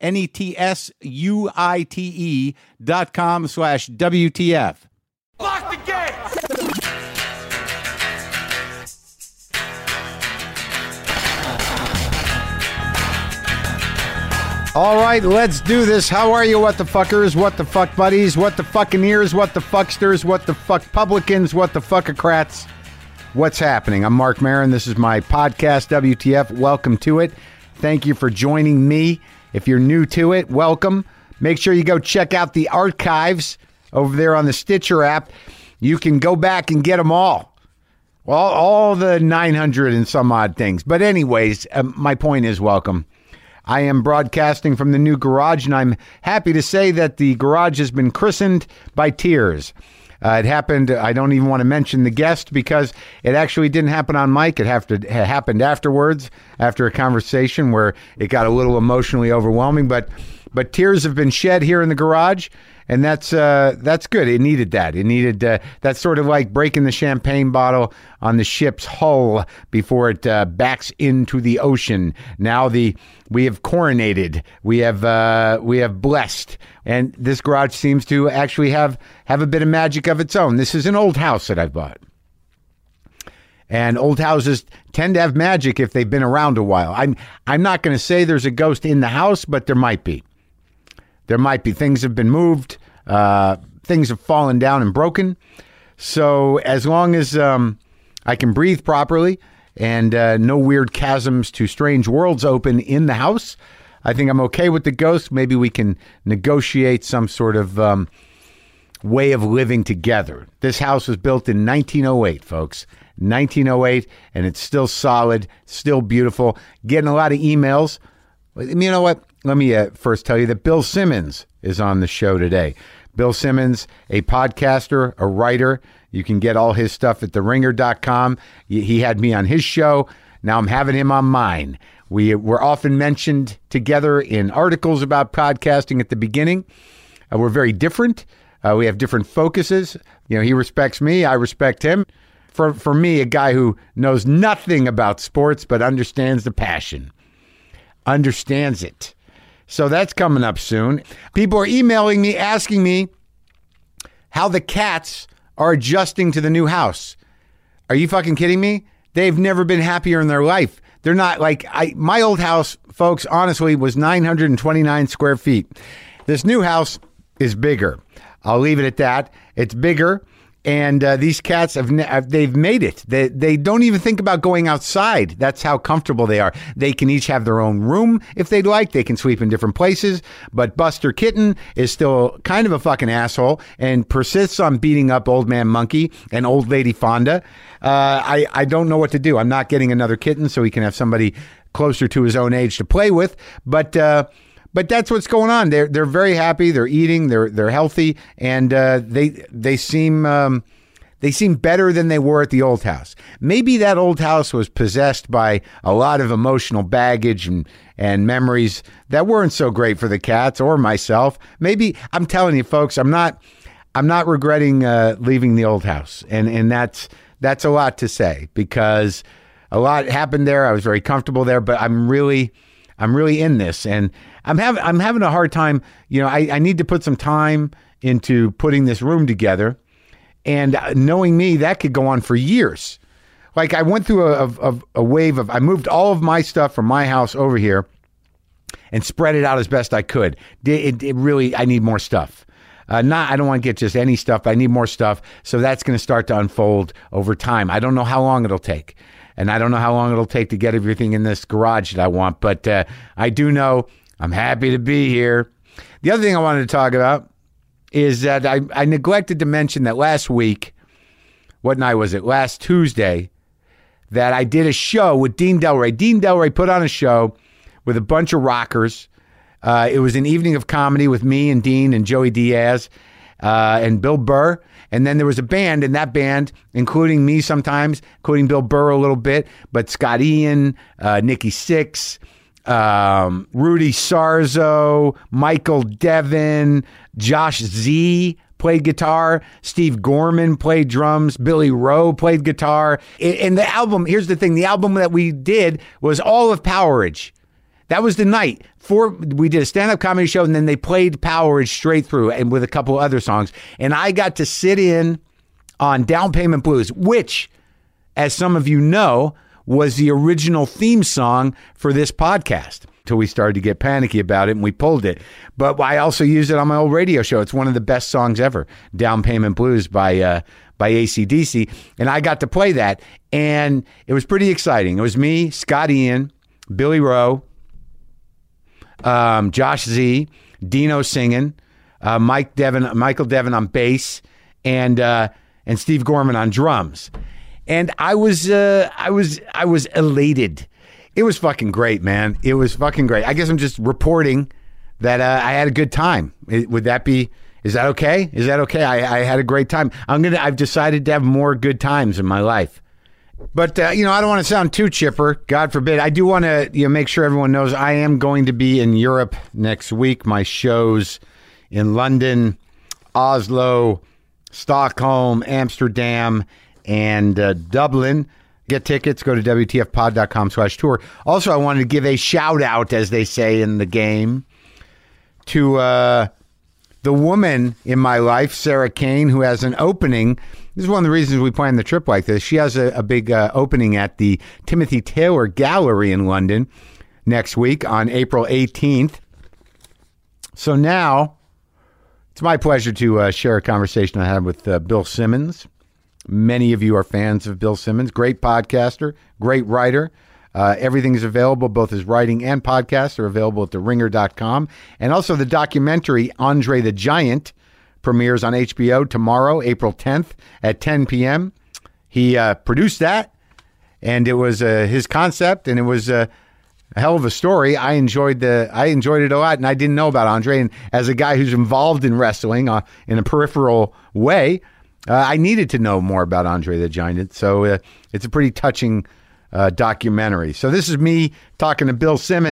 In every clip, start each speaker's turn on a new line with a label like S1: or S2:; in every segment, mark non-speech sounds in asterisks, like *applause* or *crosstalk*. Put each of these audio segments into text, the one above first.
S1: N E T S U I T E dot com slash WTF.
S2: Lock the gate!
S1: All right, let's do this. How are you, what the fuckers, what the fuck buddies, what the fucking ears, what the fucksters, what the fuck publicans, what the fuckocrats? What's happening? I'm Mark Marin. This is my podcast, WTF. Welcome to it. Thank you for joining me. If you're new to it, welcome. Make sure you go check out the archives over there on the Stitcher app. You can go back and get them all. Well, all the 900 and some odd things. But, anyways, um, my point is welcome. I am broadcasting from the new garage, and I'm happy to say that the garage has been christened by tears. Uh, it happened. I don't even want to mention the guest because it actually didn't happen on mic. It, have to, it happened afterwards, after a conversation where it got a little emotionally overwhelming. But but tears have been shed here in the garage, and that's uh, that's good. It needed that. It needed uh, that's sort of like breaking the champagne bottle on the ship's hull before it uh, backs into the ocean. Now the we have coronated, we have uh, we have blessed, and this garage seems to actually have have a bit of magic of its own. This is an old house that I bought. And old houses tend to have magic if they've been around a while. I'm I'm not going to say there's a ghost in the house, but there might be there might be things have been moved, uh, things have fallen down and broken. So as long as um, I can breathe properly and uh, no weird chasms to strange worlds open in the house, I think I'm okay with the ghost. Maybe we can negotiate some sort of um, way of living together. This house was built in 1908, folks. 1908, and it's still solid, still beautiful. Getting a lot of emails. You know what? Let me uh, first tell you that Bill Simmons is on the show today. Bill Simmons, a podcaster, a writer. You can get all his stuff at theringer.com. He he had me on his show. Now I'm having him on mine. We were often mentioned together in articles about podcasting at the beginning. Uh, we're very different. Uh, we have different focuses. You know, he respects me. I respect him. For for me, a guy who knows nothing about sports but understands the passion, understands it. So that's coming up soon. People are emailing me asking me how the cats are adjusting to the new house. Are you fucking kidding me? They've never been happier in their life. They're not like I my old house, folks, honestly was 929 square feet. This new house is bigger. I'll leave it at that. It's bigger and uh, these cats have ne- have- they've made it. They they don't even think about going outside. That's how comfortable they are. They can each have their own room if they'd like. They can sleep in different places. But Buster Kitten is still kind of a fucking asshole and persists on beating up old man Monkey and old lady Fonda. Uh, I I don't know what to do. I'm not getting another kitten so he can have somebody closer to his own age to play with. But uh, but that's what's going on. They're they're very happy. They're eating. They're they're healthy, and uh, they they seem um, they seem better than they were at the old house. Maybe that old house was possessed by a lot of emotional baggage and and memories that weren't so great for the cats or myself. Maybe I'm telling you, folks, I'm not I'm not regretting uh, leaving the old house, and and that's that's a lot to say because a lot happened there. I was very comfortable there, but I'm really I'm really in this, and I'm having I'm having a hard time. You know, I, I need to put some time into putting this room together, and uh, knowing me, that could go on for years. Like I went through a, a, a wave of I moved all of my stuff from my house over here and spread it out as best I could. It, it- it really, I need more stuff. Uh, not I don't want to get just any stuff. But I need more stuff. So that's going to start to unfold over time. I don't know how long it'll take, and I don't know how long it'll take to get everything in this garage that I want. But uh, I do know I'm happy to be here. The other thing I wanted to talk about is that I, I neglected to mention that last week, what night was it? Last Tuesday that I did a show with Dean Delray. Dean Delray put on a show with a bunch of rockers. Uh, it was an evening of comedy with me and Dean and Joey Diaz uh, and Bill Burr. And then there was a band, and that band, including me sometimes, including Bill Burr a little bit, but Scott Ian, uh, Nikki Six, um, Rudy Sarzo, Michael Devin, Josh Z played guitar, Steve Gorman played drums, Billy Rowe played guitar. A- And the album, here's the thing the album that we did was all of Powerage. That was the night. Four, we did a stand up comedy show, and then they played Powerage straight through and with a couple other songs. And I got to sit in on Down Payment Blues, which as some of you know, was the original theme song for this podcast. Till we started to get panicky about it and we pulled it. But I also used it on my old radio show. It's one of the best songs ever, Down Payment Blues by uh, by ACDC. And I got to play that. And it was pretty exciting. It was me, Scott Ian, Billy Rowe, um, Josh Z, Dino singing, uh, Mike Devin, Michael Devin on bass, and uh, and Steve Gorman on drums. And I was uh, I was I was elated. It was fucking great, man. It was fucking great. I guess I'm just reporting that uh, I had a good time. It- would that be? Is that okay? Is that okay? I, I had a great time. I'm gonna. I've decided to have more good times in my life. But uh, you know, I don't want to sound too chipper. God forbid. I do want to you know, make sure everyone knows I am going to be in Europe next week. My shows in London, Oslo, Stockholm, Amsterdam, and uh, Dublin. Get tickets. Go to wtfpod.com/tour. Also, I wanted to give a shout out, as they say in the game, to. Uh, the woman in my life, Sarah Kane, who has an opening. This is one of the reasons we plan the trip like this. She has a, a big uh, opening at the Timothy Taylor Gallery in London next week on April 18th. So now it's my pleasure to uh, share a conversation I had with uh, Bill Simmons. Many of you are fans of Bill Simmons, great podcaster, great writer. Uh, everything is available, both his writing and podcasts are available at theringer.com. And also the documentary Andre the Giant premieres on HBO tomorrow, April 10th at 10 p.m. He uh, produced that, and it was uh, his concept, and it was uh, a hell of a story. I enjoyed the I enjoyed it a lot, and I didn't know about Andre. And as a guy who's involved in wrestling uh, in a peripheral way, uh, I needed to know more about Andre the Giant. So uh, it's a pretty touching uh, documentary. So this is me talking to Bill Simmons.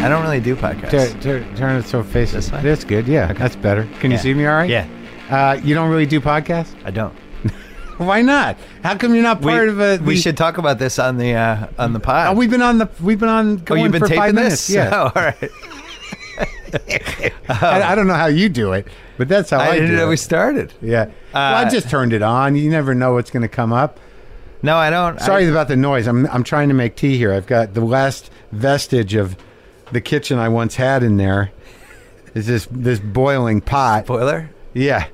S3: I don't really do podcasts.
S1: turn it so faces.
S3: This way?
S1: That's good. Yeah, that's better. Can you
S3: Yeah.
S1: see me all right?
S3: Yeah.
S1: Uh, you don't really do podcasts?
S3: I don't.
S1: Why not? How come you're not part
S3: we,
S1: of a?
S3: we
S1: the-
S3: should talk about this on the uh, on the pod.
S1: Oh, we've been on the. We've been on.
S3: oh
S1: Going
S3: you've been
S1: for
S3: taping
S1: five minutes.
S3: this?
S1: Yeah.
S3: Oh, *laughs*
S1: *laughs*
S3: all right.
S1: I, I don't know how you do it, but that's how I,
S3: I
S1: do
S3: didn't know
S1: it.
S3: we Uh, started.
S1: yeah. well, I just turned it on. You never know what's going to come up.
S3: No, I don't.
S1: Sorry about the noise. I'm I'm trying to make tea here. I've got the last vestige of the kitchen I once had in there. Is this this boiling pot?
S3: I, boiler.
S1: Yeah.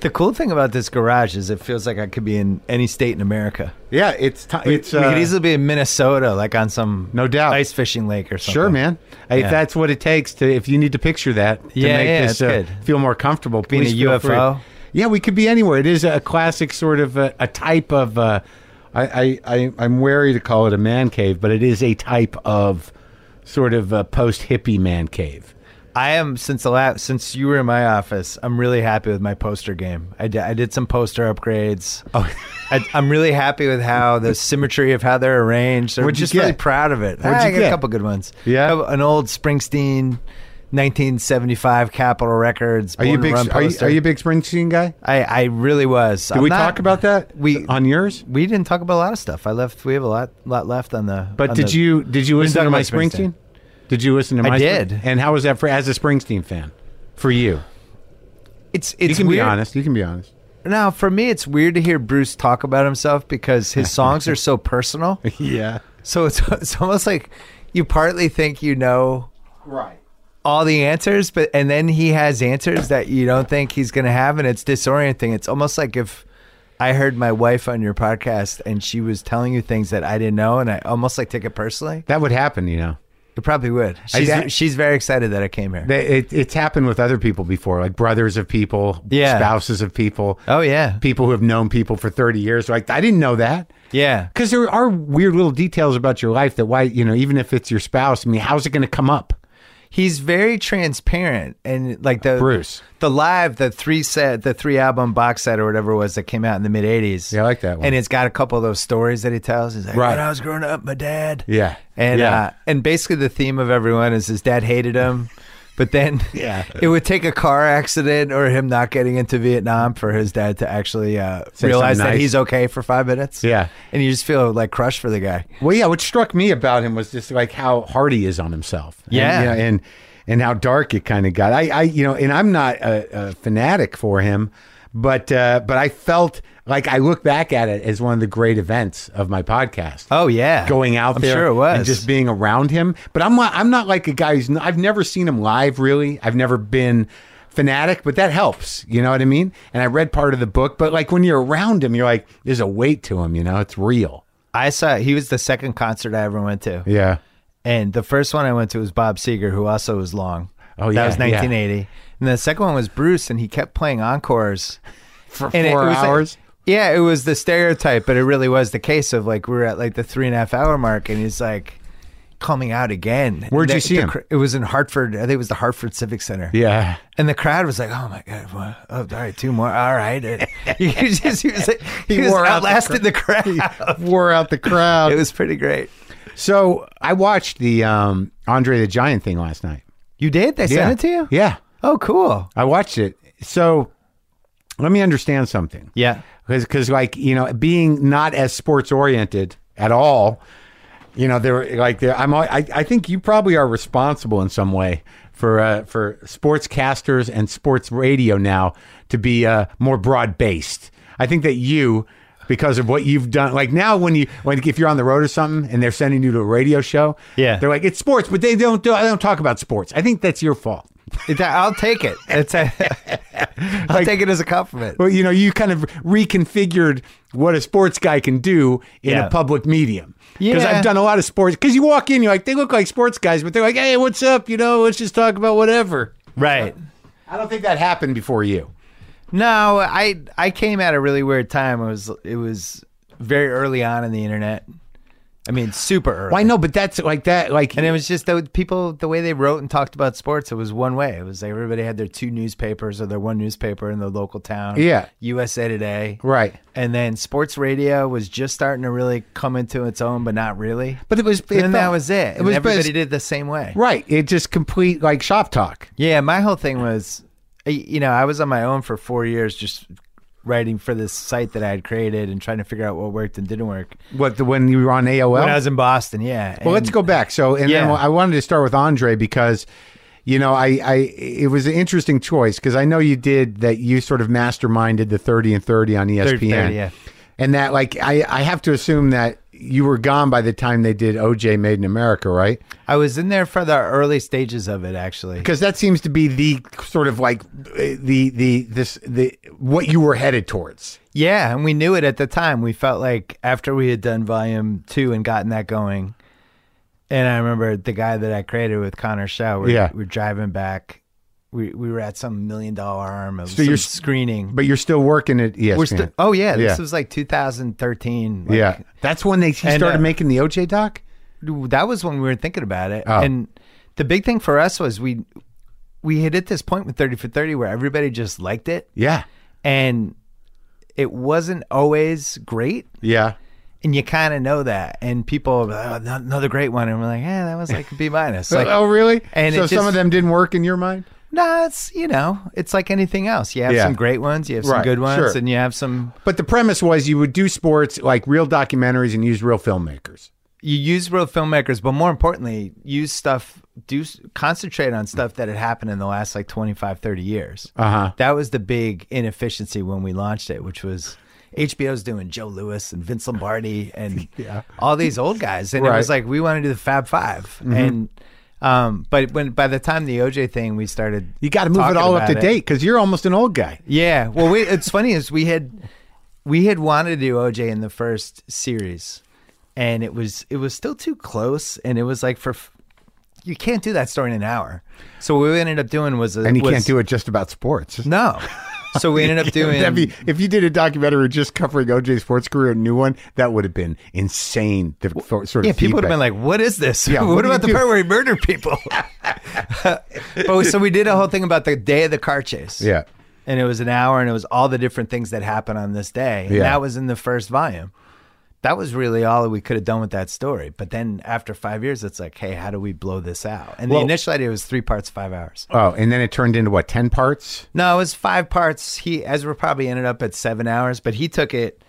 S3: The cool thing about this garage is it feels like I could be in any state in America.
S1: Yeah, it's ti it's
S3: we
S1: uh,
S3: could easily be in Minnesota, like on some
S1: No doubt.
S3: ice fishing lake or something.
S1: sure, man. Hey, If
S3: Yeah.
S1: that's what it takes to, if you need to picture that to
S3: Yeah,
S1: make
S3: yeah,
S1: this uh,
S3: it's good.
S1: feel more comfortable,
S3: in a
S1: please feel free.
S3: UFO.
S1: Yeah, we could be anywhere. It is a classic sort of a, a type of. Uh, I, I, I I'm wary to call it a man cave, but it is a type of sort of a post hippie man cave.
S3: I am since the last since you were in my office. I'm really happy with my poster game. I did, I did some poster upgrades.
S1: Oh.
S3: I, I'm really happy with
S1: *laughs*
S3: how the symmetry of how they're arranged. I'm
S1: What'd you
S3: just really
S1: get?
S3: proud of it.
S1: What'd
S3: Ah,
S1: you
S3: I got
S1: get?
S3: a couple good ones.
S1: Yeah?
S3: Couple- an old Springsteen, 1975 Capitol Records.
S1: Are you a
S3: Born to
S1: big?
S3: Run
S1: Are you,
S3: poster.
S1: are you a big Springsteen guy?
S3: I, I really was.
S1: Did we talk about that?
S3: we-
S1: on yours.
S3: We didn't talk about a lot of stuff. I left. We have a lot lot left on the.
S1: But
S3: on
S1: did
S3: the-
S1: you did you
S3: We
S1: listen
S3: didn't
S1: to my
S3: talk about
S1: Springsteen? Did you listen to
S3: I
S1: my? Spring-
S3: did.
S1: And how was that for as a Springsteen fan? For you,
S3: It's
S1: you
S3: it's
S1: can
S3: weird.
S1: be honest. You can be honest.
S3: Now, for me, it's weird to hear Bruce talk about himself because his songs are so personal.
S1: *laughs* Yeah.
S3: So it's, it's almost like you partly think you know
S1: Right.
S3: all the answers, but and then he has answers that you don't think he's going to have, and it's disorienting. It's almost like if I heard my wife on your podcast and she was telling you things that I didn't know, and I almost like take it personally.
S1: That would happen, you know.
S3: It probably would. She's,
S1: that-
S3: she's very excited that I came here.
S1: They, it, it's happened with other people before, like brothers of people,
S3: Yeah.
S1: spouses of people,
S3: oh yeah,
S1: people who have known people for 30 years. Like, I didn't know that.
S3: yeah.
S1: Because there are weird little details about your life that why, you know, even if it's your spouse, I mean, how's it going to come up?
S3: he's very transparent and like the
S1: Bruce.
S3: the live the three set the three album box set or whatever it was that came out in the mid 80s
S1: Yeah, I like that one.
S3: and it's got a couple of those stories that he tells he's like
S1: Right.
S3: when i was growing up my dad
S1: Yeah.
S3: and
S1: Yeah.
S3: uh and basically the theme of everyone is his dad hated him but then
S1: *laughs* Yeah.
S3: *laughs* it would take a car accident or him not getting into vietnam for his dad to actually uh,
S1: Say
S3: realize
S1: something
S3: that
S1: nice.
S3: he's okay for five minutes
S1: Yeah.
S3: and you just feel like crushed for the guy
S1: Well, yeah, what struck me about him was just like how hard he is on himself. And,
S3: Yeah.
S1: you know, and and how dark it kind of got. I, I, you know, and I'm not a, a fanatic for him, but uh, but I felt like I look back at it as one of the great events of my podcast.
S3: oh yeah
S1: Going out
S3: I'm
S1: there
S3: sure it was
S1: and just being around him, but I'm not, I'm not like a guy who's n- I've never seen him live really. I've never been fanatic, but that helps. You know what I mean? And I read part of the book, but like when you're around him, you're like there's a weight to him. You know, it's real.
S3: i saw he was the second concert i ever went to
S1: Yeah.
S3: And the first one I went to was Bob Seger, who also was long.
S1: Oh, yeah,
S3: that was
S1: yeah.
S3: 1980. And the second one was Bruce, and he kept playing encores
S1: for
S3: and
S1: four
S3: was like-
S1: hours.
S3: yeah, it was the stereotype, but it really was the case of like we were at like the three and a half hour mark, and he's like coming out again.
S1: Where'd
S3: And
S1: you
S3: the-
S1: see
S3: the
S1: him?
S3: cr- It was in Hartford. I think it was the Hartford Civic Center.
S1: yeah.
S3: And the crowd was like, "Oh my god! Well, oh, all right, two more. All right." *laughs* And he just he was like, he,
S1: He
S3: was
S1: wore out the
S3: outlasted
S1: *laughs*
S3: the, crowd.
S1: Wore out the *laughs*
S3: it
S1: crowd.
S3: was pretty great.
S1: so I watched the um, Andre the Giant thing last night.
S3: You did? They
S1: Yeah.
S3: sent it to you?
S1: Yeah.
S3: Oh, cool.
S1: I watched it. So let me understand something.
S3: Yeah.
S1: Because, like, you know, being not as sports oriented at all, you know, they're like, they're, I'm, al- I, I think you probably are responsible in some way for, uh, for sportscasters and sports radio now to be uh, more broad based. I think that you, because of what you've done, like now when you, when if you're on the road or something and they're sending you to a radio show,
S3: Yeah.
S1: they're like, it's sports, but they don't do, I don't talk about sports. I think that's your fault.
S3: It- I'll take it.
S1: *laughs*
S3: It's a, I'll take it as a compliment.
S1: Well, you know, you kind of reconfigured what a sports guy can do in
S3: Yeah.
S1: a public medium. Because
S3: Yeah.
S1: I've done a lot of sports. Because you walk in, you're like, they look like sports guys, but they're like, hey, what's up? You know, let's just talk about whatever.
S3: Right.
S1: I don't think that happened before you.
S3: No, I I came at a really weird time. It was it was very early on in the internet. I mean, super early.
S1: Well, I know, but that's like that. Like,
S3: And it was just the people the way they wrote and talked about sports. It was one way. It was like everybody had their two newspapers or their one newspaper in their local town.
S1: Yeah.
S3: USA Today.
S1: right.
S3: And then sports radio was just starting to really come into its own, but not really.
S1: But it was. It
S3: And then that
S1: felt-
S3: was it.
S1: It was
S3: and everybody
S1: but-
S3: did it the same way.
S1: Right. It just complete like shop talk.
S3: Yeah, my whole thing was, y- you know, I was on my own for four years just writing for this site that I had created and trying to figure out what worked and didn't work.
S1: What the, when you were on AOL?
S3: When I was in Boston, yeah.
S1: Well,
S3: and-
S1: let's go back. So, and then
S3: Yeah.
S1: I wanted to start with Andre because, you know, I, I it was an interesting choice because I know you did that. You sort of E masterminded the thirty and thirty on ESPN,
S3: yeah.
S1: and that like I, I have to assume that you were gone by the time they did OJ Made in America, right?
S3: I was in there for the early stages of it, actually.
S1: Because that seems to be the sort of like uh, the the this the what you were headed towards.
S3: Yeah, and we knew it at the time. We felt like after we had done volume two and gotten that going, and I remember the guy that I created with Connor Shaw. We're,
S1: Yeah.
S3: we're driving back. We we were at some million dollar arm of
S1: So
S3: some
S1: you're s-
S3: screening.
S1: But you're still working at E ESPN.
S3: We're still. Oh yeah, this
S1: Yeah.
S3: was like 2013. like,
S1: yeah, that's when they he
S3: And,
S1: started
S3: uh,
S1: making the OJ doc.
S3: that was when we were thinking about it.
S1: Oh.
S3: And the big thing for us was we we had hit this point with 30 for 30 where everybody just liked it
S1: Yeah,
S3: and it wasn't always great
S1: yeah.
S3: and you kind of know that and people oh, no- another great one and we're like yeah that was like a
S1: *laughs*
S3: b minus
S1: So-
S3: like
S1: oh, really?
S3: and
S1: so
S3: it
S1: some
S3: just-
S1: of them didn't work in your mind.
S3: no it's you know it's like anything else you have
S1: Yeah.
S3: some great ones you have some
S1: Right,
S3: good ones
S1: sure.
S3: and you have some
S1: But the premise was you would do sports like real documentaries and use real filmmakers.
S3: you use real filmmakers, but more importantly, use stuff, do concentrate on stuff that had happened in the last like 25, 30 years.
S1: Uh-huh.
S3: That was the big inefficiency when we launched it, which was HBO's doing Joe Lewis and Vince Lombardi
S1: *laughs*
S3: and all these old guys. And it was
S1: Right. Mm-hmm.
S3: like, we want to do the Fab 5 And, um, but when, by the time the OJ thing, we started,
S1: You got to move
S3: talking
S1: it all up
S3: about
S1: to
S3: it.
S1: date because you're almost an old guy.
S3: Yeah. Well, we, it's funny is we had we had wanted to do OJ in the first series, and it was it was still too close, and it was like for f- you can't do that story in an hour. So what we ended up doing was a,
S1: And you
S3: was,
S1: can't do it just about sports.
S3: No. So we
S1: *laughs*
S3: ended up doing.
S1: That'd be, if you did a documentary just covering OJ Sports career, a new one, that would have been insane. The f- sort of
S3: yeah, people would
S1: feedback.
S3: have been like, "What is this? *laughs*
S1: Yeah,
S3: what,
S1: what do
S3: about the
S1: you do?"
S3: part where he murdered people?" *laughs* but so we did a whole thing about the day of the car chase.
S1: yeah,
S3: and it was an hour and it was all the different things that happen on this day and
S1: Yeah.
S3: that was in the first volume that was really all we could have done with that story but then after five years it's like hey how do we blow this out and
S1: Well-
S3: the initial idea was three parts five hours
S1: oh, and then it turned into what ten parts?
S3: no it was five parts he ezra probably ended up at seven hours but he took it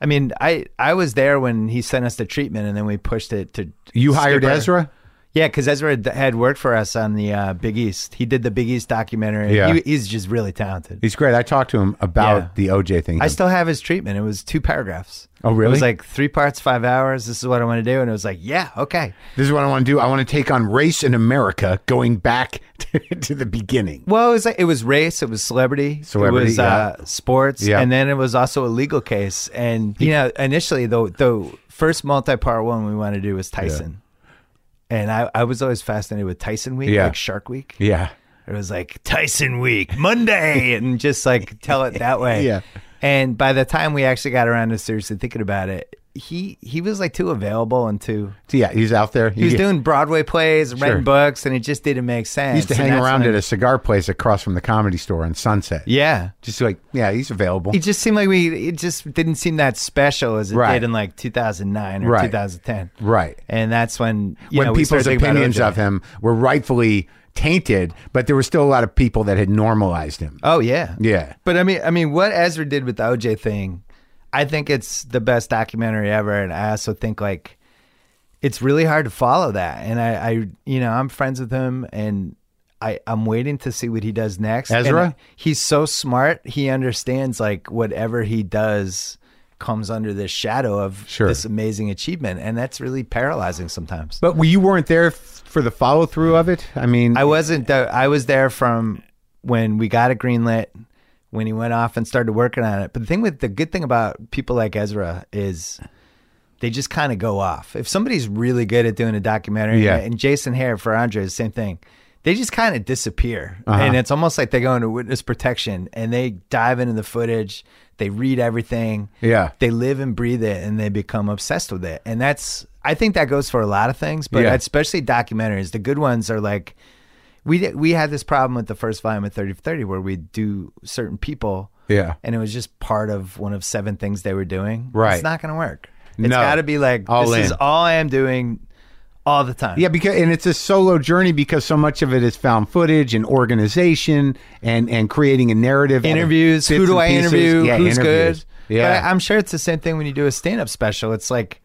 S3: i mean i i was there when he sent us the treatment and then we pushed it to
S1: You hired
S3: Skipper.
S1: Ezra.
S3: yeah, because Ezra had- had worked for us on the uh, Big East. He did the Big East documentary.
S1: Yeah.
S3: He- he's just really talented.
S1: He's great. I talked to him about the OJ thing.
S3: I still have his treatment. It was two paragraphs.
S1: Oh,
S3: It
S1: really?
S3: was like three parts, five hours. This is what I want to do. And it was like, yeah, okay.
S1: this is what I want to do. I want to take on race in America, going back *laughs* to, to the beginning.
S3: Well, it was like, it was race, it was celebrity,
S1: Celebrity,
S3: it was uh, sports,
S1: Yeah.
S3: and then it was also a legal case. And you know, initially the the first multi part one we wanted to do was Tyson. And I, I was always fascinated with Tyson Week,
S1: Yeah.
S3: like Shark Week.
S1: Yeah,
S3: It was like Tyson Week, Monday, *laughs* and just like tell it that way.
S1: Yeah.
S3: And by the time we actually got around to seriously thinking about it, he he was like too available and too.
S1: so, yeah. He's out there.
S3: He was doing Broadway plays, and
S1: Sure.
S3: writing books, and it just didn't make sense.
S1: He used to
S3: And
S1: hang
S3: that's
S1: around
S3: when-
S1: at a cigar place across from the comedy store on Sunset.
S3: Yeah.
S1: Just like, yeah, he's available.
S3: It just seemed like we. It just didn't seem that special as it
S1: Right.
S3: did in like 2009 or
S1: Right.
S3: 2010.
S1: right.
S3: And that's when you
S1: When
S3: know, we started
S1: people's
S3: thinking about
S1: opinions
S3: OJ.
S1: of him were rightfully tainted, but there were still a lot of people that had normalized him.
S3: Oh yeah.
S1: Yeah.
S3: But I mean, I mean, what Ezra did with the OJ thing, I think it's the best documentary ever, and I also think like it's really hard to follow that. And I, I you know, I'm friends with him, and I, I'm waiting to see what he does next. And
S1: Ezra?
S3: he's so smart. He understands like whatever he does comes under this shadow of
S1: Sure.
S3: this amazing achievement, and that's really paralyzing sometimes.
S1: But were- you weren't there f- for the follow through of it. I mean,
S3: I wasn't. There, I was there from when we got it greenlit, when he went off and started working on it. But the thing with the good thing about people like Ezra is they just kind of go off. If somebody's really good at doing a documentary,
S1: Yeah.
S3: and Jason Hare for Andre, the same thing. They just kind of disappear,
S1: Uh-huh.
S3: and it's almost like they go into witness protection, and they dive into the footage. They read everything.
S1: Yeah.
S3: they live and breathe it, and they become obsessed with it. And that's, I think, that goes for a lot of things, but
S1: Yeah.
S3: especially documentaries. The good ones are like we did, we had this problem with the first volume of 30 for 30 where we do certain people
S1: Yeah.
S3: and it was just part of one of seven things they were doing
S1: Right.
S3: it's not gonna work It's
S1: No.
S3: gotta be like
S1: All
S3: this is
S1: in.
S3: all i am doing all the time
S1: Yeah, because and it's a solo journey because so much of it is found footage and organization and and creating a narrative. out of
S3: interviews
S1: bits
S3: who do
S1: and
S3: i
S1: pieces.
S3: interview
S1: Yeah,
S3: who's
S1: interviews.
S3: good
S1: Yeah,
S3: but I, i'm sure it's the same thing when you do a stand-up special it's like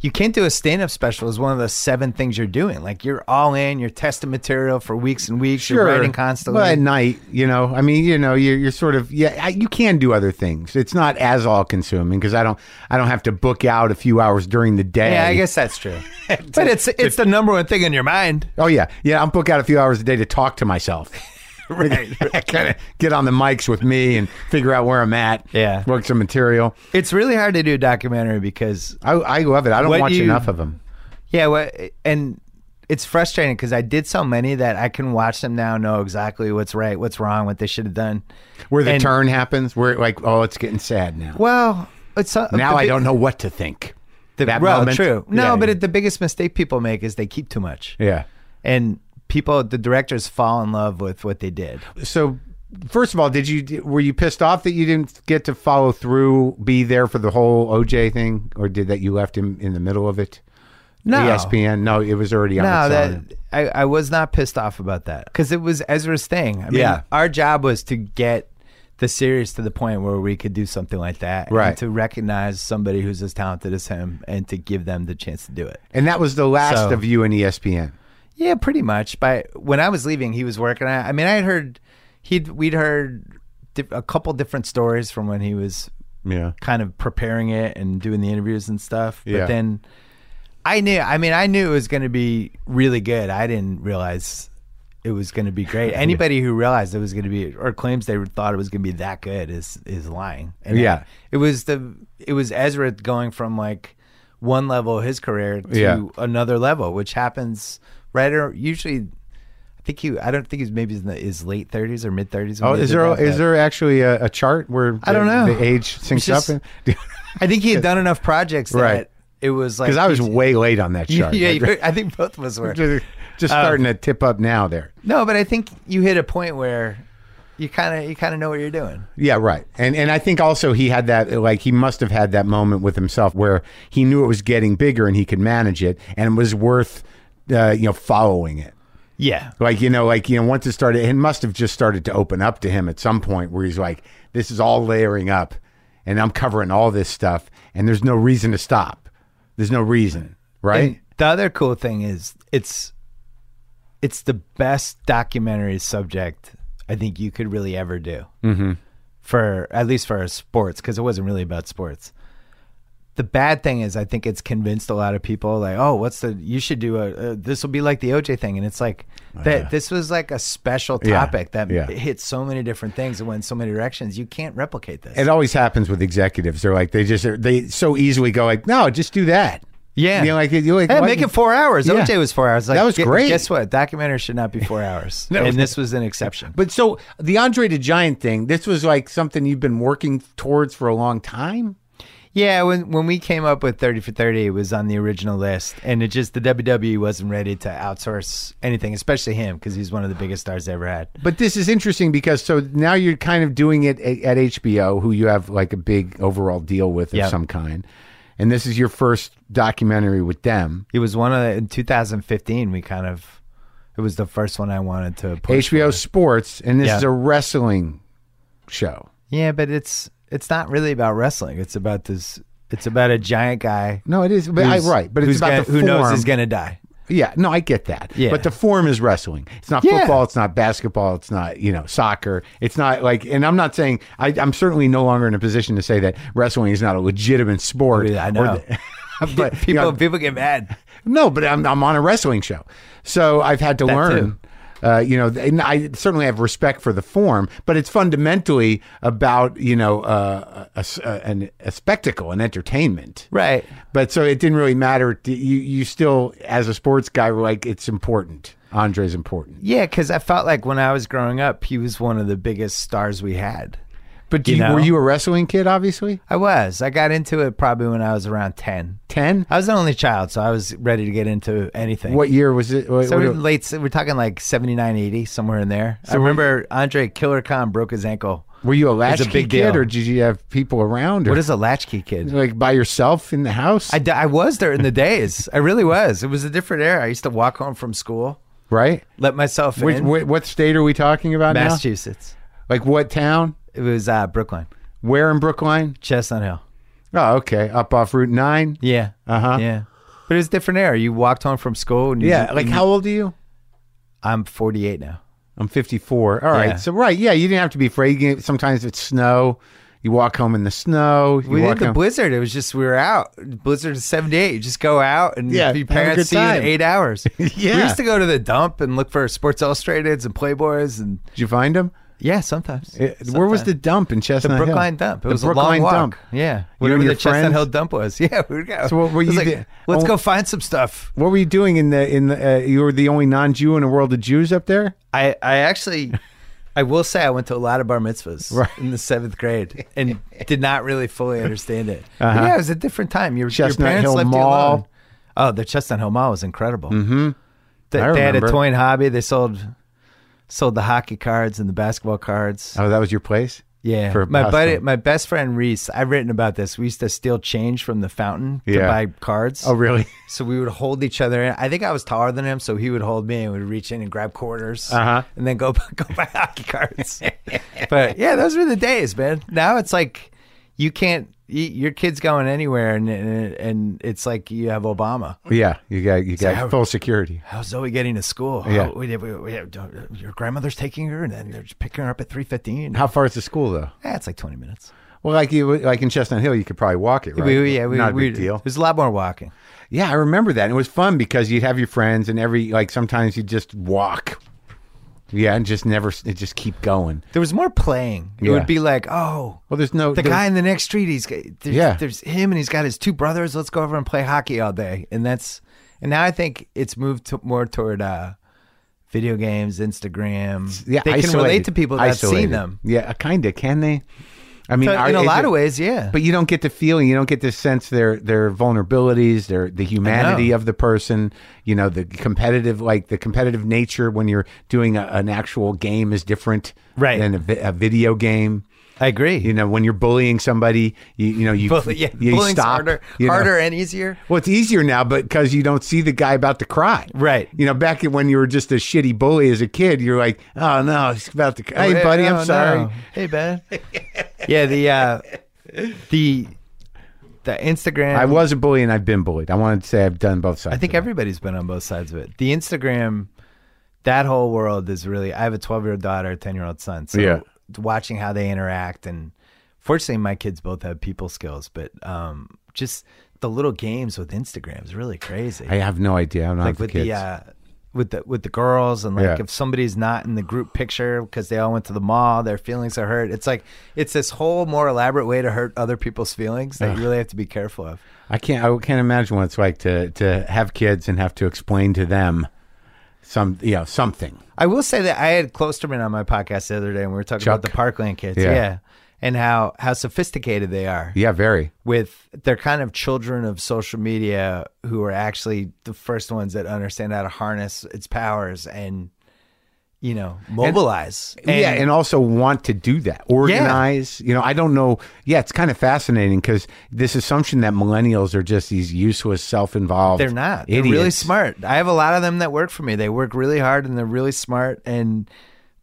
S3: you can't do a stand up special is one of the seven things you're doing. Like you're all in, you're testing material for weeks and weeks,
S1: Sure.
S3: you're writing constantly.
S1: Well, at night, you know, I mean, you know, you're, you're sort of yeah. I, you can do other things. It's not as all consuming because I don't I don't have to book out a few hours during the day.
S3: yeah, I guess
S1: *laughs*
S3: that's true. but it's it's the number one thing in your mind.
S1: Oh yeah, yeah. I'm book out a few hours a day to talk to myself.
S3: *laughs*
S1: *laughs* right. kind of get on the mics with me and figure out where I'm at.
S3: Yeah.
S1: Work some material.
S3: It's really hard to do a documentary because
S1: I, I love it. I don't
S3: What
S1: watch
S3: you-
S1: enough of them.
S3: Yeah, well, and it's frustrating because I did so many that I can watch them now, know exactly what's right, what's wrong, what they should have done.
S1: Where the
S3: And-
S1: turn happens, where like, oh, it's getting sad now.
S3: Well, it's uh,
S1: now
S3: the
S1: I
S3: big-
S1: don't know what to think.
S3: The,
S1: That
S3: well,
S1: moment.
S3: true. No,
S1: Yeah,
S3: but
S1: yeah.
S3: It, the biggest mistake people make is they keep too much,
S1: yeah.
S3: and people, the directors, fall in love with what they did.
S1: So, first of all, did you were you pissed off that you didn't get to follow through, be there for the whole OJ thing, or did that you left him in the middle of it? E
S3: No,
S1: ESPN. No, it was already on.
S3: No,
S1: its
S3: that
S1: own.
S3: I, I was not pissed off about that because it was Ezra's thing. I mean,
S1: Yeah.
S3: our job was to get the series to the point where we could do something like that, and
S1: Right.
S3: to recognize somebody who's as talented as him and to give them the chance to do it.
S1: and that was the last
S3: So-
S1: of you and E ESPN.
S3: Yeah, pretty much. But when I was leaving, he was working. I, I mean, I had heard he'd we'd heard di- a couple different stories from when he was
S1: Yeah.
S3: kind of preparing it and doing the interviews and stuff. But
S1: Yeah.
S3: then I knew, I mean, I knew it was going to be really good. I didn't realize it was going to
S1: *laughs*
S3: be great. Anybody who realized it was going to be or claims they thought it was going to be that good is is lying. And
S1: Yeah.
S3: It was the it was Ezra going from like one level of his career to
S1: Yeah.
S3: another level, which happens right or usually I think he I don't think he's maybe in the, his late 30s or mid 30s.
S1: Oh, is there is there actually a, a chart where
S3: I don't
S1: the,
S3: know.
S1: the age syncs
S3: just-
S1: *laughs* up?
S3: I think he had done enough projects that
S1: Right.
S3: it was like
S1: Because I was
S3: *laughs*
S1: *laughs*
S3: he's-
S1: way late on that chart.
S3: yeah, you- *laughs* Um, I think both of
S1: *laughs*
S3: us were.
S1: just, *laughs* just starting to tip up now there.
S3: No, but I think you hit a point where you kind of you kind of know what you're doing.
S1: Yeah, right. And and I think also he had that like he must have had that moment with himself where he knew it was getting bigger and he could manage it and it was worth uh, you know following it.
S3: Yeah.
S1: Like you know, like you know, once it started, it must have just started to open up to him at some point where he's like, "This is all layering up, and I'm covering all this stuff, and there's no reason to stop. There's no reason, right?
S3: And the other cool thing is it's it's the best documentary subject I think you could really ever do. Mm-hmm. For at least for sports, because it wasn't really about sports. The bad thing is, I think it's convinced a lot of people like, oh, what's the you should do a, a this will be like the OJ thing, and it's like that this was like a special
S1: Oh, Yeah.
S3: topic that
S1: Yeah.
S3: hit so many different things and went so many directions. You can't replicate this.
S1: It always happens with executives. They're like, they just they so easily go like, "No, just do that."
S3: Yeah.
S1: you know, like, you like
S3: Hey,
S1: why-
S3: make it four hours.
S1: Yeah.
S3: OJ was four hours. Like,
S1: That was
S3: gu-
S1: great.
S3: Guess what? Documentary should not be
S1: *laughs*
S3: four hours,
S1: No.
S3: and this was an exception.
S1: But so the Andre the Giant thing, this was like something you've been working towards for a long time.
S3: Yeah, when when we came up with thirty for thirty, it was on the original list, and it just the WWE wasn't ready to outsource anything, especially him because he's one of the biggest stars they ever had.
S1: But this is interesting because so now you're kind of doing it at, at HBO, who you have like a big overall deal with of
S3: Yeah.
S1: some kind, and this is your first documentary with them.
S3: He was one of the, in 2015. We kind of it was the first one I wanted to push.
S1: HBO Sports, and this
S3: Yeah.
S1: is a wrestling show.
S3: yeah, but it's it's not really about wrestling. It's about this. It's about a giant guy.
S1: No, it is, but I,
S3: who's-
S1: right. But it's
S3: who's
S1: about
S3: gonna-
S1: the form.
S3: who knows is going to die.
S1: Yeah, no, I get that.
S3: Yeah.
S1: But the form is wrestling. It's not
S3: Yeah.
S1: football. It's not basketball. It's not, you know, soccer. It's not like, and I'm not saying, I, I'm certainly no longer in a position to say that wrestling is not a legitimate sport.
S3: I
S1: or
S3: know. *laughs*
S1: the- *laughs* but
S3: people
S1: you know,
S3: people get mad.
S1: no, but I'm, I'm on a wrestling show. So I've had to learn. Uh, you know, and I certainly have respect for the form, but it's fundamentally about you know uh, a, a, an- a spectacle, an entertainment,
S3: Right.
S1: but so it didn't really matter. You you still, as a sports guy, were like it's important. Andre's important.
S3: Yeah, because I felt like when I was growing up, he was one of the biggest stars we had.
S1: But do
S3: You
S1: you
S3: know?
S1: were you a wrestling kid? Obviously,
S3: I was. I got into it probably when I was around 10.
S1: ten.
S3: I was the only child, so I was ready to get into anything.
S1: What year was it? What-
S3: So we're
S1: what-
S3: late, we're talking like 79, 80, somewhere in there. I remember Andre Killer Khan broke his ankle.
S1: were you a
S3: It's a
S1: latchkey
S3: big
S1: kid,
S3: deal.
S1: or did you have people around? Or
S3: What is a latchkey kid?
S1: like by yourself in the house?
S3: I, d- I was there in the days. I really was. It was a different era. I used to walk home from school,
S1: right.
S3: let myself
S1: Which,
S3: in.
S1: wh- what state are we talking about now?
S3: Massachusetts.
S1: Like what town?
S3: It was uh, Brookline,
S1: Where in Brookline?
S3: Chestnut Hill.
S1: Oh, okay, up off Route Nine.
S3: Yeah.
S1: Uh huh.
S3: Yeah. But it's different era. You walked home from school. And you-
S1: Yeah, like
S3: and you-
S1: how old are you?
S3: I'm 48 now.
S1: I'm 54. All right,
S3: Yeah.
S1: so right, yeah, you didn't have to be afraid. You can- Sometimes it's snow. You walk home in the snow. You
S3: We
S1: walk
S3: did the
S1: home-
S3: blizzard. It was just we were out. Blizzard is 78. You just go out and
S1: Yeah,
S3: yeah,
S1: have a
S3: your parents
S1: good
S3: see you in
S1: time.
S3: eight hours.
S1: *laughs* Yeah.
S3: We used to go to the dump and look for Sports Illustrateds and Playboys and
S1: Did you find him?
S3: yeah, sometimes.
S1: Where was the
S3: Sometimes.
S1: dump in Chestnut
S3: the
S1: Hill?
S3: Brookline dump? It
S1: The
S3: was
S1: Brookline
S3: a long walk.
S1: dump.
S3: Yeah.
S1: You and
S3: Whatever
S1: your
S3: the Chestnut
S1: friends?
S3: Hill dump was. *laughs* Yeah, we would go.
S1: So what were
S3: It was
S1: you
S3: like,
S1: doing?
S3: Let's
S1: Oh.
S3: go find some stuff.
S1: What were you doing in the in the? Uh, you were the only non-Jew in a world of Jews up there.
S3: I, I
S1: *laughs*
S3: actually, I will say I went to a lot of bar mitzvahs
S1: Right.
S3: in the seventh grade and did not really fully understand it. But
S1: Uh-huh.
S3: Yeah, it was a different time. Your, your
S1: Chestnut
S3: parents
S1: Hill
S3: left
S1: Mall.
S3: you alone. Oh, the Chestnut Hill Mall was incredible. Mm-hmm. They,
S1: I
S3: they had a
S1: remember.
S3: toy and hobby. They sold sold the hockey cards and the basketball cards.
S1: Oh, that was your place.
S3: yeah,
S1: for
S3: my buddy,
S1: basketball.
S3: my best friend Reese. I've written about this. We used to steal change from the fountain to
S1: Yeah.
S3: buy cards.
S1: Oh, really?
S3: So we would hold each other. In. I think I was taller than him, so he would hold me and we'd reach in and grab quarters,
S1: Uh-huh.
S3: and then go *laughs* go buy hockey cards. *laughs* but yeah, those were the days, man. Now it's like you can't. y your kid's going anywhere, and and, and it's like you have Obama.
S1: *laughs* Yeah, you got you got
S3: how-
S1: full security.
S3: How's Zoe getting to school?
S1: Yeah.
S3: How- we, we, we, your grandmother's taking her, and then they're just picking her up at three fifteen.
S1: How far is the school though?
S3: That's like twenty minutes.
S1: Well, like you like in Chestnut Hill, you could probably walk it. Right?
S3: We, yeah, we,
S1: not a
S3: we,
S1: big deal.
S3: There's a lot more walking.
S1: Yeah, I remember that. And it was fun because you'd have your friends, and every like sometimes you'd just walk. Yeah, and just never it just keep going.
S3: There was more playing. It
S1: Yeah.
S3: would be like, oh,
S1: Well, there's no
S3: the
S1: there-
S3: guy in the next street he's got there's,
S1: Yeah.
S3: there's him and he's got his two brothers let's go over and play hockey all day and that's and now i think it's moved to, more toward uh video games instagram
S1: Yeah,
S3: they can
S1: isolated.
S3: relate to people that's
S1: Isolated.
S3: seen them
S1: Yeah, kind of. Can they? I mean,
S3: So
S1: are-
S3: in a
S1: is
S3: lot
S1: it-
S3: of ways yeah
S1: But you don't get the feeling. You don't get the sense their their vulnerabilities, their the humanity of the person. You know the competitive, like the competitive nature when you're doing a, an actual game is different
S3: Right.
S1: than a, vi- a video game.
S3: i agree *laughs*
S1: You know when you're bullying somebody, you, you know you
S3: Bully- yeah,
S1: you
S3: bullying's
S1: stop,
S3: harder
S1: you know.
S3: harder and easier
S1: Well, it's easier now, but because you don't see the guy about to cry,
S3: Right.
S1: You know, back when you were just a shitty bully as a kid, you're like, "Oh no, he's about to." Hey, buddy,
S3: Oh,
S1: I'm
S3: no.
S1: sorry.
S3: hey man yeah the uh the the instagram
S1: I was a bully and I've been bullied. I wanted to say I've done both sides.
S3: I think
S1: of it.
S3: everybody's been on both sides of it. The Instagram, that whole world is really. I have a 12 year old daughter, a 10 year old son. So
S1: Yeah.
S3: watching how they interact, and fortunately, my kids both have people skills, but um, just the little games with Instagram is really crazy.
S1: I have no idea. I'm not
S3: like
S1: the
S3: with
S1: kids.
S3: the. Uh, with the with the girls and like
S1: Yeah.
S3: if somebody's not in the group picture because they all went to the mall, their feelings are hurt. It's like it's this whole more elaborate way to hurt other people's feelings that you really have to be careful of.
S1: I can't. I can't imagine what it's like to to have kids and have to explain to them some you know something.
S3: I will say that I had Klosterman on my podcast the other day, and we were talking about
S1: Chuck.
S3: the Parkland kids,
S1: Yeah.
S3: yeah. and how how sophisticated they are.
S1: Yeah, very.
S3: With they're kind of children of social media who are actually the first ones that understand how to harness its powers and you know mobilize.
S1: yeah, and also want to do that, organize. You know, I don't know. Yeah, it's kind of fascinating because this assumption that millennials are just these useless, self-involved.
S3: they're not.
S1: Idiots.
S3: They're really smart. I have a lot of them that work for me. They work really hard and they're really smart and.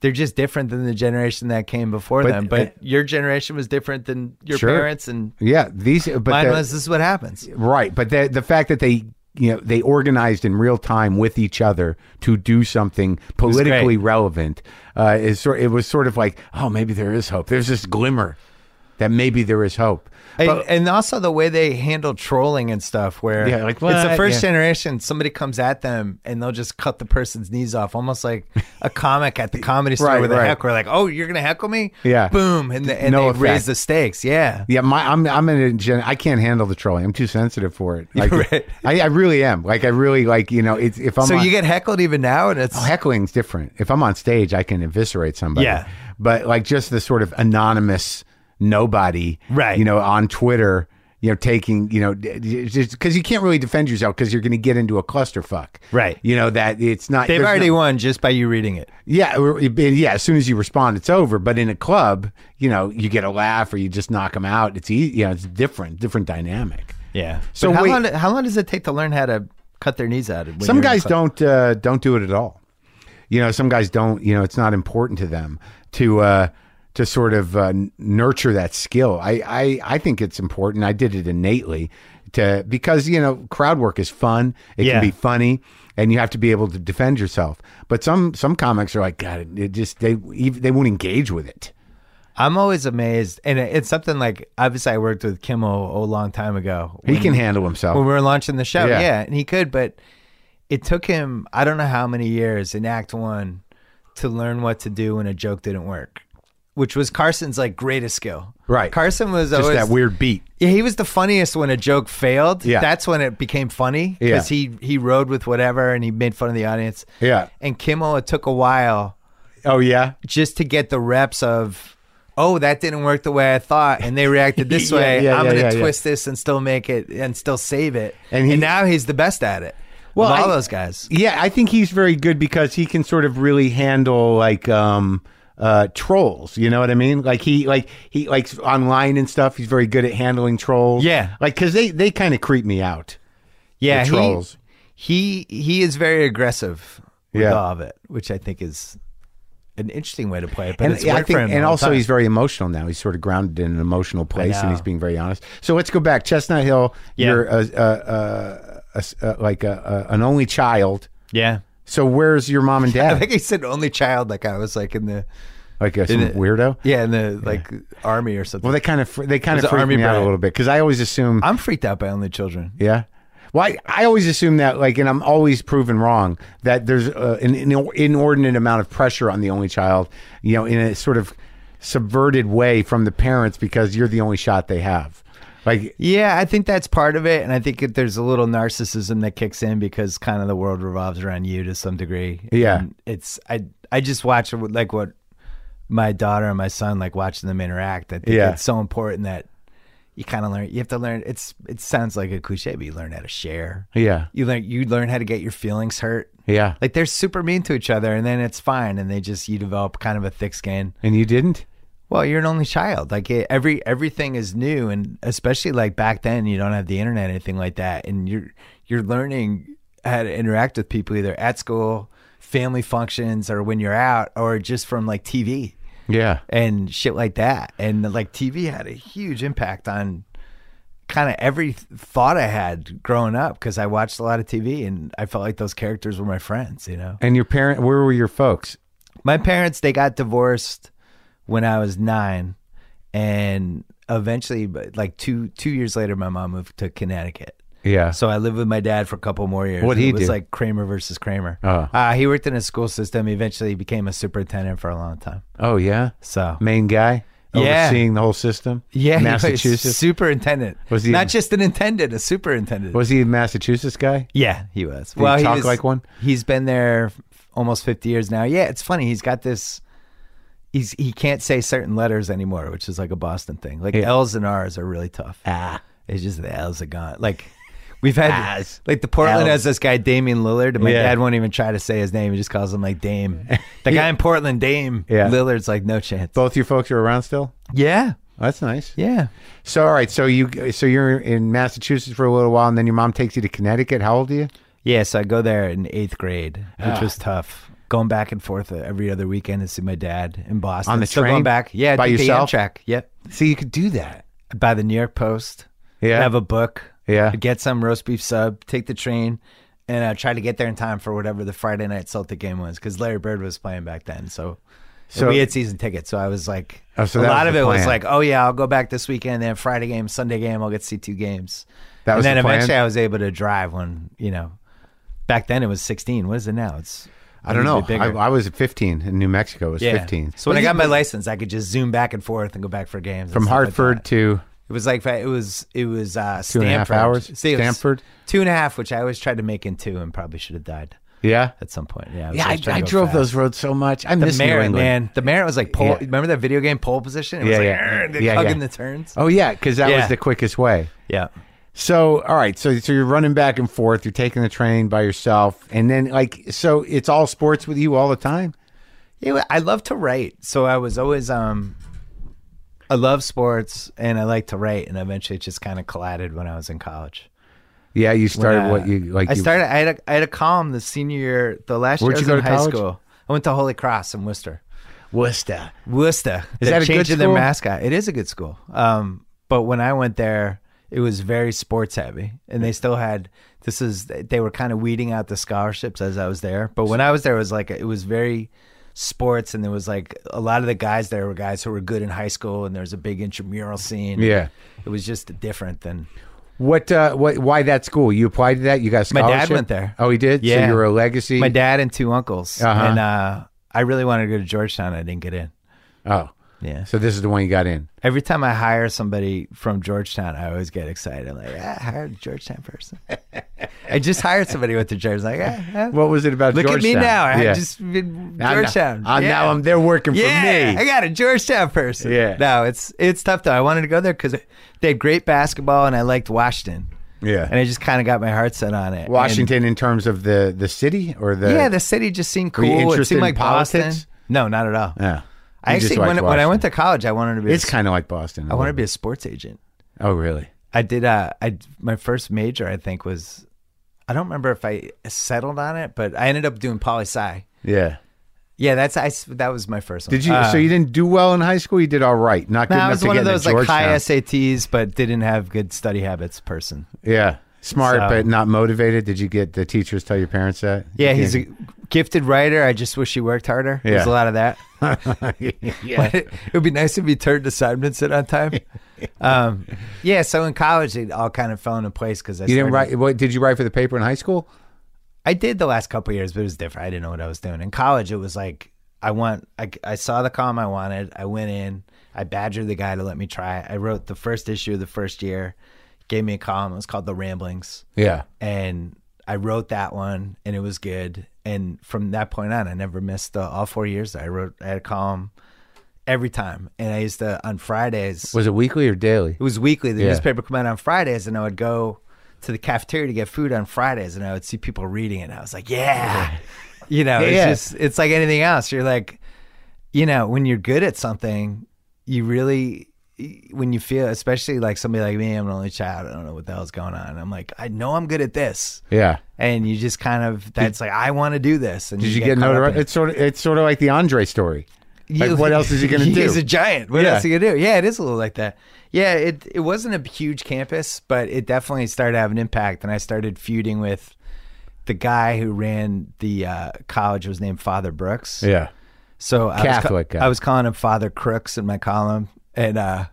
S3: They're just different than the generation that came before
S1: But-
S3: them. But your generation was different than your
S1: Sure.
S3: parents, and
S1: Yeah, these. But
S3: mine
S1: the-
S3: was. This is what happens.
S1: right, but the the fact that they. You know, they organized in real time with each other to do something politically relevant. Uh, is sort, it was sort of like, oh, maybe there is hope. There's this glimmer that maybe there is hope.
S3: And, and also the way they handle trolling and stuff, where
S1: Yeah, like,
S3: it's
S1: what?
S3: the first
S1: Yeah.
S3: generation, somebody comes at them and they'll just cut the person's knees off, almost like a comic
S1: *laughs*
S3: at the comedy store
S1: Right,
S3: with a
S1: right.
S3: heckler, like, "Oh, you're gonna heckle me?
S1: Yeah.
S3: boom!" And, the, and
S1: No
S3: they
S1: effect.
S3: raise the stakes. Yeah,
S1: Yeah, my I'm I'm in a gen. I can't handle the trolling. I'm too sensitive for it.
S3: *laughs*
S1: Like,
S3: Right.
S1: I, I really am. Like I really like you know. It's if I'm
S3: so
S1: on, Oh,
S3: you get heckled even now, and it's
S1: heckling's different. If I'm on stage, I can eviscerate somebody.
S3: Yeah.
S1: but like just the sort of anonymous nobody,
S3: Right.
S1: You know, on Twitter, you know, taking you know, d- d- just because you can't really defend yourself because you're going to get into a clusterfuck,
S3: Right.
S1: You know that it's not.
S3: they've
S1: there's
S3: already
S1: no-
S3: won just by you reading it.
S1: yeah, or- yeah. As soon as you respond, it's over. But in a club, you know, you get a laugh or you just knock them out. It's easy. You know, it's different, different dynamic.
S3: Yeah. So
S1: So
S3: how
S1: wait-
S3: long? How long does it take to learn how to cut their knees out? when
S1: some
S3: you're in a
S1: guys
S3: club?
S1: don't uh, don't do it at all. You know, some guys don't. You know, it's not important to them to uh, to sort of uh, n- nurture that skill. I, I I think it's important. I did it innately to because you know crowd work is fun. It
S3: Yeah.
S1: can be funny, and you have to be able to defend yourself. But some some comics are like, God, it, it just they ev- they won't engage with it.
S3: I'm always amazed, and it- it's something like obviously I worked with Kimmel a long time ago.
S1: He
S3: when-
S1: can handle himself.
S3: when we were launching the show.
S1: Yeah.
S3: Yeah. and he could, but it took him I don't know how many years in Act One to learn what to do when a joke didn't work, which was Carson's like greatest skill.
S1: Right.
S3: Carson was
S1: just
S3: always
S1: that weird beat.
S3: Yeah, he was the funniest when a joke failed.
S1: Yeah.
S3: that's when it became funny because he he rode with whatever and he made fun of the audience.
S1: Yeah.
S3: and Kimmel it took a while
S1: Oh yeah.
S3: just to get the reps of oh that didn't work the way i thought and they reacted this *laughs*
S1: Yeah,
S3: way
S1: yeah,
S3: i'm
S1: yeah,
S3: gonna
S1: yeah, yeah.
S3: twist this and still make it and still save it
S1: And
S3: and,
S1: he-
S3: now he's the best at it
S1: Well,
S3: well all
S1: I-
S3: those guys
S1: Yeah, I think he's very good because he can sort of really handle like um uh trolls, you know what I mean? Like he like he like online and stuff, he's very good at handling trolls.
S3: Yeah.
S1: Like cuz they they kind of creep me out.
S3: yeah he-
S1: trolls.
S3: he he is very aggressive with
S1: Yeah.
S3: all of it which i think is an interesting way to play it but
S1: And
S3: it's
S1: yeah, I
S3: worked for
S1: think
S3: him
S1: and
S3: all the
S1: also
S3: time.
S1: he's very emotional now. He's sort of grounded in an emotional place and
S3: know.
S1: he's being very honest. So let's go back Chestnut Hill,
S3: Yeah.
S1: you're a, a, a, a, a, like a, a, an only child.
S3: yeah
S1: So where's your mom and
S3: *laughs* i
S1: dad?
S3: think he said only child like i was like in the
S1: like a, some
S3: it-
S1: weirdo?
S3: yeah in the like army or something
S1: Well, they kind of fr- they kind
S3: He's
S1: of
S3: an
S1: freak
S3: army
S1: me out a
S3: brat.
S1: little bit because I always assume
S3: i'm freaked out by only children
S1: Yeah. Well, I, I always assume that, like, and I'm always proven wrong that there's uh, an, an inordinate amount of pressure on the only child, you know, in a sort of subverted way from the parents because you're the only shot they have. Like,
S3: Yeah, I think that's part of it, and I think that there's a little narcissism that kicks in because kind of the world revolves around you to some degree.
S1: Yeah.
S3: And it's I I just watch what- like what my daughter and my son like watching them interact. I think
S1: Yeah.
S3: it's so important that you kind of learn. You have to learn. It's it sounds like a cliche, but you learn how to share.
S1: Yeah.
S3: you learn you learn how to get your feelings hurt.
S1: yeah. Like,
S3: Like they're super mean to each other, and then it's fine, and they just you develop kind of a thick skin.
S1: and you didn't?
S3: Well, you're an only child. Like it, every everything is new, and especially like back then, you don't have the internet, or anything like that, and you're you're learning how to interact with people either at school, family functions, or when you're out, or just from like TV
S1: Yeah.
S3: and shit like that. And like TV had a huge impact on kind of every thought I had growing up because I watched a lot of TV, and I felt like those characters were my friends. You know,
S1: And your parent, where were your folks?
S3: my parents they got divorced when I was nine, and eventually, but like two two years later, my mom moved to Connecticut.
S1: Yeah.
S3: So I lived with my dad for a couple more years.
S1: What'd
S3: it
S1: he
S3: was
S1: do?
S3: like Kramer versus Kramer.
S1: Oh.
S3: Uh, he worked in a school system. He eventually became a superintendent for a long time.
S1: oh, yeah.
S3: So
S1: Main guy
S3: Yeah.
S1: overseeing the whole system?
S3: yeah, he was
S1: Massachusetts?
S3: superintendent.
S1: Was he-
S3: not just an intendant, a superintendent?
S1: was he a Massachusetts guy?
S3: Yeah, he was.
S1: he talk like one?
S3: He's been there f- almost fifty years now. Yeah, it's funny. He's got this. He's he can't say certain letters anymore, which is like a Boston thing. Like L's and R's are really tough. Ah, it's just the L's are gone. Like we've had
S1: Ahs.
S3: like the Portland
S1: L's.
S3: has this guy Damian Lillard, and my
S1: Yeah.
S3: dad won't even try to say his name. He just calls him
S1: *laughs*
S3: like Dame. The guy in Portland, Dame
S1: Yeah.
S3: Lillard's like no chance.
S1: Both your folks are around still?
S3: yeah,
S1: That's nice.
S3: yeah.
S1: So all right, so you so you're in Massachusetts for a little while, and then your mom takes you to Connecticut. How old are you?
S3: Yeah, so I go there in eighth grade, which
S1: Ah.
S3: was tough. Going back and forth uh, every other weekend to see my dad in Boston.
S1: On the
S3: Still
S1: train?
S3: Going back, yeah,
S1: By
S3: took
S1: yourself?
S3: The Amtrak, yep.
S1: So you could do that.
S3: Buy the New York Post.
S1: Yeah.
S3: Have a book.
S1: Yeah.
S3: Get some roast beef sub. Take the train, and uh, try to get there in time for whatever the Friday night Celtic game was, because Larry Bird was playing back then. So,
S1: So-
S3: so we had season tickets. So I was like,
S1: Oh, so
S3: a
S1: that
S3: lot
S1: was
S3: of
S1: the
S3: it was
S1: plan.
S3: like, oh yeah, I'll go back this weekend. Then Friday game, Sunday game, I'll get to see two games.
S1: That
S3: and
S1: was
S3: then
S1: the plan?
S3: eventually I was able to drive when you know back then it was 16 what is it now it's
S1: I don't know.
S3: usually
S1: I,
S3: bigger.
S1: I was 15 in New Mexico. I was 15.
S3: so when i
S1: Was it
S3: got my license i could just zoom back and forth and go back for games and
S1: from
S3: stuff like
S1: Hartford
S3: that.
S1: to
S3: it was like it was it was uh
S1: Two and a half
S3: Stanford.
S1: hours?
S3: See, it was
S1: Stanford?
S3: two and a half which i always tried to make in two and probably should have died
S1: yeah,
S3: at some point
S1: yeah. I,
S3: yeah was always trying
S1: I
S3: to go
S1: drove
S3: fast.
S1: those roads so much. I
S3: the
S1: miss New
S3: merit,
S1: England.
S3: man. The merit was like pole.
S1: Yeah.
S3: Remember that video game pole position? It was
S1: Yeah,
S3: like
S1: yeah.
S3: "Arr," they're
S1: Yeah,
S3: hugging
S1: yeah.
S3: the turns.
S1: Oh yeah, because that was
S3: Yeah.
S1: the quickest way.
S3: Yeah,
S1: So all right, so so you're running back and forth. You're taking the train by yourself, and then like so it's all sports with you all the time.
S3: Yeah, well, I love to write, so I was always um, I love sports and I like to write, and eventually it just kind of collided when I was in college.
S1: Yeah, you
S3: When
S1: started
S3: I-
S1: what you like.
S3: I
S1: you-
S3: started. I had a, I had a column the senior year, the last
S1: Where'd
S3: year I
S1: you go
S3: was in
S1: to
S3: high
S1: college?
S3: school. I went to Holy Cross in Worcester.
S1: Worcester.
S3: Worcester. Is
S1: that a good
S3: changing
S1: school?
S3: their mascot? It is a good school. Um, but when I went there, it was very sports heavy, and they still had this is they were kind of weeding out the scholarships as I was there. But when I was there, it was like it was very sports, and there was like a lot of the guys there were guys who were good in high school, and there was a big intramural scene.
S1: Yeah.
S3: it was just different than
S1: What? Uh, what? Why that school? You applied to that? You got a
S3: My dad
S1: scholarship?
S3: went there.
S1: Oh, he did. So
S3: Yeah.
S1: you were a legacy.
S3: my dad and two uncles,
S1: Uh-huh.
S3: and uh, I really wanted to go to Georgetown. I didn't get in.
S1: Oh,
S3: Yeah.
S1: so this is the one you got in.
S3: Every time I hire somebody from Georgetown, I always get excited. I'm like, ah, I hired a Georgetown person. I just hired somebody with the Georgetown. Like, ah, ah.
S1: What was it about?
S3: look at me
S1: Georgetown?
S3: now. I
S1: Yeah.
S3: just been
S1: Now-
S3: Georgetown.
S1: Now, I'm-
S3: Yeah.
S1: now I'm. They're working for
S3: yeah, I
S1: me.
S3: got a Georgetown person.
S1: Yeah.
S3: No, it's it's tough though. I wanted to go there because they had great basketball and I liked Washington.
S1: Yeah.
S3: And I just kind of got my heart set on it. And-
S1: Washington, in terms of the the city or the
S3: yeah, the city just seemed
S1: Were you
S3: cool. It
S1: interested
S3: seemed
S1: in
S3: like
S1: politics?
S3: Boston. No, not at all.
S1: Yeah.
S3: I
S1: Oh. You just
S3: actually
S1: liked
S3: when, when I
S1: Washington.
S3: went to college, I wanted to be.
S1: It's
S3: a,
S1: kind of like Boston.
S3: I wanted to be a sports agent.
S1: Oh, really?
S3: I did. Uh, I my first major, I think, was I don't remember if I settled on it, but I ended up doing poli sci.
S1: Yeah.
S3: Yeah, that's I. s- That was my first.
S1: Did
S3: one.
S1: you?
S3: Uh,
S1: so you didn't do well in high school. You did all right. Not good
S3: no, I
S1: enough
S3: was
S1: to
S3: one
S1: get
S3: of those
S1: into
S3: like high
S1: Georgetown.
S3: SATs, but didn't have good study habits. Person.
S1: Yeah. Smart,
S3: So-
S1: but not motivated. Did you get the teachers tell your parents that?
S3: Yeah, he's a gifted writer. I just wish he worked harder. There's a
S1: Yeah.
S3: lot of *laughs* that.
S1: yeah.
S3: it would be nice if he turned assignments in on time. *laughs* Um, yeah, so in college it all kind of fell into place because I
S1: You didn't
S3: started-
S1: write. What did you write for the paper in high school?
S3: I did the last couple years, but it was different. I didn't know what I was doing. In college, it was like I want. I, I saw the column I wanted. I went in. I badgered the guy to let me try. it. I wrote the first issue of the first year. Gave me a column. It was called The Ramblings,
S1: Yeah.
S3: and I wrote that one, and it was good. And from that point on, I never missed the, all four years. I wrote. I had a column every time, and I used to on Fridays.
S1: Was it weekly or daily?
S3: It was weekly. The
S1: Yeah.
S3: newspaper come out on Fridays, and I would go to the cafeteria to get food on Fridays, and I would see people reading it. And I was like, yeah, *laughs* you know,
S1: Yeah.
S3: it's just it's like anything else. You're like, you know, when you're good at something, you really when you feel, especially like somebody like me, I'm an only child. I don't know what the hell's going on. I'm like, I know I'm good at this,
S1: Yeah.
S3: and you just kind of that's like I want to do this. And
S1: Did you, get
S3: caught up
S1: notoriety?
S3: in it.
S1: It's sort of. It's sort of like the Andre story. Like,
S3: You- *laughs*
S1: what else is he going to do?
S3: He's a giant. What
S1: Yeah.
S3: else are you gonna do? Yeah, it is a little like that. Yeah, it it wasn't a huge campus, but it definitely started to have an impact. And I started feuding with the guy who ran the uh, college was named Father Brooks.
S1: yeah.
S3: So I
S1: Catholic
S3: was ca-
S1: guy.
S3: I was calling him Father Crooks in my column, and uh,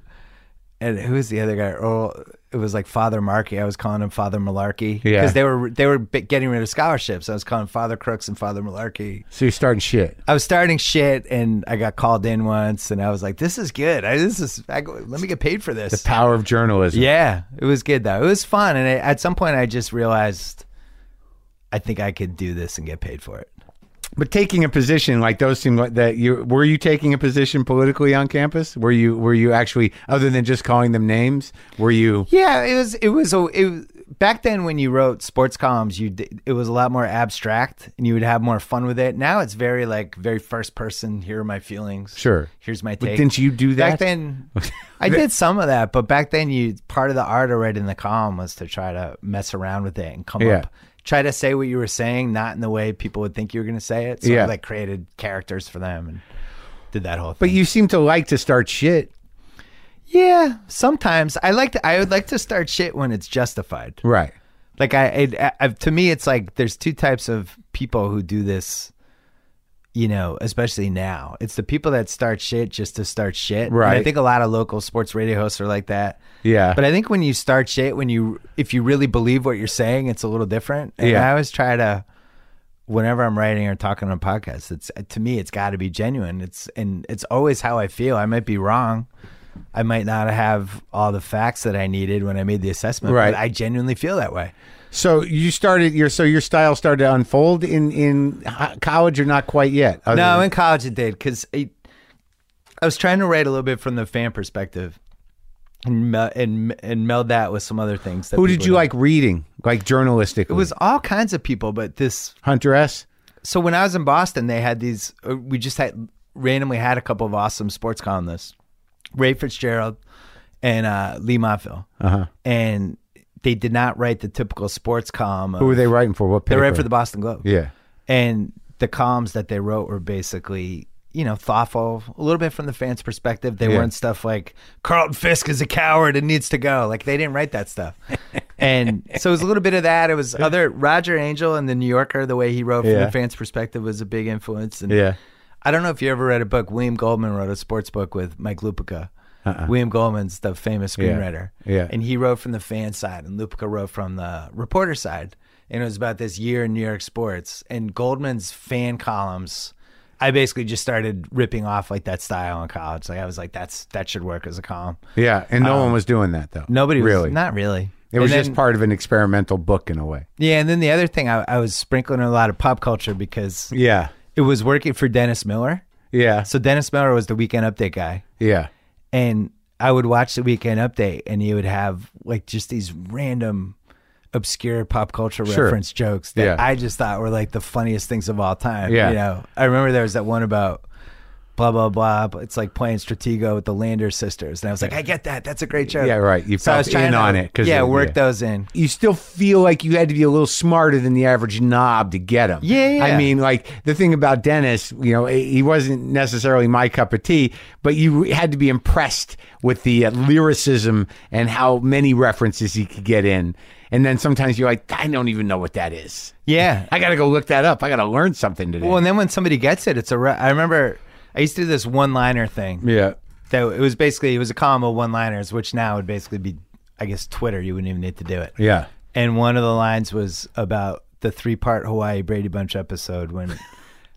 S3: and who was the other guy? Oh, it was like Father Markey. I was calling him Father Malarkey
S1: Yeah.
S3: because they were they were bi- getting rid of scholarships. I was calling Father Crooks and Father Malarkey.
S1: So you're starting shit.
S3: I was starting shit and I got called in once and I was like, this is good. I, this is, I, go- let me get paid for this.
S1: Power of journalism.
S3: yeah, it was good though. It was fun. And I, at some point I just realized I think I could do this and get paid for it.
S1: But taking a position like those seem like that you were you taking a position politically on campus? Were you were you actually other than just calling them names? Were you?
S3: Yeah, it was, it was, a, it was, back then when you wrote sports columns, you, did, it was a lot more abstract and you would have more fun with it. Now it's very like, very first person. Here are my feelings.
S1: Sure.
S3: Here's my
S1: But
S3: take.
S1: didn't you do that?
S3: back then
S1: *laughs*
S3: i did some of that but back then you part of the art i read in the column was to try to mess around with it and come
S1: Yeah.
S3: up try to say what you were saying not in the way people would think you were going to say it so
S1: Yeah.
S3: i like created characters for them and did that whole
S1: But
S3: thing
S1: you seem to like to start shit.
S3: yeah sometimes i like to i would like to start shit when it's justified
S1: Right.
S3: like I, it, I to me it's like there's two types of people who do this you know especially now it's the people that start shit just to start shit And i
S1: Right.
S3: think a lot of local sports radio hosts are like that
S1: Yeah.
S3: but i think when you start shit when you if you really believe what you're saying it's a little different and
S1: Yeah.
S3: i always try to whenever i'm writing or talking on a podcast it's to me it's got to be genuine it's and it's always how i feel i might be wrong I might not have all the facts that I needed when I made the assessment,
S1: Right.
S3: but I genuinely feel that way.
S1: So you started your so your style started to unfold in in hi- college or not quite yet. Other
S3: No,
S1: than-
S3: in college it did because I was trying to write a little bit from the fan perspective, and mel- and and meld that with some other things. That
S1: who did
S3: people
S1: you
S3: don't-
S1: like reading like journalistically?
S3: It was all kinds of people, but this.
S1: Hunter S.
S3: So when I was in Boston, they had these. uh, We just had randomly had a couple of awesome sports columnists, Ray Fitzgerald and uh, Lee Montville, uh-huh. and they did not write the typical sports column.
S1: Who
S3: of-
S1: were they writing for? What
S3: They
S1: paper?
S3: wrote for the Boston Globe.
S1: yeah.
S3: and the columns that they wrote were basically you know, thoughtful, a little bit from the fans' perspective. They weren't stuff like Carlton Fisk is a coward and needs to go. Like they didn't write
S1: *laughs*
S3: that stuff. and so it was a little bit of that. It was other Roger Angel and the New Yorker, the way he wrote from
S1: Yeah.
S3: the fans' perspective was a big influence. And
S1: Yeah.
S3: I don't know if you ever read a book. William Goldman wrote a sports book with Mike Lupica.
S1: Uh-uh.
S3: William Goldman's the famous screenwriter.
S1: Yeah.
S3: And he wrote from the fan side, and Lupica wrote from the reporter side. And it was about this year in New York sports. And Goldman's fan columns, I basically just started ripping off like that style in college. Like I was like, that's that should work as a column.
S1: Yeah, and no one was doing that though.
S3: Um, Nobody was,
S1: really.
S3: not really.
S1: it was
S3: And
S1: just
S3: then-
S1: part of an experimental book in a way.
S3: Yeah, and then the other thing, I, I was sprinkling a lot of pop culture because
S1: Yeah,
S3: it was working for Dennis Miller.
S1: yeah,
S3: So Dennis Miller was the Weekend Update guy.
S1: yeah.
S3: and I would watch the weekend update and he would have like just these random obscure pop culture
S1: Sure.
S3: reference jokes that
S1: Yeah.
S3: I just thought were like the funniest things of all time.
S1: Yeah.
S3: You know, I remember there was that one about blah blah blah. but It's like playing Stratego with the Lander sisters, and I was like, I get that. That's a great joke.
S1: Yeah, right. You
S3: so I was
S1: felt in
S3: trying to,
S1: on it 'cause
S3: yeah,
S1: it-
S3: work
S1: yeah. *laughs*
S3: those in.
S1: You still feel like you had to be a little smarter than the average knob to get him.
S3: Yeah, yeah.
S1: I mean, like the thing about Dennis, you know, he wasn't necessarily my cup of tea, but you had to be impressed with the uh, lyricism and how many references he could get in. And then sometimes you're like, I don't even know what that is.
S3: Yeah,
S1: I got to go look that up. I got to learn something today.
S3: Well, and then when somebody gets it, it's a. Re- I remember I used to do this one-liner thing.
S1: Yeah.
S3: That it was basically it was a column of one-liners, which now would basically be, I guess, Twitter. You wouldn't even need to do it.
S1: yeah.
S3: And one of the lines was about the three-part Hawaii Brady Bunch episode when, *laughs*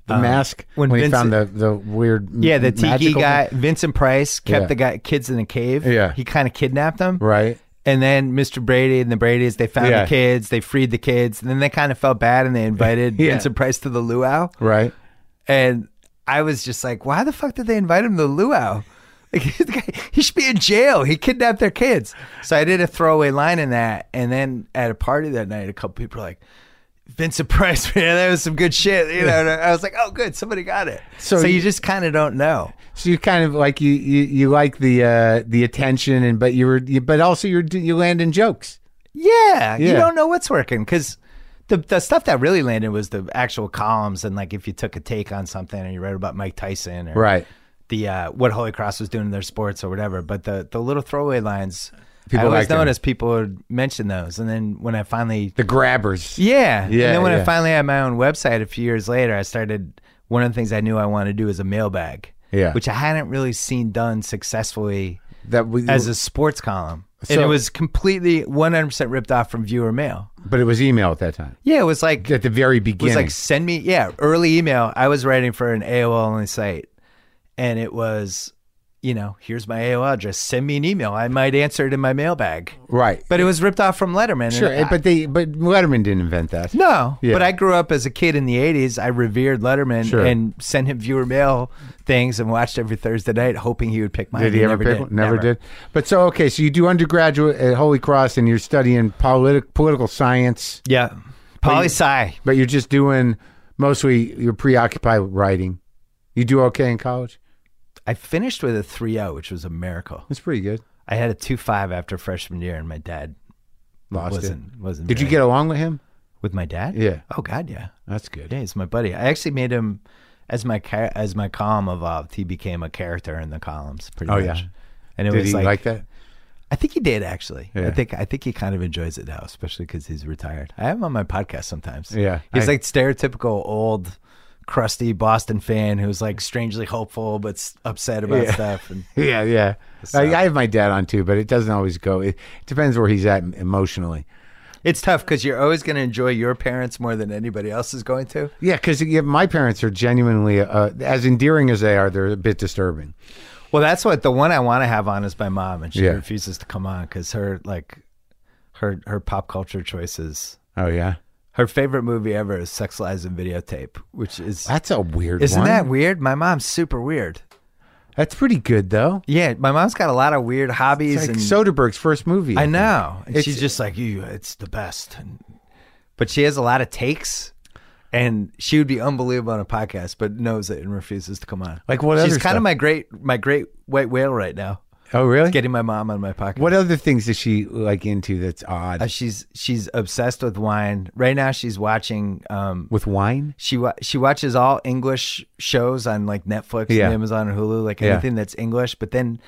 S1: The mask when,
S3: when
S1: he found
S3: Vincent-
S1: the, the weird m-
S3: yeah, the tiki
S1: magical-
S3: guy Vincent Price kept
S1: Yeah.
S3: the guy kids in the cave.
S1: Yeah.
S3: he kind of kidnapped them.
S1: Right.
S3: And then Mr. Brady and the Brady's, they found
S1: Yeah.
S3: the kids, they freed the kids, and then they kind of felt bad and they
S1: *laughs*
S3: invited
S1: Yeah.
S3: Vincent Price to the luau.
S1: Right.
S3: And I was just like, why the fuck did they invite him to the luau? *laughs* Like, the guy- he should be in jail. He kidnapped their kids. So I did a throwaway line in that. And then at a party that night, a couple people were like, Vincent Price, *laughs* man, that was some good shit. You know, and I was like, oh, good, somebody got it.
S1: So
S3: So, you,
S1: you-
S3: just kind of don't know.
S1: So you kind of like you you, you like the uh, the attention and but you were you, but also you're you land in jokes.
S3: Yeah, you
S1: Yeah.
S3: don't know what's working because the the stuff that really landed was the actual columns and like if you took a take on something and you wrote about Mike Tyson or
S1: Right.
S3: the uh, what Holy Cross was doing in their sports or whatever. But the the little throwaway lines,
S1: People
S3: I always
S1: like them.
S3: noticed people would mention those, and then when I finally
S1: The grabbers.
S3: yeah,
S1: Yeah,
S3: and then when
S1: yeah.
S3: I finally had my own website a few years later, I started one of the things I knew I wanted to do is a mailbag,
S1: Yeah.
S3: which I hadn't really seen done successfully
S1: That we,
S3: as a sports column. and
S1: So-
S3: it was completely 100% ripped off from viewer mail.
S1: but it was email at that time.
S3: Yeah, it was like
S1: At the very
S3: it was
S1: beginning.
S3: like send me yeah early email. I was writing for an AOL only site, and it was you know here's my AOL address. Send me an email. I might answer it in my mailbag.
S1: right.
S3: But it was ripped off from Letterman. and
S1: Sure.
S3: I-
S1: but they but Letterman didn't invent that.
S3: no,
S1: Yeah.
S3: but I grew up as a kid in the '80s. I revered Letterman
S1: Sure.
S3: and sent him viewer mail things and watched every Thursday night, hoping he would pick mine.
S1: Did he, ever
S3: never
S1: pick
S3: did.
S1: one? Never, did. But so okay, so you do undergraduate at Holy Cross and you're studying politi- political science,
S3: Yeah, poli sci.
S1: but you're just doing mostly you're preoccupied with writing. You do okay in college?
S3: I finished with a 3.0, which was a miracle.
S1: That's pretty good.
S3: I had a 2.5 after freshman year, and my dad
S1: Lost it.
S3: wasn't wasn't.
S1: Did you
S3: very-
S1: get along with him?
S3: with my dad?
S1: Yeah.
S3: Oh God, yeah.
S1: That's good.
S3: Yeah, he's my buddy. I actually made him as my char- as my column evolved. He became a character in the columns, pretty
S1: Oh,
S3: much.
S1: yeah.
S3: And it
S1: Did
S3: was
S1: he
S3: like,
S1: like that? *laughs*
S3: I think he did actually.
S1: Yeah.
S3: I think I think he kind of enjoys it now, especially because he's retired. I have him on my podcast sometimes.
S1: Yeah.
S3: he's
S1: I-
S3: like stereotypical old, crusty Boston fan who's like strangely hopeful but s- upset about
S1: Yeah.
S3: stuff. And
S1: Yeah, yeah.
S3: So-
S1: I, I have my dad on too, but it doesn't always go. It depends where he's at emotionally.
S3: it's tough because you're always going to enjoy your parents more than anybody else is going to.
S1: Yeah, because my parents are genuinely uh, as endearing as they are. They're a bit disturbing.
S3: Well, that's what the one I want to have on is my mom, and she
S1: Yeah.
S3: refuses to come on because her like her her pop culture choices.
S1: Oh yeah,
S3: Her favorite movie ever is Sex Lies and Videotape, which is
S1: that's a weird.
S3: isn't
S1: one.
S3: that weird? My mom's super weird.
S1: That's pretty good though.
S3: Yeah, my mom's got a lot of weird
S1: It's
S3: hobbies
S1: like
S3: and
S1: Soderbergh's first movie.
S3: I
S1: think.
S3: know. And
S1: It's-
S3: she's just like, you, it's the best. And, but she has a lot of takes, and she would be unbelievable on a podcast, but knows it and refuses to come on.
S1: Like what
S3: She's
S1: other
S3: kind
S1: stuff?
S3: of my great, my great white whale right now.
S1: Oh, really?
S3: Getting my mom out of my pocket.
S1: What other things is she like into that's odd?
S3: Uh, she's she's obsessed with wine. Right now, she's watching. Um,
S1: With wine?
S3: she wa- she watches all English shows on like Netflix
S1: Yeah.
S3: and Amazon and Hulu, like
S1: Yeah.
S3: anything that's English. But then,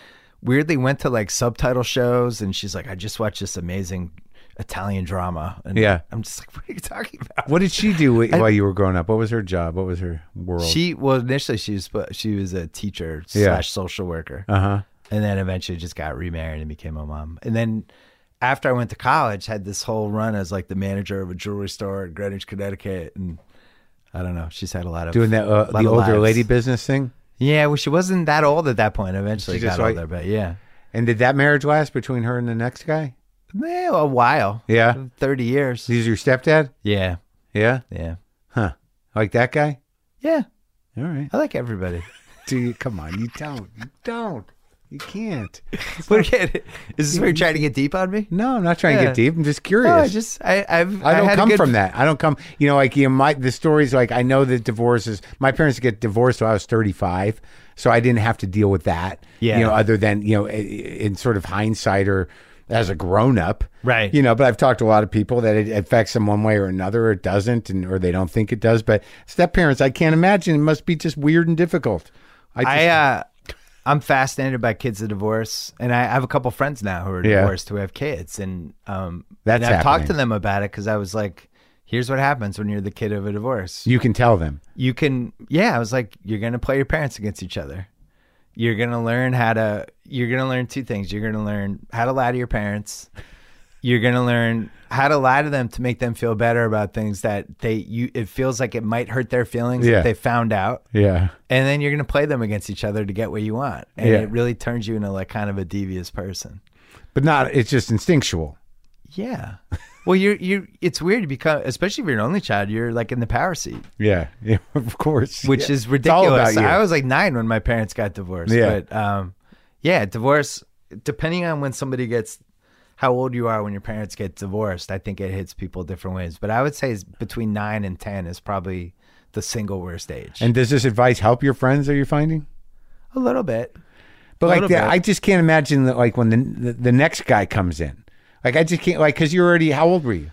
S3: weirdly, went to like subtitle shows, and she's like, "I just watched this amazing Italian drama." And
S1: Yeah.
S3: I'm just like, *laughs* "What are you talking about?"
S1: What did she do wh- while you were growing up? What was her job? What was her world?
S3: She well initially she was but she was a teacher
S1: Yeah.
S3: slash social worker,
S1: uh huh.
S3: and then eventually just got remarried and became a mom. And then after I went to college, had this whole run as like the manager of a jewelry store in Greenwich, Connecticut, and I don't know. She's had a lot of
S1: Doing that uh,
S3: lot
S1: the
S3: of
S1: older
S3: lives.
S1: lady business thing.
S3: Yeah, well, she wasn't that old at that point. Eventually,
S1: She
S3: got
S1: just like-
S3: older, but yeah,
S1: And did that marriage last between her and the next guy?
S3: Eh, a while.
S1: Yeah.
S3: thirty years.
S1: He's your stepdad?
S3: Yeah,
S1: Yeah.
S3: yeah,
S1: Huh. Like that guy?
S3: yeah.
S1: All right.
S3: I
S1: *laughs*
S3: like everybody.
S1: Do you, come on, you don't. You don't. You can't.
S3: We're getting- Is this where you're trying to get deep on me?
S1: No, I'm not trying to
S3: Yeah.
S1: get deep. I'm just curious.
S3: No, I just I I've,
S1: I don't
S3: had a
S1: come
S3: good-
S1: from that. I don't come, you know, like you might, the stories like I know that divorces, my parents get divorced when I was 35. So I didn't have to deal with that.
S3: Yeah.
S1: You know, other than, you know, i- i- in sort of hindsight or as a grown up.
S3: Right.
S1: You know, but I've talked to a lot of people that it affects them one way or another, or it doesn't, and or they don't think it does. But step parents, I can't imagine. It must be just weird and difficult. I, just,
S3: I uh, I'm fascinated by kids that divorce, and I have a couple friends now who are
S1: Yeah.
S3: divorced who have kids, and um,
S1: That's
S3: and I've talked to
S1: happening.
S3: them about it because I was like, here's what happens when you're the kid of a divorce.
S1: you can tell them.
S3: you can yeah i was like you're gonna play your parents against each other you're gonna learn how to you're gonna learn two things you're gonna learn how to lie to your parents you're gonna learn how to lie to them to make them feel better about things that they you it feels like it might hurt their feelings
S1: Yeah.
S3: if they found out
S1: Yeah.
S3: and then you're gonna play them against each other to get what you want and
S1: Yeah.
S3: it really turns you into like kind of a devious person
S1: But not, it's just instinctual.
S3: yeah well you're you're it's weird to become especially if you're an only child you're like in the power seat
S1: Yeah. *laughs* Yeah. Of course.
S3: which
S1: Yeah.
S3: is
S1: It's all about
S3: ridiculous.
S1: you.
S3: I was like nine when my parents got divorced.
S1: Yeah.
S3: But um, yeah, divorce, depending on when somebody gets, how old you are when your parents get divorced, I think it hits people different ways. But I would say it's between nine and 10 is probably the single worst age.
S1: And does this advice help your friends? Are you finding?
S3: a little bit.
S1: But like
S3: little
S1: that,
S3: bit.
S1: I just can't imagine that. Like when the the, the next guy comes in, like I just can't. Like because you're already how old were you?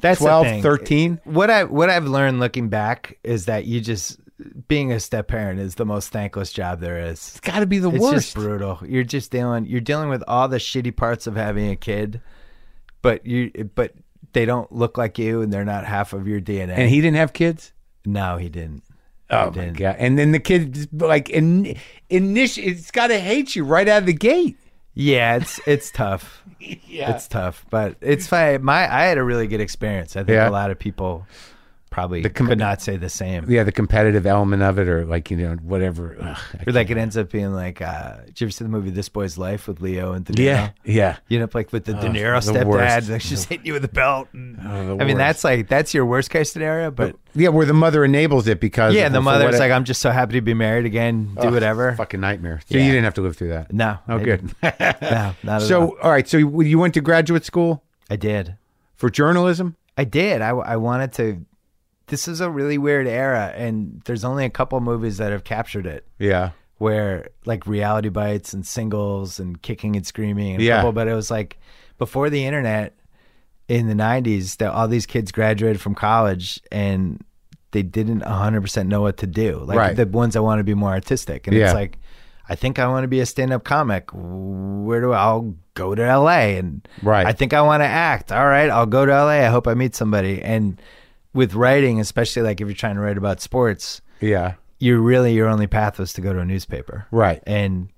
S3: That's the
S1: 12,
S3: thing.
S1: 13?
S3: What I what I've learned looking back is that you just being a step parent is the most thankless job there is.
S1: It's got to be the
S3: It's
S1: worst.
S3: just brutal. You're just dealing. You're dealing with all the shitty parts of having a kid, but you but they don't look like you, and they're not half of your DNA.
S1: and he didn't have kids.
S3: no, he didn't.
S1: Oh
S3: He
S1: my
S3: didn't.
S1: god! And then the kid just, like in initial, it's got to hate you right out of the gate.
S3: Yeah, it's it's tough.
S1: *laughs* Yeah.
S3: It's tough, but it's fine. My I had a really good experience. I think
S1: Yeah.
S3: a lot of people probably
S1: com-
S3: could not say the same.
S1: yeah, the competitive element of it, or like you know whatever. Ugh, I
S3: Or like it ends up being like, uh, did you ever see the movie This Boy's Life with Leo and De Niro?
S1: yeah, yeah.
S3: You end up like with the De Niro
S1: Oh, the worst.
S3: stepdad, like she's hitting you with a belt. and-
S1: Oh, the
S3: I mean,
S1: worst.
S3: that's like that's your worst case scenario, but
S1: yeah, where the mother enables it because
S3: Yeah, and the
S1: for
S3: mother's
S1: what-
S3: like, I'm just so happy to be married again. Do
S1: Ugh,
S3: whatever.
S1: fucking nightmare. So
S3: Yeah.
S1: you didn't have to live through that.
S3: No.
S1: Oh,
S3: I
S1: good. *laughs*
S3: didn't. *laughs* no, not at all.
S1: So all right, so you you went to graduate school
S3: I did.
S1: for journalism.
S3: I did. I, I wanted to. This is a really weird era, and there's only a couple movies that have captured it.
S1: Yeah.
S3: Where like reality bites and singles and kicking and screaming and
S1: Yeah.
S3: football, but it was like before the internet in the 90s that all these kids graduated from college and they didn't 100% know what to do. Like
S1: Right.
S3: the ones that want to be more artistic. And
S1: Yeah.
S3: it's like, I think I want to be a stand up comic. Where do I? I'll go to LA. And
S1: Right.
S3: I think I want to act. All right, I'll go to LA. I hope I meet somebody. And with writing, especially like if you're trying to write about sports,
S1: Yeah.
S3: you're really your only path was to go to a newspaper
S1: Right.
S3: and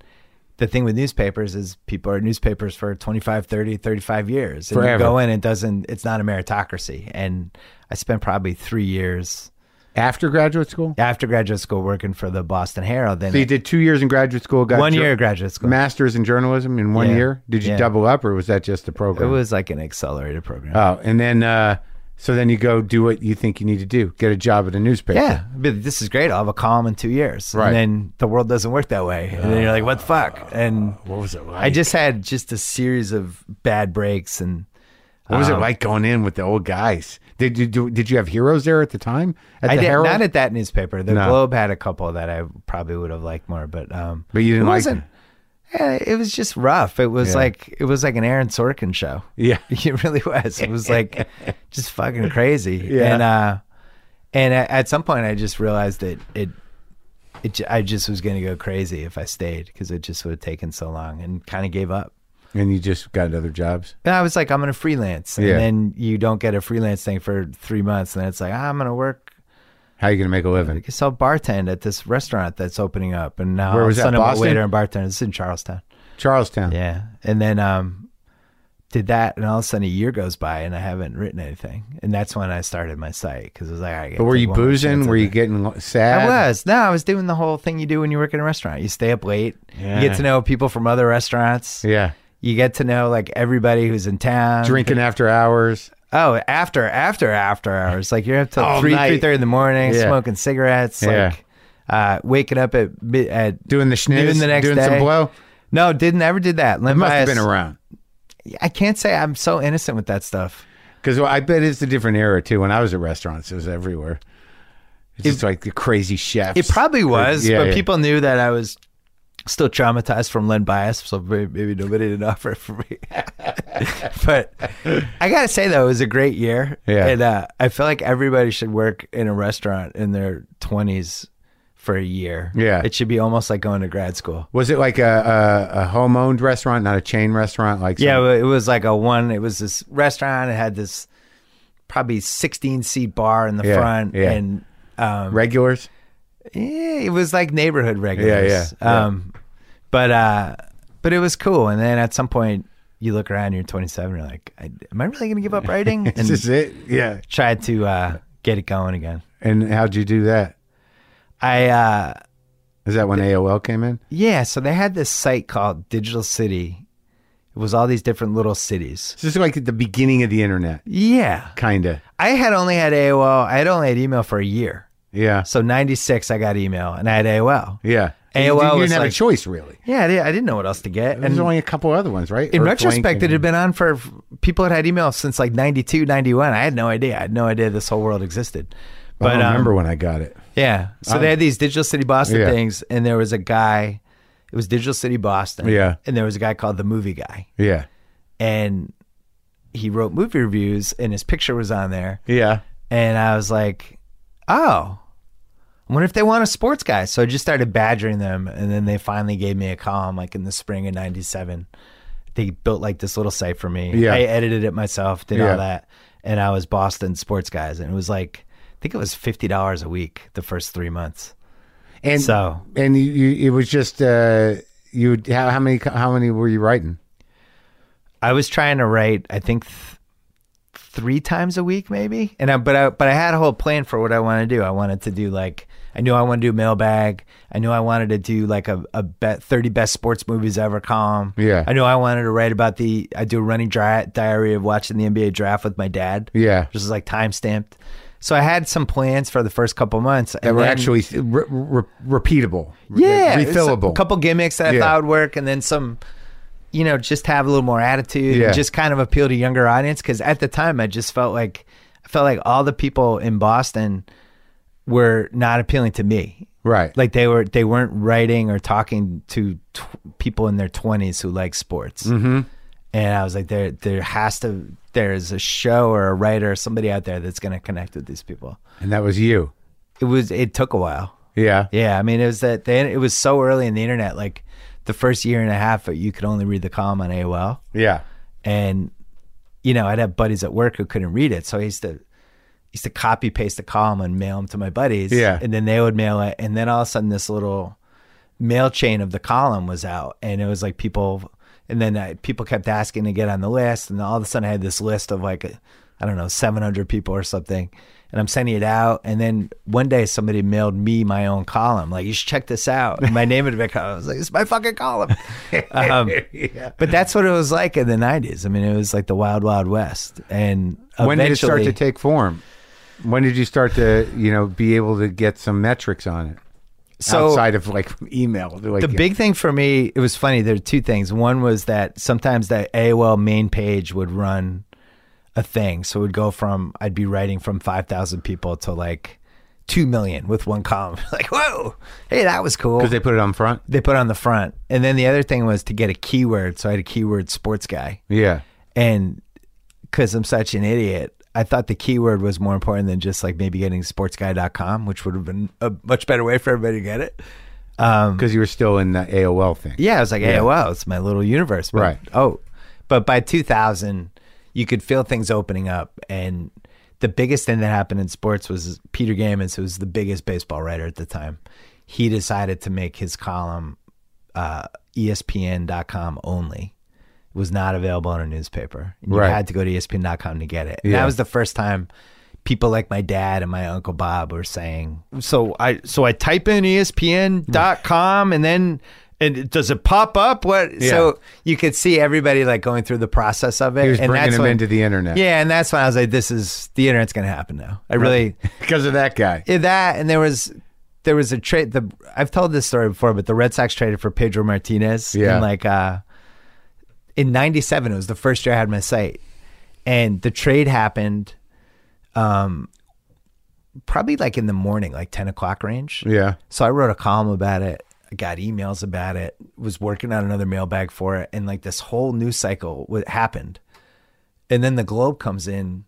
S3: the thing with newspapers is people are at newspapers for 25 30 35 years and
S1: Forever.
S3: you go in it doesn't it's not a meritocracy and i spent probably three years
S1: After graduate school?
S3: after graduate school working for the boston herald then
S1: So you did two years in graduate school, got
S3: one
S1: your
S3: year of graduate school
S1: master's in journalism in one
S3: Yeah.
S1: year. Did you
S3: Yeah.
S1: double up or was that just the
S3: it
S1: program?
S3: was like an accelerated program
S1: oh, and then uh, so then you go do what you think you need to do. Get a job at a newspaper.
S3: yeah but this is great i'll have a column in two years
S1: Right. Uh,
S3: and then the world doesn't work that way and then you're like what the fuck and
S1: What was it like?
S3: i just had just a series of bad breaks and
S1: what was it
S3: Um,
S1: like going in with the old guys? Did you do, did you have heroes there at the time? At
S3: I
S1: the
S3: did
S1: Herald?
S3: not at that newspaper. The
S1: No.
S3: Globe had a couple that I probably would have liked more, but um,
S1: But you didn't
S3: it
S1: like
S3: wasn't-
S1: them.
S3: yeah, it was just rough. It was
S1: Yeah.
S3: like it was like an Aaron Sorkin show. *laughs*
S1: Yeah.
S3: It really was. It was
S1: *laughs*
S3: like just fucking crazy.
S1: Yeah.
S3: And uh and a- at some point I just realized that it it ju- I just was going to go crazy if I stayed cuz it just would have taken so long and kind of gave up.
S1: And you just got other jobs.
S3: And I was like I'm going to freelance and
S1: Yeah.
S3: then you don't get a freelance thing for 3 months and then it's like ah, I'm going to work
S1: How are you going to make a living?
S3: I will bartend at this restaurant that's opening up and now
S1: Where
S3: all
S1: was
S3: of a
S1: that,
S3: sudden I'm a
S1: Boston?
S3: waiter and bartender. It's in Charlestown.
S1: Charlestown.
S3: Yeah. And then um did that and all of a sudden a year goes by and I haven't written anything. And that's when I started my site because I was like, all right, I
S1: But
S3: gotta
S1: were
S3: take
S1: you
S3: one more chance
S1: boozing?
S3: at
S1: Were you
S3: this.
S1: getting sad?
S3: I was. No, I was doing the whole thing you do when you work in a restaurant. You stay up late. You
S1: Yeah.
S3: get to know people from other restaurants.
S1: Yeah.
S3: You get to know like everybody who's in town.
S1: Drinking after hours.
S3: Oh, after after after hours, like you're up till
S1: All
S3: three
S1: night.
S3: three thirty in the morning,
S1: Yeah.
S3: smoking cigarettes,
S1: Yeah.
S3: like uh, waking up at mi- at
S1: Doing the schniz,
S3: noon the next
S1: doing
S3: day.
S1: some blow?
S3: No, didn't ever did that. Limp
S1: It must have
S3: Bizkit-
S1: been around.
S3: I can't say I'm so innocent with that stuff.
S1: Because I bet it's a different era too. When I was at restaurants, it was everywhere. It's just like the crazy chefs.
S3: It probably was,
S1: Yeah,
S3: but
S1: yeah.
S3: people knew that I was still traumatized from Len Bias, so may- maybe nobody did *laughs* offer it for me. but I gotta say though, it was a great year,
S1: Yeah.
S3: and uh, I feel like everybody should work in a restaurant in their twenties for a year.
S1: Yeah.
S3: it should be almost like going to grad school.
S1: Was it like a, a, a home owned restaurant, not a chain restaurant? Like
S3: Yeah,
S1: some-
S3: well, it was like a one. It was this restaurant. It had this probably sixteen seat bar in the
S1: Yeah,
S3: front,
S1: yeah.
S3: and um,
S1: regulars.
S3: Yeah, it was like neighborhood regulars.
S1: Yeah, yeah,
S3: Um, but uh, but it was cool. And then at some point, you look around, you're 27, you're like, I, am I really gonna give
S1: *laughs*
S3: up writing?
S1: Is
S3: And
S1: this it? Yeah.
S3: try to uh, get it going again.
S1: And how'd you do that?
S3: I uh,
S1: Is that when AOL came in?
S3: yeah. So they had this site called Digital City. It was all these different little cities.
S1: This is like at the beginning of the internet,
S3: Yeah,
S1: kinda.
S3: I had only had AOL. I had only had email for a year.
S1: Yeah.
S3: So 96, I got email, and I had AOL.
S1: Yeah.
S3: AOL
S1: you, didn't
S3: was
S1: have a
S3: like-
S1: choice really.
S3: Yeah, I di- I didn't know what else to get.
S1: There's only a couple other ones, right?
S3: in
S1: Earth Link
S3: retrospect, it
S1: and-
S3: had been on for people had had email since like 92, 91. I had no idea. I had no idea this whole world existed.
S1: I
S3: But
S1: don't
S3: um,
S1: remember when I got it.
S3: yeah. So they had these Digital City Boston
S1: Yeah.
S3: things, and there was a guy. It was Digital City Boston.
S1: Yeah.
S3: And there was a guy called the Movie Guy,
S1: Yeah.
S3: and he wrote movie reviews, and his picture was on there,
S1: Yeah.
S3: and I was like, oh. I wonder if they want a sports guy. So I just started badgering them, and then they finally gave me a column like in the spring of '97. They built like this little site for me.
S1: Yeah.
S3: I edited it myself, did
S1: Yeah.
S3: all that, and I was Boston sports guys, and it was like I think it was fifty dollars a week the first three months.
S1: And
S3: So-
S1: and you, you it was just uh you how, how many how many were you writing?
S3: I was trying to write, I think, th- three times a week, maybe. And I, but I, but I had a whole plan for what I wanted to do. I wanted to do like I knew I wanted to do mailbag. I knew I wanted to do like a a bet thirty best sports movies ever column.
S1: Yeah.
S3: I knew I wanted to write about the I do a running dri diary of watching the NBA draft with my dad.
S1: Yeah.
S3: which is like time stamped. So I had some plans for the first couple months
S1: That were actually re- re- repeatable. re-
S3: yeah, it's
S1: refillable.
S3: A couple gimmicks that I
S1: Yeah.
S3: thought would work, and then some, you know, just have a little more attitude
S1: Yeah.
S3: and just kind of appeal to younger audience. Because at the time, I just felt like I felt like all the people in Boston were not appealing to me.
S1: Right.
S3: Like they were, they weren't writing or talking to t- people in their twenties who like sports. Mm-hmm. And I was like, there, there has to, there is a show or a writer or somebody out there that's going to connect with these people.
S1: and that was you.
S3: It was, it took a while.
S1: Yeah.
S3: Yeah, I mean, it was that then it was so early in the internet, like the first year and a half, you could only read the column on AOL,
S1: Yeah.
S3: and you know, I'd have buddies at work who couldn't read it, so I used to used to copy paste the column and mail them to my buddies,
S1: Yeah.
S3: and then they would mail it, and then all of a sudden, this little mail chain of the column was out, and it was like people, and then I, people kept asking to get on the list, and all of a sudden, I had this list of like, I don't know, seven hundred people or something, and I'm sending it out, and then one day somebody mailed me my own column, like you should check this out, and my name had been, I was like, it's my fucking column, um, but that's what it was like in the '90s. I mean, it was like the wild, wild west, and
S1: When did it start to
S3: eventually-
S1: take form? When did you start to, you know, be able to get some metrics on it
S3: so,
S1: outside of like email? Like, *laughs*
S3: the big thing for me, it was funny. There are two things. One was that sometimes that AOL main page would run a thing, so it would go from I'd be writing from five thousand people to like two million with one column. *laughs* like, whoa, hey, that was cool.
S1: Because they put it on front.
S3: they put it on the front, and then the other thing was to get a keyword. So I had a keyword sports guy,
S1: Yeah.
S3: and because I'm such an idiot, I thought the keyword was more important than just like maybe getting sportsguy.com, which would have been a much better way for everybody to get it.
S1: Because you were still in the AOL thing.
S3: Um, Yeah, I was like, hey, wow, it's my little universe. But,
S1: Right.
S3: Oh, but by 2000, you could feel things opening up. And the biggest thing that happened in sports was Peter Gammons, who was the biggest baseball writer at the time. He decided to make his column uh, ESPN.com only. It was not available in a newspaper. You
S1: Right.
S3: had to go to E ESPN.com to get it. And
S1: Yeah.
S3: that was the first time people like my dad and my uncle Bob were saying, "So I so I type in E ESPN.com and then and it- does it pop up? What?" So you could see everybody like going through the process of it.
S1: He was
S3: and
S1: bringing
S3: that's
S1: them
S3: when-
S1: into the internet. *laughs*
S3: Yeah, and that's when I was like, "This is the internet's going to happen now." I really
S1: Because of that guy.
S3: yeah, that and there was there was a trade the I've told this story before, but the Red Sox traded for Pedro Martinez
S1: Yeah.
S3: in like uh in ninety seven it was the first year I had my site. And the trade happened um probably like in the morning, like ten o'clock range.
S1: Yeah.
S3: So I wrote a column about it. I got emails about it. Was working on another mailbag for it, and like this whole news cycle what happened, and then the Globe comes in.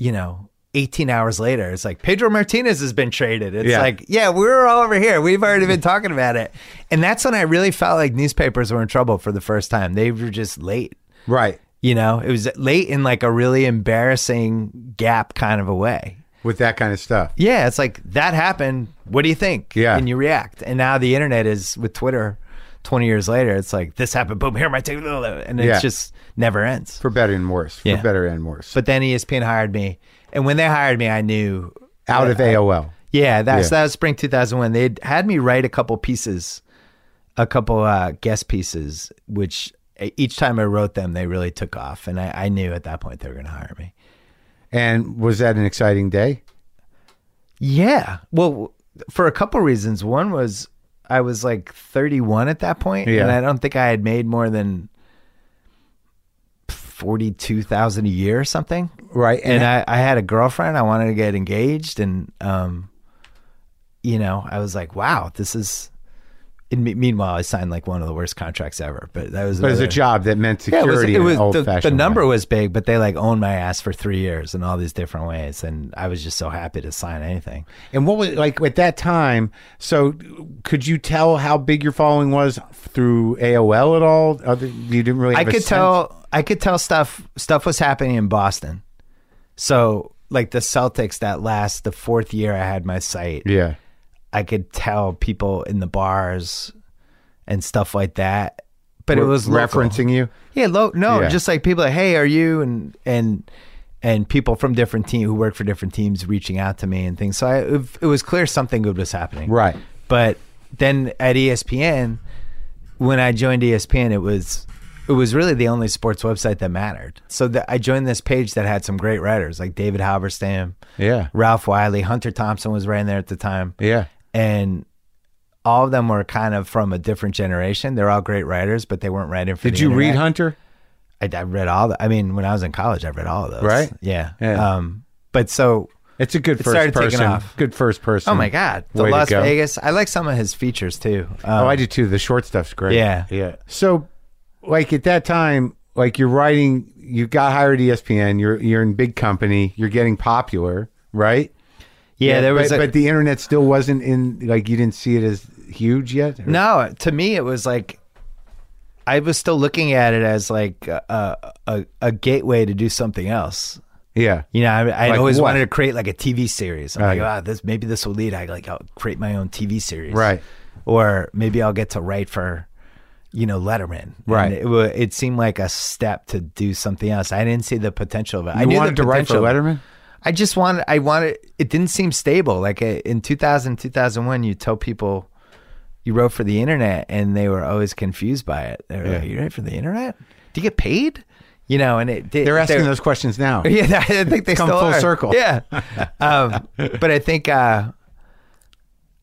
S3: You know, eighteen hours later, it's like Pedro Martinez has been traded. It's
S1: Yeah.
S3: like, yeah, we're all over here. We've already been talking about it, and that's when I really felt like newspapers were in trouble for the first time. They were just late.
S1: Right.
S3: You know, it was late in like a really embarrassing gap kind of a way.
S1: With that kind of stuff.
S3: Yeah, it's like that happened. What do you think?
S1: Yeah.
S3: and you react. And now the internet is with Twitter. Twenty years later, it's like this happened. Boom, here my take, and it
S1: Yeah.
S3: just never ends.
S1: For better and worse. For
S3: Yeah.
S1: better and worse.
S3: But then E ESPN hired me, and when they hired me, I knew
S1: Out of AOL.
S3: yeah, that's
S1: Yeah.
S3: that was spring 2001. They had me write a couple pieces, a couple uh, guest pieces, which e, each time I wrote them, they really took off, and I, I knew at that point they were going to hire me.
S1: And was that an exciting day?
S3: Yeah. Well, w- for a couple reasons. One was I was like 31 at that point,
S1: Yeah.
S3: and I don't think I had made more than 42,000 a year or something.
S1: Right.
S3: And I, I had a girlfriend. I wanted to get engaged, and um, you know, I was like, wow, this is. And me- meanwhile, I signed like one of the worst contracts ever. But that was
S1: but it was a
S3: another-
S1: job that meant
S3: yeah, it
S1: security
S3: was, it
S1: in
S3: was
S1: an old
S3: the, the
S1: fashioned
S3: number
S1: way.
S3: was big, but they like owned my ass for three years in all these different ways, and I was just so happy to sign anything.
S1: And what was like at that time? So, could you tell how big your following was through AOL at all? Other, you didn't really.
S3: I
S1: have a
S3: could
S1: sense?
S3: tell. I could tell stuff. Stuff was happening in Boston. So, like the Celtics, that last the fourth year I had my site,
S1: Yeah,
S3: I could tell people in the bars and stuff like that. But it was local.
S1: referencing you.
S3: Yeah, low. No,
S1: Yeah.
S3: just like people like, hey, are you and and and people from different team who work for different teams reaching out to me and things. So I, it, it was clear something good was happening.
S1: Right.
S3: But then at E ESPN, when I joined E ESPN, it was it was really the only sports website that mattered. So that I joined this page that had some great writers like David Halberstam,
S1: Yeah,
S3: Ralph Wiley, Hunter Thompson was right in there at the time
S1: yeah,
S3: and all of them were kind of from a different generation. They're all great writers, but they weren't writing for.
S1: Did
S3: the
S1: you read
S3: internet.
S1: Hunter?
S3: I, I read all. The, I mean, when I was in college, I read all of those.
S1: Right?
S3: Yeah.
S1: Yeah.
S3: Um, but so,
S1: It's a good
S3: It
S1: first
S3: started taking
S1: person.
S3: off.
S1: Good first person.
S3: oh my God, the
S1: Way to
S3: Las
S1: go.
S3: Vegas. I like some of his features too. Um,
S1: Oh, I do too. The short stuff's great.
S3: Yeah.
S1: yeah. So, like at that time, like you're writing, you got hired at E ESPN. You're you're in big company. You're getting popular, right?
S3: yeah, there was.
S1: but,
S3: a,
S1: but the internet still wasn't in. Like you didn't see it as huge yet. or-
S3: no, to me, it was like I was still looking at it as like a a, a gateway to do something else.
S1: Yeah.
S3: You know, I, I
S1: Like
S3: always
S1: what?
S3: wanted to create like a TV series. I'm like,
S1: yeah.
S3: ah, this maybe this will lead. I like I'll create my own TV series,
S1: Right.
S3: Or maybe I'll get to write for, you know, Letterman, And
S1: Right.
S3: it, wa- it seemed like a step to do something else. I didn't see the potential of it. I
S1: You
S3: knew
S1: wanted
S3: the
S1: to write for
S3: potential.
S1: Letterman.
S3: I just wanted. I wanted. It didn't seem stable. Like uh, in 2000, 2001, you tell people you wrote for the internet, and they were always confused by it. They were
S1: Yeah.
S3: like, "You write for the internet? Do you get paid?" You know, and it did.
S1: They're asking
S3: there-
S1: those questions now.
S3: *laughs* yeah, I think they
S1: Come
S3: still
S1: full
S3: are.
S1: circle.
S3: *laughs* Yeah, um, but I think uh,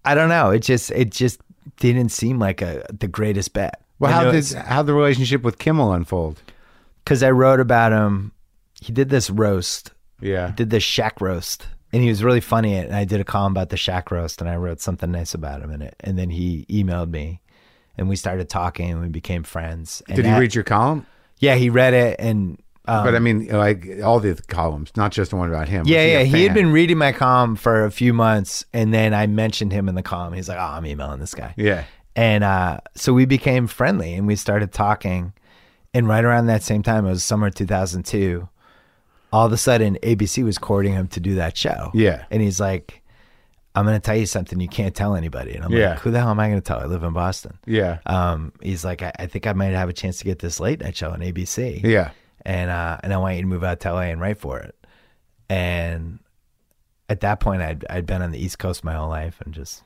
S3: I don't know. It just it just didn't seem like a the greatest bet.
S1: Well, how did how the relationship with Kimmel unfold?
S3: because I wrote about him. He did this roast.
S1: Yeah,
S3: Did this Shaq roast and he was really funny. at it. And I did a column about the Shack roast, and I wrote something nice about him in it. And then he emailed me, and we started talking, and we became friends. And
S1: Did he
S3: that-
S1: read your column?
S3: Yeah, he read it, and um,
S1: but I mean, like all the columns, not just the one about him.
S3: yeah,
S1: Was
S3: yeah,
S1: a
S3: he had
S1: fan?
S3: been reading my column for a few months, and then I mentioned him in the column. He's like, "Oh, I'm emailing this guy."
S1: Yeah.
S3: And uh, so we became friendly and we started talking. And right around that same time, it was summer 2002, all of a sudden ABC was courting him to do that show.
S1: Yeah.
S3: And he's like, I'm going to tell you something you can't tell anybody. And I'm
S1: Yeah.
S3: like, who the hell am I going to tell? I live in Boston. *laughs*
S1: Yeah.
S3: Um, he's like, I, I think I might have a chance to get this late night show on ABC.
S1: Yeah.
S3: And, uh, and I want you to move out to LA and write for it. And at that point, I'd, I'd been on the East Coast my whole life and just,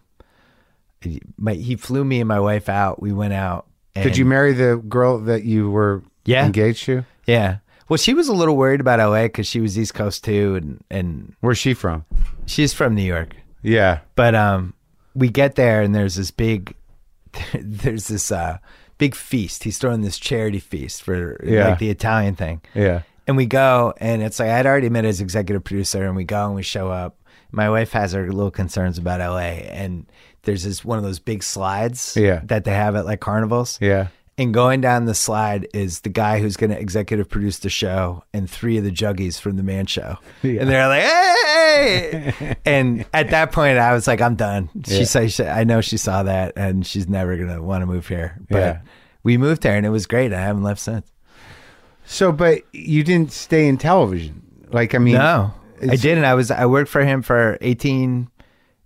S3: my, he flew me and my wife out. We went out. And,
S1: Did you marry the girl that you were
S3: Yeah.
S1: engaged to?
S3: Yeah. Well, she was a little worried about LA because she was East Coast too, and and
S1: Where's she from?
S3: she's from New York.
S1: Yeah.
S3: But um, we get there and there's this big, *laughs* there's this uh big feast. He's throwing this charity feast for
S1: Yeah.
S3: like the Italian thing.
S1: Yeah.
S3: And we go, and it's like I'd already met his executive producer, and we go and we show up. My wife has her little concerns about LA, and there's this one of those big slides
S1: Yeah.
S3: that they have at like carnivals.
S1: Yeah.
S3: And going down the slide is the guy who's going to executive produce the show and three of the juggies from the man show. And they're
S1: *laughs*
S3: like, hey! and at that point, I was like, I'm done. She said, she, I know she saw that and she's never going to want to move here. But
S1: Yeah.
S3: we moved here and it was great. I haven't left since.
S1: So, but you didn't stay in television. Like, I mean,
S3: No, I
S1: it's-
S3: didn't. I was, I worked for him for 18,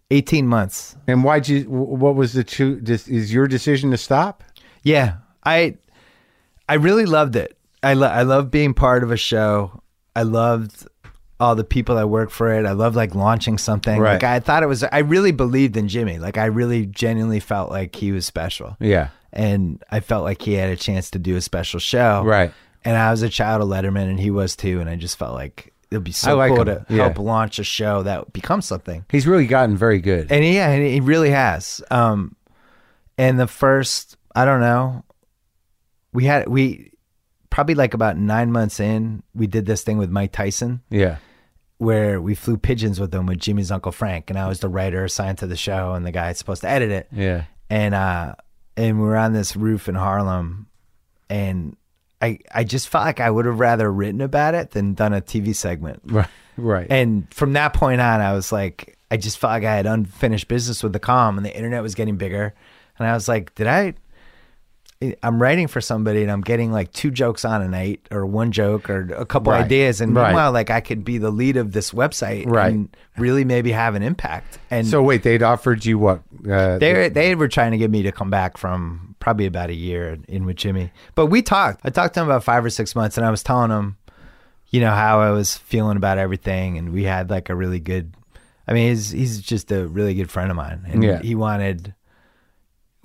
S3: 18 months.
S1: And why'd you? wh- What was the cho- this, is your decision to stop?
S3: Yeah, I I really loved it. I lo- I love being part of a show. I loved all the people that work for it. I love like launching something.
S1: Right.
S3: Like I thought it was. I really believed in Jimmy. Like I really genuinely felt like he was special.
S1: Yeah.
S3: And I felt like he had a chance to do a special show.
S1: Right.
S3: And I was a child of Letterman, and he was too. And I just felt like it'd be
S1: I
S3: so
S1: like
S3: cool
S1: him.
S3: to
S1: Yeah.
S3: help launch a show that becomes something.
S1: He's really gotten very good.
S3: And yeah, and he really has. Um, and the first, I don't know, we had we probably like about nine months in, we did this thing with Mike Tyson
S1: yeah.
S3: where we flew pigeons with him with Jimmy's uncle Frank, and I was the writer assigned to the show and the guy supposed to edit it.
S1: Yeah. *laughs*
S3: And uh, and we were on this roof in Harlem, and I I just felt like I would have rather written about it than done a TV segment.
S1: Right. Right.
S3: And from that point on, I was like, I just felt like I had unfinished business with the com, and the internet was getting bigger. And I was like, did I? I'm writing for somebody, and I'm getting like two jokes on a night, or one joke, or a couple
S1: Right.
S3: ideas. And
S1: Right.
S3: meanwhile, like I could be the lead of this website,
S1: Right.
S3: And really, maybe have an impact. And
S1: so wait, they'd offered you what? Uh,
S3: they they were trying to get me to come back from probably about a year in with Jimmy. But we talked. I talked to him about five or six months, and I was telling him, you know, how I was feeling about everything, and we had like a really good. I mean, he's he's just a really good friend of mine, and
S1: Yeah.
S3: he wanted.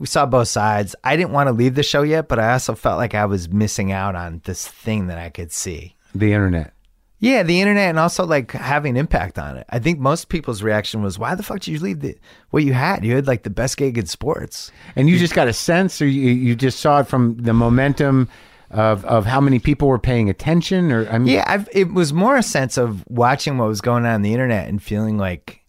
S3: We saw both sides. I didn't want to leave the show yet, but I also felt like I was missing out on this thing that I could see.
S1: the internet.
S3: Yeah, the internet and also like having impact on it. I think most people's reaction was, "Why the fuck did you leave the what you had? You had like the best gig in sports."
S1: And you just got a sense, or you, you just saw it from the momentum of, of how many people were paying attention, or I mean,
S3: Yeah, I've, it was more a sense of watching what was going on in the internet and feeling like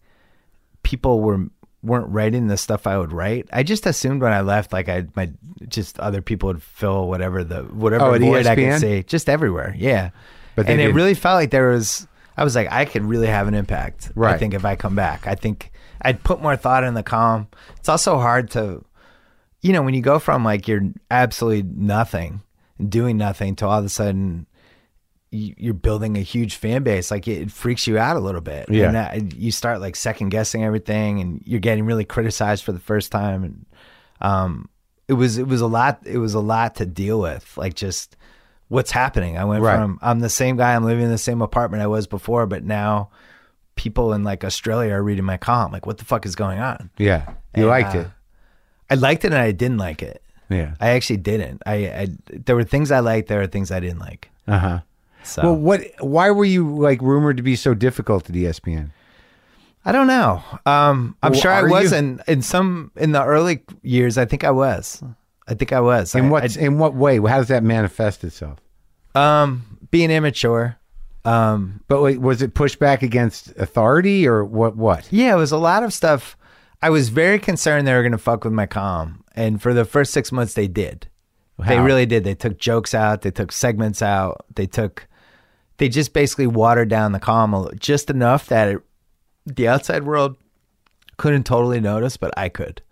S3: people were weren't writing the stuff I would write. I just assumed when I left, like I my just other people would fill whatever the whatever
S1: Oh, at
S3: void I
S1: ESPN?
S3: could see, just everywhere. Yeah,
S1: But
S3: but
S1: they
S3: and it
S1: didn't.
S3: really felt like there was. I was like, I could really have an impact. I
S1: Right.
S3: think if I come back, I think I'd put more thought in the column. It's also hard to you know, when you go from like you're absolutely nothing, doing nothing, to all of a sudden you- you're building a huge fan base, like it freaks you out a little bit.
S1: Yeah.
S3: And that, you start like second guessing everything and you're getting really criticized for the first time. And, um, it was, it was a lot, it was a lot to deal with, like just what's happening. I went
S1: Right.
S3: from, I'm the same guy, I'm living in the same apartment I was before, but now people in like Australia are reading my column. Like, what the fuck is going on?
S1: yeah, you
S3: And,
S1: liked
S3: uh,
S1: it.
S3: I liked it and I didn't like it.
S1: Yeah.
S3: I actually didn't. I, I there were things I liked, there were things I didn't like.
S1: Uh huh.
S3: So
S1: Well, what? Why were you like rumored to be so difficult at E ESPN?
S3: I don't know. Um, I'm
S1: Well,
S3: sure I
S1: are you?
S3: was in, in some in the early years. I think I was. I think I was. I-
S1: In what?
S3: I-
S1: in what way? How does that manifest itself?
S3: um, being immature, Um,
S1: But wait, was it pushback against authority or what? What?
S3: yeah, it was a lot of stuff. I was very concerned they were going to fuck with my column, and for the first six months, they did. They
S1: How?
S3: really did. They took jokes out. They took segments out. They took. They just basically watered down the column a li- just enough that it, the outside world couldn't totally notice, but I could,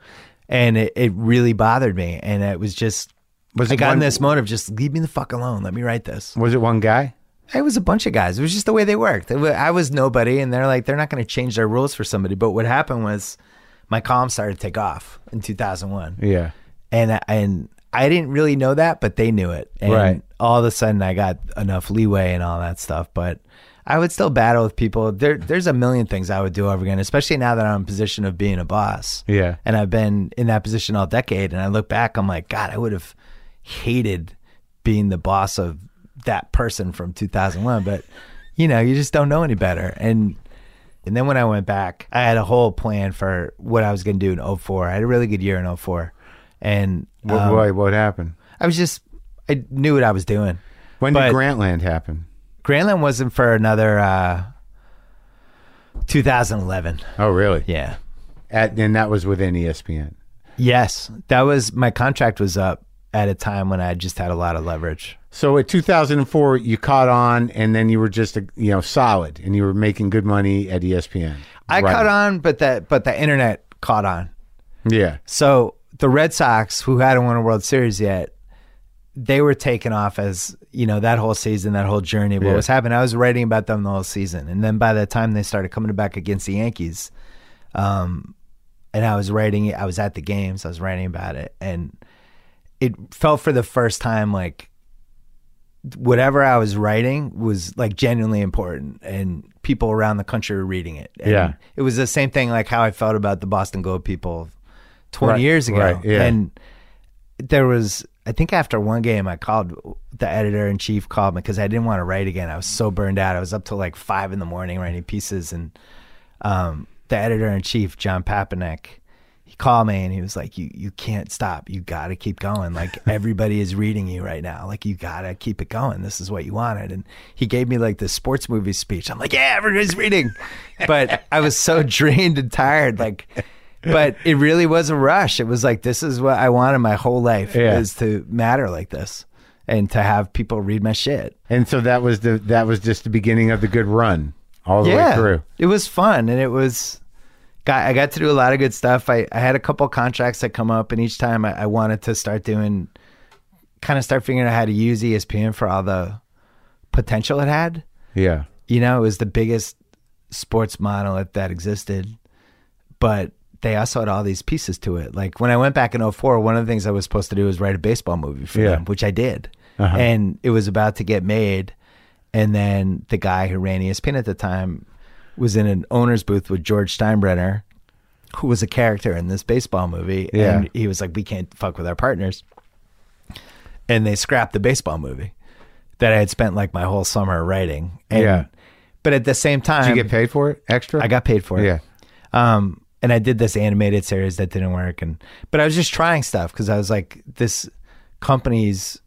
S3: and it, it really bothered me. And it was just.
S1: Was
S3: I
S1: it
S3: got
S1: one-
S3: in this mode of just leave me the fuck alone. Let me write this.
S1: Was it one guy?
S3: It was a bunch of guys. It was just the way they worked. It wa- I was nobody, and they're like, they're not going to change their rules for somebody. But what happened was, my column started to take off in 2001,
S1: Yeah.
S3: and I- and I didn't really know that, but they knew it. And
S1: Right.
S3: All of a sudden, I got enough leeway and all that stuff. But I would still battle with people. There, there's a million things I would do over again, especially now that I'm in a position of being a boss.
S1: Yeah.
S3: And I've been in that position all decade. And I look back, I'm like, God, I would have hated being the boss of that person from 2001. But, you know, you just don't know any better. And, and then when I went back, I had a whole plan for what I was going to do in 04. I had a really good year in 04. And
S1: What,
S3: um,
S1: what, what happened?
S3: I was just, I knew what I was doing.
S1: When
S3: but-
S1: did Grantland happen?
S3: Grantland wasn't for another uh, 2011.
S1: Oh, really?
S3: Yeah.
S1: At, and that was within E ESPN.
S3: Yes, that was my contract was up at a time when I just had a lot of leverage.
S1: So at 2004, you caught on, and then you were just a, you know solid, and you were making good money at E ESPN.
S3: I
S1: Right.
S3: caught on, but that but the internet caught on.
S1: Yeah.
S3: So the Red Sox, who hadn't won a World Series yet, they were taken off as you know that whole season, that whole journey of what
S1: Yeah.
S3: was happening. I was writing about them the whole season, and then by the time they started coming back against the Yankees, um, and I was writing it, I was at the games, I was writing about it, and it felt for the first time like whatever I was writing was like genuinely important, and people around the country were reading it. And
S1: Yeah.
S3: it was the same thing like how I felt about the Boston Globe people 20
S1: Right,
S3: years ago.
S1: right, yeah.
S3: And there was, I think after one game, I called the editor in chief, called me because I didn't want to write again. I was so burned out. I was up till like five in the morning writing pieces. And um, the editor in chief, John Papanek, he called me and he was like, "You you can't stop. You got to keep going. Like everybody is reading you right now. Like you got to keep it going. This is what you wanted." And he gave me like this sports movie speech. I'm like, "Yeah, everybody's reading," but I was so drained and tired. Like, but it really was a rush. It was like this is what I wanted my whole life
S1: Yeah.
S3: is to matter like this and to have people read my shit.
S1: And so that was the that was just the beginning of the good run all the way through.
S3: It was fun and it was got I got to do a lot of good stuff. I, I had a couple contracts that come up and each time I, I wanted to start doing kind of start figuring out how to use E ESPN for all the potential it had.
S1: Yeah.
S3: You know, it was the biggest sports monolith that existed. But they also had all these pieces to it. Like when I went back in 04, one of the things I was supposed to do was write a baseball movie for
S1: Yeah. Uh-huh.
S3: them, which I did. And it was about to get made. And then the guy who ran E ESPN at the time was in an owner's booth with George Steinbrenner, who was a character in this baseball movie.
S1: Yeah.
S3: And he was like, we can't fuck with our partners. And they scrapped the baseball movie that I had spent like my whole summer writing. And,
S1: Yeah.
S3: But at the same time,
S1: Did you get paid for it extra?
S3: Um, I got paid for it.
S1: Yeah.
S3: Um, and I did this animated series that didn't work, and but I was just trying stuff because I was like, this company's,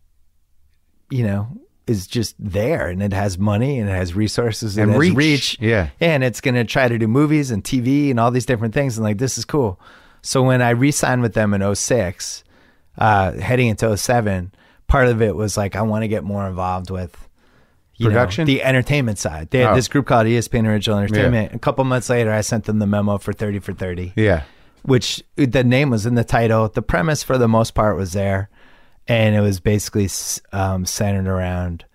S3: you know, is just there, and it has money, and it has resources,
S1: And
S3: and, it has
S1: reach.
S3: reach,
S1: Yeah.
S3: and it's gonna try to do movies and TV and all these different things, and like this is cool. So when I re-signed with them in 06, uh, heading into 07, part of it was like I want to get more involved with you know,
S1: Production?
S3: the entertainment side. They had
S1: Oh.
S3: this group called E ESPN Original Entertainment. A couple months later, I sent them the memo for 30 for 30,
S1: Yeah.
S3: which uh, the name was in the title. The premise, for the most part, was there. And it was basically s- um, centered around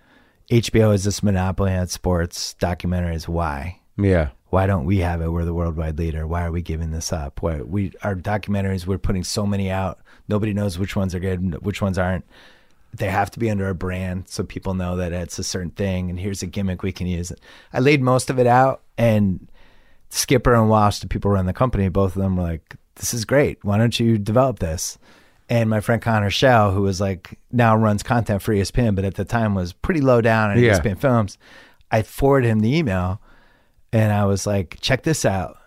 S3: HBO is this monopoly on sports, documentaries, why?
S1: Yeah.
S3: Why don't we have it? We're the worldwide leader. Why are we giving this up? Why we our documentaries, we're putting so many out. Nobody knows which ones are good and which ones aren't. They have to be under a brand so people know that it's a certain thing and here's a gimmick we can use. I laid most of it out and Skipper and Walsh, the people who run the company, both of them were like, This is great. Why don't you develop this? And my friend Connor Shell, who was like now runs content for E ESPN, but at the time was pretty low down E at
S1: Yeah.
S3: ESPN Films, I forwarded him the email and I was like, check this out.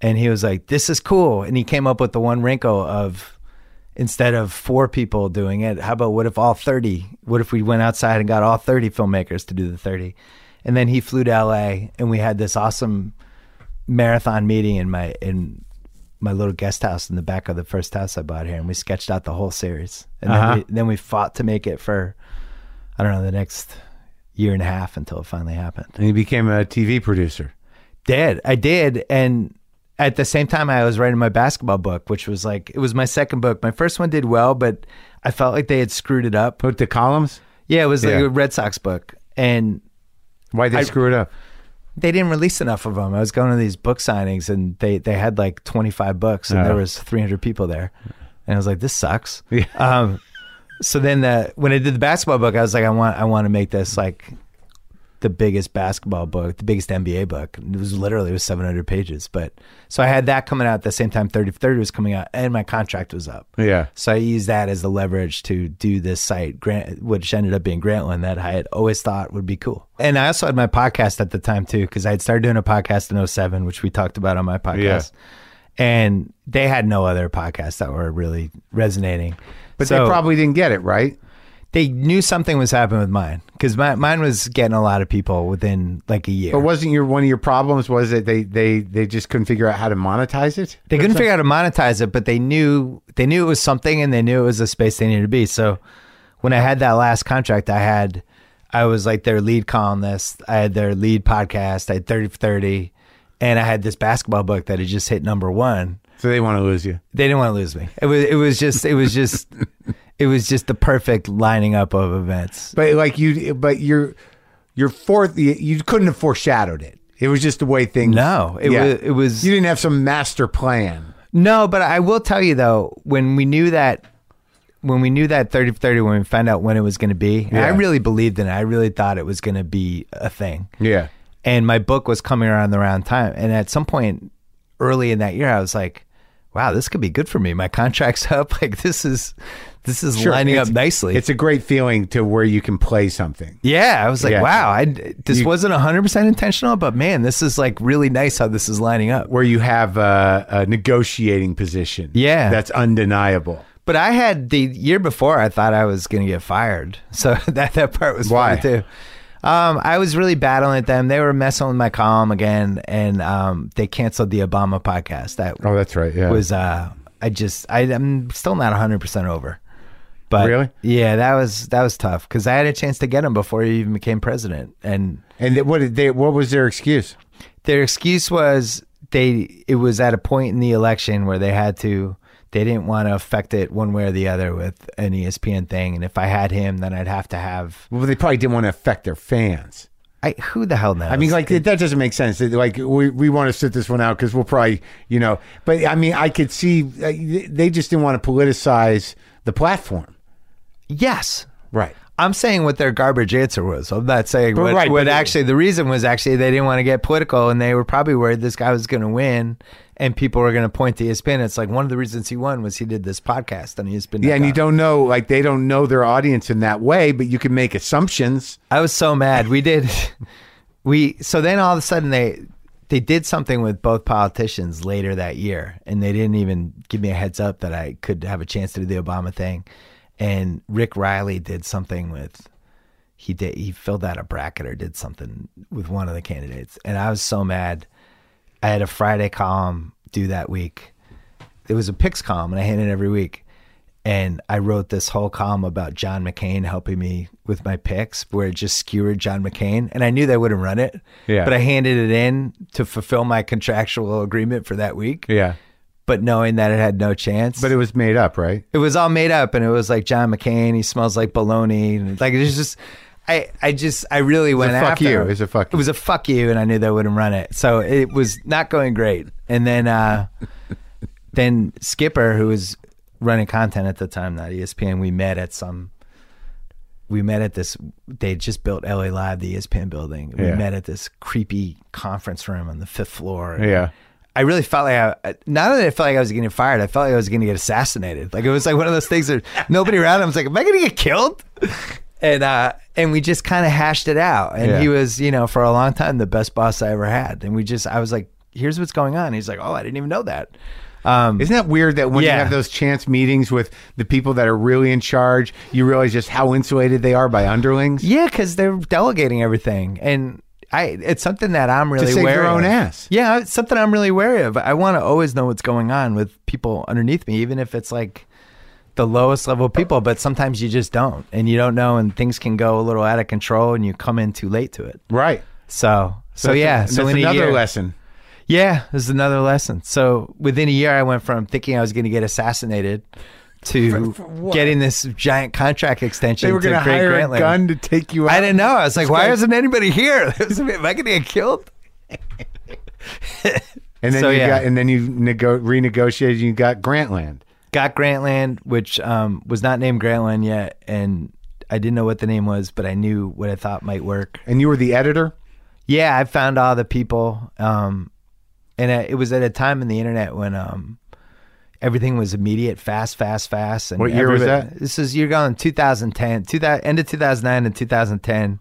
S3: And he was like, this is cool. And he came up with the one wrinkle of instead of four people doing it, how about what if all 30? What if we went outside and got all 30 filmmakers to do the 30? And then he flew to LA, and we had this awesome marathon meeting in my in my little guest house in the back of the first house I bought here, and we sketched out the whole series. And
S1: Uh-huh.
S3: then, we, then we fought to make it for I don't know the next year and a half until it finally happened.
S1: And he became a TV producer.
S3: Did I did, and at the same time I was writing my basketball book, which was like it was my second book. My first one did well, but I felt like they had screwed it up.
S1: Put the columns.
S3: Yeah, it was like
S1: Yeah.
S3: a Red Sox book, and
S1: Why they screw it up?
S3: they didn't release enough of them. I was going to these book signings, and they they had like twenty five books, and there
S1: Oh.
S3: was three hundred people there, and I was like, this sucks.
S1: Yeah.
S3: Um, so then the, when I did the basketball book, I was like, I want I want to make this like the biggest basketball book, the biggest NBA book. And It was literally it was seven hundred pages, but so I had that coming out at the same time. Thirty Thirty was coming out, and my contract was up.
S1: Yeah.
S3: So I used that as the leverage to do this site, Grant, which ended up being Grantland that I had always thought would be cool. And I also had my podcast at the time too, because I had started doing a podcast in 07, which we talked about on my podcast. And they had no other podcasts that were really resonating.
S1: But
S3: So
S1: they probably didn't get it right.
S3: they knew something was happening with mine because mine was getting a lot of people within like a year.
S1: But wasn't your one of your problems was that they they they just couldn't figure out how to monetize it?
S3: They couldn't figure out how to monetize it, but they knew they knew it was something, and they knew it was a space they needed to be. So, when I had that last contract, I had I was like their lead columnist, I had their lead podcast, I had thirty for thirty, and I had this basketball book that had just hit number one.
S1: So they want to lose you.
S3: They didn't want to lose me. It was it was just it was
S1: *laughs*
S3: just it was just the perfect lining up of events.
S1: But like you, but your your fourth, you, you couldn't have foreshadowed it. It was just the way things.
S3: No, it
S1: Yeah.
S3: was it was
S1: You didn't have some master plan.
S3: No, but I will tell you though, when we knew that, when we knew that 30 for 30, when we found out when it was going to be, and I
S1: Yeah.
S3: really believed in it. I really thought it was going to be a thing.
S1: Yeah.
S3: And my book was coming around the round time. And at some point early in that year, I was like, wow, this could be good for me. My contract's *laughs* up. Like this is, this is lining up
S1: It's-
S3: nicely.
S1: It's a great feeling to where you can play something.
S3: yeah, I was like,
S1: Yeah.
S3: wow, I, this
S1: You-
S3: wasn't 100% intentional, but man, this is like really nice how this is lining up.
S1: Where you have a, a negotiating position,
S3: Yeah.
S1: that's undeniable.
S3: But I had the year before I thought I was going to get fired. *laughs* So that that part was
S1: Why?
S3: funny too. Um, I was really battling at them. They were messing with my column again, and um, they canceled the Obama podcast. That
S1: Oh, that's right. Yeah,
S3: was uh, I just I, I'm still not 100 percent over. But
S1: Really?
S3: yeah, that was that was tough because I had a chance to get him before he even became president, and
S1: and th- what did they? What was their excuse?
S3: their excuse was they it was at a point in the election where they had to they didn't want to affect it one way or the other with an E ESPN thing and if I had him then I'd have to have
S1: Well, they probably didn't want to affect their fans.
S3: I who the hell knows
S1: I mean, like that doesn't make sense. That, Like we we want to sit this one out because we'll probably you know. But I mean, I could see uh, they just didn't want to politicize the platform.
S3: yes
S1: Right.
S3: I'm saying what their garbage answer was. I'm not saying what,
S1: right,
S3: what
S1: but-
S3: actually the reason was actually they didn't want to get political and they were probably worried this guy was going to win and people were going to point to E ESPN. It's like one of the reasons he won was he did this podcast on E ESPN.
S1: Yeah, and you don't know, like they don't know their audience in that way, but you can make assumptions.
S3: I was so mad. We did *laughs* we so then all of a sudden they they did something with both politicians later that year and they didn't even give me a heads up that I could have a chance to do the Obama thing. And Rick Riley did something with he did he filled out a bracket or did something with one of the candidates and I was so mad. I had a Friday column due that week. It was a picks column and I hand it every week. And I wrote this whole column about John McCain helping me with my picks where it just skewered John McCain. And I knew they wouldn't run it.
S1: Yeah.
S3: But I handed it in to fulfill my contractual agreement for that week. But knowing that it had no chance.
S1: but it was made up, right?
S3: It was all made up, and it was like John McCain. He smells like baloney. And like it's just, I, I just, I really went
S1: a fuck
S3: after.
S1: you. It
S3: him.
S1: was a fuck
S3: It was a fuck you, and I knew they wouldn't run it, so it was not going great. And then,
S1: *laughs*
S3: uh then Skipper, who was running content at the time, not E ESPN, we met at some. We met at this. They just built LA Live, the E ESPN building. We
S1: Yeah.
S3: met at this creepy conference room on the fifth floor.
S1: Yeah.
S3: I really felt like I, uh, not that I felt like I was getting fired, I felt like I was going to get assassinated. Like it was like one of those things that nobody around. I was like, am I going to get killed? *laughs* And uh, and we just kind of hashed it out. And
S1: Yeah.
S3: he was, you know, for a long time the best boss I ever had. And we just, I was like, here's what's going on. He's like, oh, I didn't even know that. Um,
S1: Isn't that weird that when
S3: Yeah.
S1: you have those chance meetings with the people that are really in charge, you realize just how insulated they are by underlings?
S3: yeah, because they're delegating everything. And I it's something that I'm really
S1: save
S3: wary
S1: their own
S3: of.
S1: ass.
S3: Yeah, it's something I'm really wary of. I want to always know what's going on with people underneath me, even if it's like the lowest level people. But sometimes you just don't, and you don't know, and things can go a little out of control, and you come in too late to it.
S1: Right.
S3: So, so
S1: That's a-
S3: yeah,
S1: that's
S3: so in a
S1: another
S3: year-
S1: lesson.
S3: yeah, this is another lesson. So within a year, I went from thinking I was going to get assassinated to getting this giant contract extension.
S1: They were
S3: going to Greg
S1: hire
S3: Grantland.
S1: a gun to take you out.
S3: I didn't know. I was like, why
S1: guy-
S3: isn't anybody here? *laughs* Am I going to get killed?
S1: And then
S3: So,
S1: you
S3: yeah.
S1: got, and then you nego- renegotiated. You got Grantland.
S3: Got Grantland, which um, was not named Grantland yet, and I didn't know what the name was, but I knew what I thought might work.
S1: And you were the editor?
S3: Yeah, I found all the people, um, and I, it was at a time in the internet when um, everything was immediate, fast, fast, fast. And
S1: What year was
S3: everybody-
S1: that?
S3: This is you're going 2010, 2000, end of 2009 and 2010,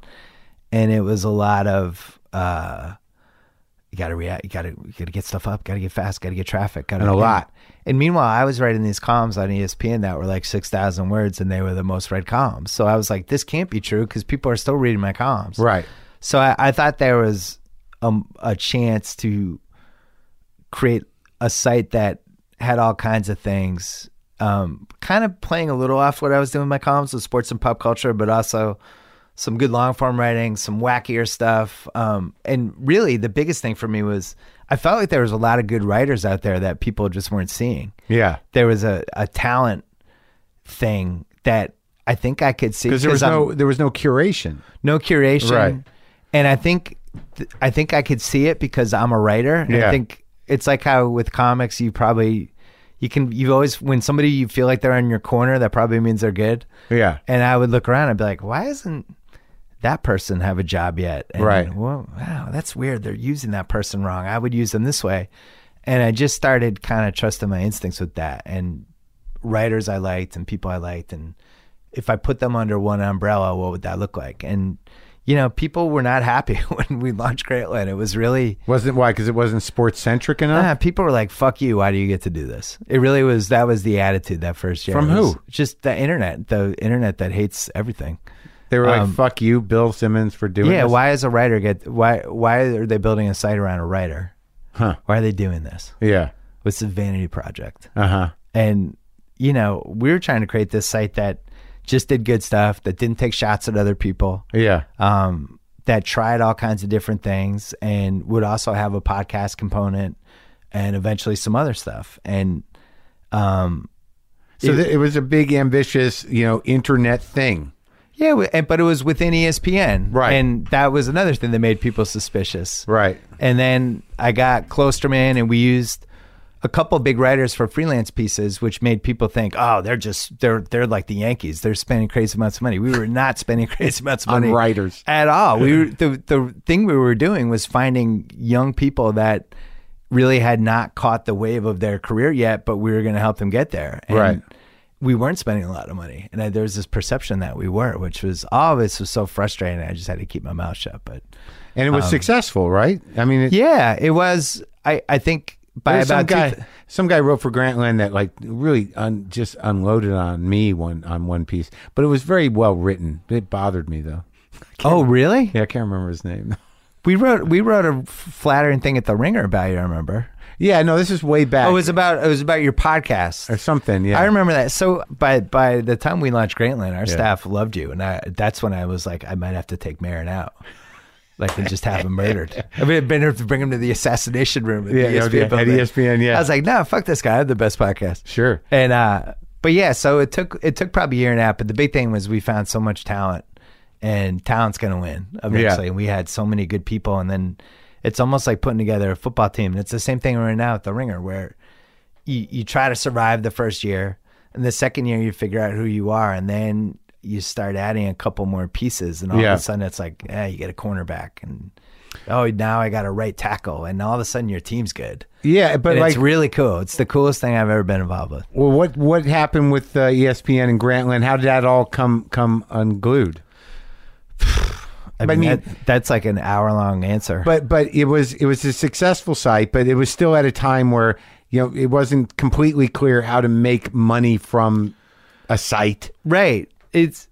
S3: and it was a lot of uh, you got to react, you got to you got to get stuff up, got to get fast, got to get traffic, gotta
S1: And a lot.
S3: And meanwhile, I was writing these columns on E ESPN that were like six thousand words, and they were the most read columns. So I was like, this can't be true because people are still reading my columns,
S1: Right.
S3: so I, I thought there was a, a chance to create a site that had all kinds of things, um, kind of playing a little off what I was doing in my columns with sports and pop culture, but also some good long form writing, some wackier stuff. Um, and really, the biggest thing for me was I felt like there was a lot of good writers out there that people just weren't seeing.
S1: Yeah.
S3: There was a, a talent thing that I think I could see
S1: Because there was
S3: I'm-
S1: no there was no curation.
S3: no curation.
S1: Right.
S3: And I think, th- I think I could see it because I'm a writer. And
S1: Yeah.
S3: I think it's like how with comics, you probably, you can, you always, when somebody you feel like they're in your corner, that probably means they're good.
S1: Yeah.
S3: And I would look around and be like, why isn't that person have a job yet? And,
S1: Right.
S3: Well, wow, that's weird. They're using that person wrong. I would use them this way. And I just started kind of trusting my instincts with that and writers I liked and people I liked. And if I put them under one umbrella, what would that look like? And, you know, people were not happy *laughs* when we launched Greatland. It was really,
S1: Wasn't why? Because it wasn't sports centric enough.
S3: ah, people were like, fuck you. Why do you get to do this? It really was, that was the attitude that first year.
S1: From
S3: It was
S1: who?
S3: Just the internet, the internet that hates everything.
S1: They were like,
S3: um,
S1: "Fuck you, Bill Simmons, for doing
S3: Yeah,
S1: this."
S3: why is a writer get why why are they building a site around a writer?
S1: Huh.
S3: Why are they doing this?
S1: Yeah.
S3: What's the vanity project?
S1: Uh huh.
S3: And you know, we were trying to create this site that just did good stuff, that didn't take shots at other people,
S1: Yeah.
S3: um, that tried all kinds of different things, and would also have a podcast component, and eventually some other stuff. And
S1: So th- it was a big, ambitious, you know, internet thing.
S3: yeah, w- and, but it was within E ESPN,
S1: Right.
S3: And that was another thing that made people suspicious,
S1: Right.
S3: And then I got Klosterman, and we used a couple big writers for freelance pieces, which made people think, "Oh, they're just they're they're like the Yankees. They're spending crazy amounts of money." We were not spending *laughs* crazy amounts of
S1: On
S3: money
S1: writers.
S3: at all. We
S1: *laughs*
S3: were, the the thing we were doing was finding young people that really had not caught the wave of their career yet, but we were going to help them get there. And
S1: Right.
S3: We weren't spending a lot of money, and I, there was this perception that we were, which was all this was so frustrating. I just had to keep my mouth shut, but.
S1: And it was successful, right? I mean, it,
S3: Yeah, it was. I I think by
S1: there's some
S3: about
S1: guy,
S3: two th-
S1: some guy wrote for Grantland that like really un, just unloaded on me one on one piece, but it was very well written. It bothered me though.
S3: oh really?
S1: Yeah, I can't remember his name.
S3: We wrote we wrote a f- flattering thing at the Ringer about you. I remember.
S1: yeah, no, this is way back.
S3: Oh, it was about it was about your podcast.
S1: or something. Yeah,
S3: I remember that. So by by the time we launched Grantland, our
S1: Yeah.
S3: staff loved you, and I that's when I was like, I might have to take Marin out. Like and just have
S1: *laughs*
S3: him murdered. I mean, I'd been have to bring him to the assassination room at E
S1: Yeah,
S3: the
S1: yeah, at
S3: ESPN.
S1: E
S3: building.
S1: ESPN, yeah.
S3: I was like, no, fuck this guy. I have the best podcast.
S1: Sure.
S3: And uh, but yeah, so it took it took probably a year and a half. But the big thing was we found so much talent, and talent's gonna win eventually. And we had so many good people, and then it's almost like putting together a football team. And it's the same thing right now at the Ringer, where you you try to survive the first year, and the second year you figure out who you are, and then you start adding a couple more pieces, and all
S1: Yeah.
S3: of a sudden it's like, yeah, you get a cornerback, and oh, now I got a right tackle, and all of a sudden your team's good.
S1: Yeah, but
S3: And
S1: like
S3: it's really cool. It's the coolest thing I've ever been involved with.
S1: Well, what what happened with uh, ESPN and Grantland? How did that all come come unglued?
S3: I
S1: But
S3: mean,
S1: I mean-
S3: that, that's like an hour long answer.
S1: But but it was it was a successful site, but it was still at a time where you know it wasn't completely clear how to make money from a site.
S3: right, it's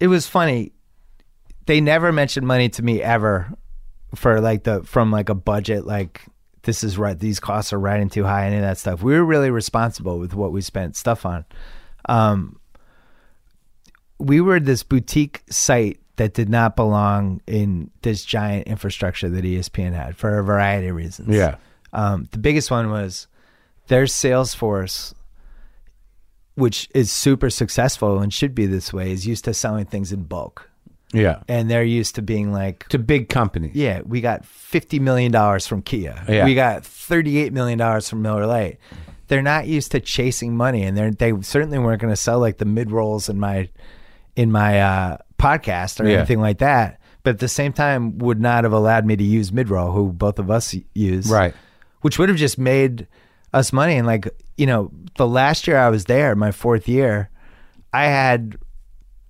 S3: it was funny. They never mentioned money to me ever for like the from like a budget like this is right these costs are riding too high any of that stuff we were really responsible with what we spent stuff on um we were this boutique site that did not belong in this giant infrastructure that E espn had for a variety of reasons
S1: Yeah.
S3: um the biggest one was their sales force which is super successful and should be this way is used to selling things in bulk
S1: Yeah.
S3: and they're used to being like
S1: To big companies.
S3: yeah, we got fifty million dollars from Kia.
S1: Yeah.
S3: We got thirty-eight million dollars from Miller Lite. They're not used to chasing money, and they they certainly weren't going to sell like the mid rolls in my in my uh, podcast or
S1: Yeah.
S3: anything like that. But at the same time, would not have allowed me to use mid roll, who both of us use,
S1: Right.
S3: Which would have just made us money. And like you know, the last year I was there, my fourth year, I had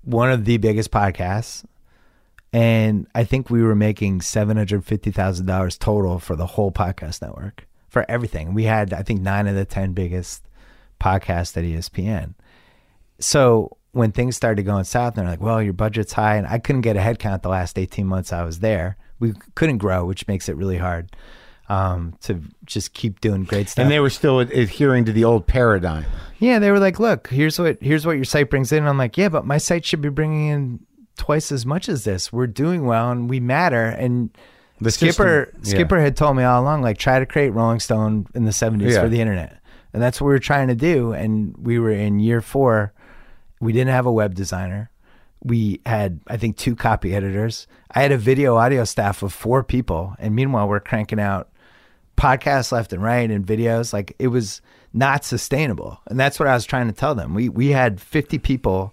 S3: one of the biggest podcasts and I think we were making seven hundred fifty thousand dollars total for the whole podcast network for everything. We had I think nine of the ten biggest podcasts at E ESPN. So when things started going south, they're like, "Well, your budget's high," and I couldn't get a headcount the last eighteen months I was there. We couldn't grow, which makes it really hard um, to just keep doing great stuff.
S1: And they were still ad- adhering to the old paradigm.
S3: Yeah, they were like, "Look, here's what here's what your site brings in." And I'm like, "Yeah, but my site should be bringing in twice as much as this. We're doing well and we matter." And
S1: The
S3: Skipper
S1: system- yeah.
S3: Skipper had told me all along, like, try to create Rolling Stone in the '70s
S1: Yeah.
S3: for the internet, and that's what we were trying to do. And we were in year four. We didn't have a web designer. We had, I think, two copy editors. I had a video audio staff of four people, and meanwhile, we're cranking out podcasts left and right and videos like it was not sustainable and that's what i was trying to tell them we we had 50 people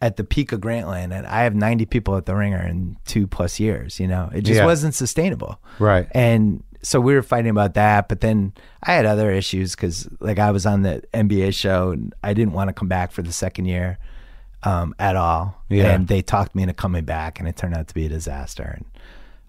S3: at the peak of grantland and i have 90 people at the ringer in two plus years you know it just
S1: Yeah.
S3: wasn't sustainable
S1: Right.
S3: and so we were fighting about that but then i had other issues because like i was on the nba show and i didn't want to come back for the second year um, at all
S1: Yeah.
S3: and they talked me into coming back and it turned out to be a disaster and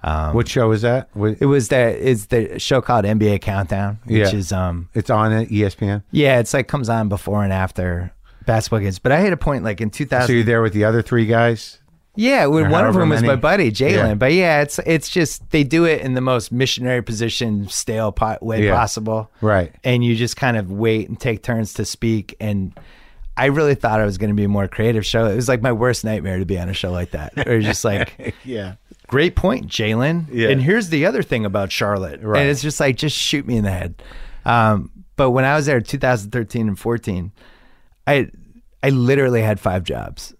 S3: Um,
S1: what show is that? What-
S3: it was the it's the show called NBA Countdown, which
S1: Yeah.
S3: is um
S1: It's on at E ESPN.
S3: yeah, it's like comes on before and after basketball games. But I hit a point like in two
S1: So
S3: thousand.
S1: you're there with the other three guys.
S3: yeah, when
S1: or
S3: one of
S1: however
S3: them was my
S1: many.
S3: buddy Jalen.
S1: Yeah.
S3: But yeah, it's it's just they do it in the most missionary position, stale pot way
S1: Yeah.
S3: possible.
S1: Right.
S3: And you just kind of wait and take turns to speak. And I really thought I was going to be a more creative show. It was like my worst nightmare to be on a show like that. Or just
S1: *laughs*
S3: like
S1: Yeah.
S3: great point, Jalen.
S1: Yeah.
S3: And here's the other thing about Charlotte.
S1: Right.
S3: And it's just like, just shoot me in the head. Um, but when I was there, 2013 and 14, I I literally had five jobs,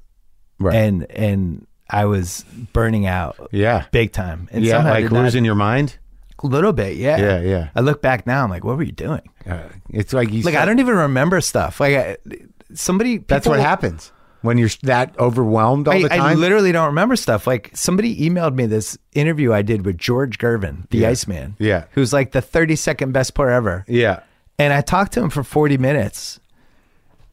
S1: Right.
S3: and and I was burning out,
S1: Yeah.
S3: big time, and
S1: yeah.
S3: somehow I
S1: Like
S3: did not-
S1: losing your mind.
S3: a little bit, yeah,
S1: Yeah, yeah.
S3: I look back now, I'm like, what were you doing?
S1: Uh, it's like you.
S3: Like, I don't even remember stuff. Like, I, somebody.
S1: That's what
S3: people-
S1: happens when you're that overwhelmed all
S3: I,
S1: the time.
S3: I literally don't remember stuff. Like somebody emailed me this interview I did with George Gervin, the Iceman.
S1: Yeah.
S3: Who's like the 32nd best player ever.
S1: yeah.
S3: And I talked to him for 40 minutes.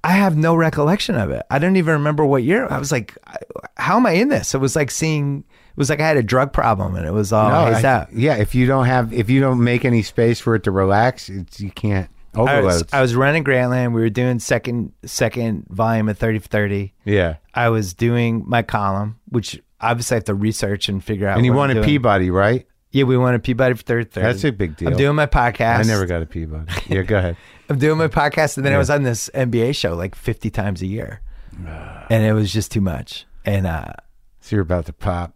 S3: I have no recollection of it. I don't even remember what year. I was like, I- how am I in this? It was like seeing, it was like I had a drug problem and it was all
S1: No,
S3: hazed
S1: I-
S3: out.
S1: Yeah. If you don't have, if you don't make any space for it to relax, it's, you can't
S3: I
S1: overload.
S3: was, I was running Grantland. We were doing second second volume of 30 for 30.
S1: yeah.
S3: I was doing my column, which obviously I have to research and figure out.
S1: And you
S3: what I'm
S1: won a
S3: doing.
S1: Peabody, right?
S3: Yeah, we want a Peabody for third third.
S1: That's a big deal.
S3: I'm doing my podcast.
S1: I never got a Peabody. Yeah. Go
S3: *laughs*
S1: ahead.
S3: I'm doing my podcast, and then I was on this NBA show like 50 times a year,
S1: Ah.
S3: and it was just too much, and uh,
S1: So you're about to pop.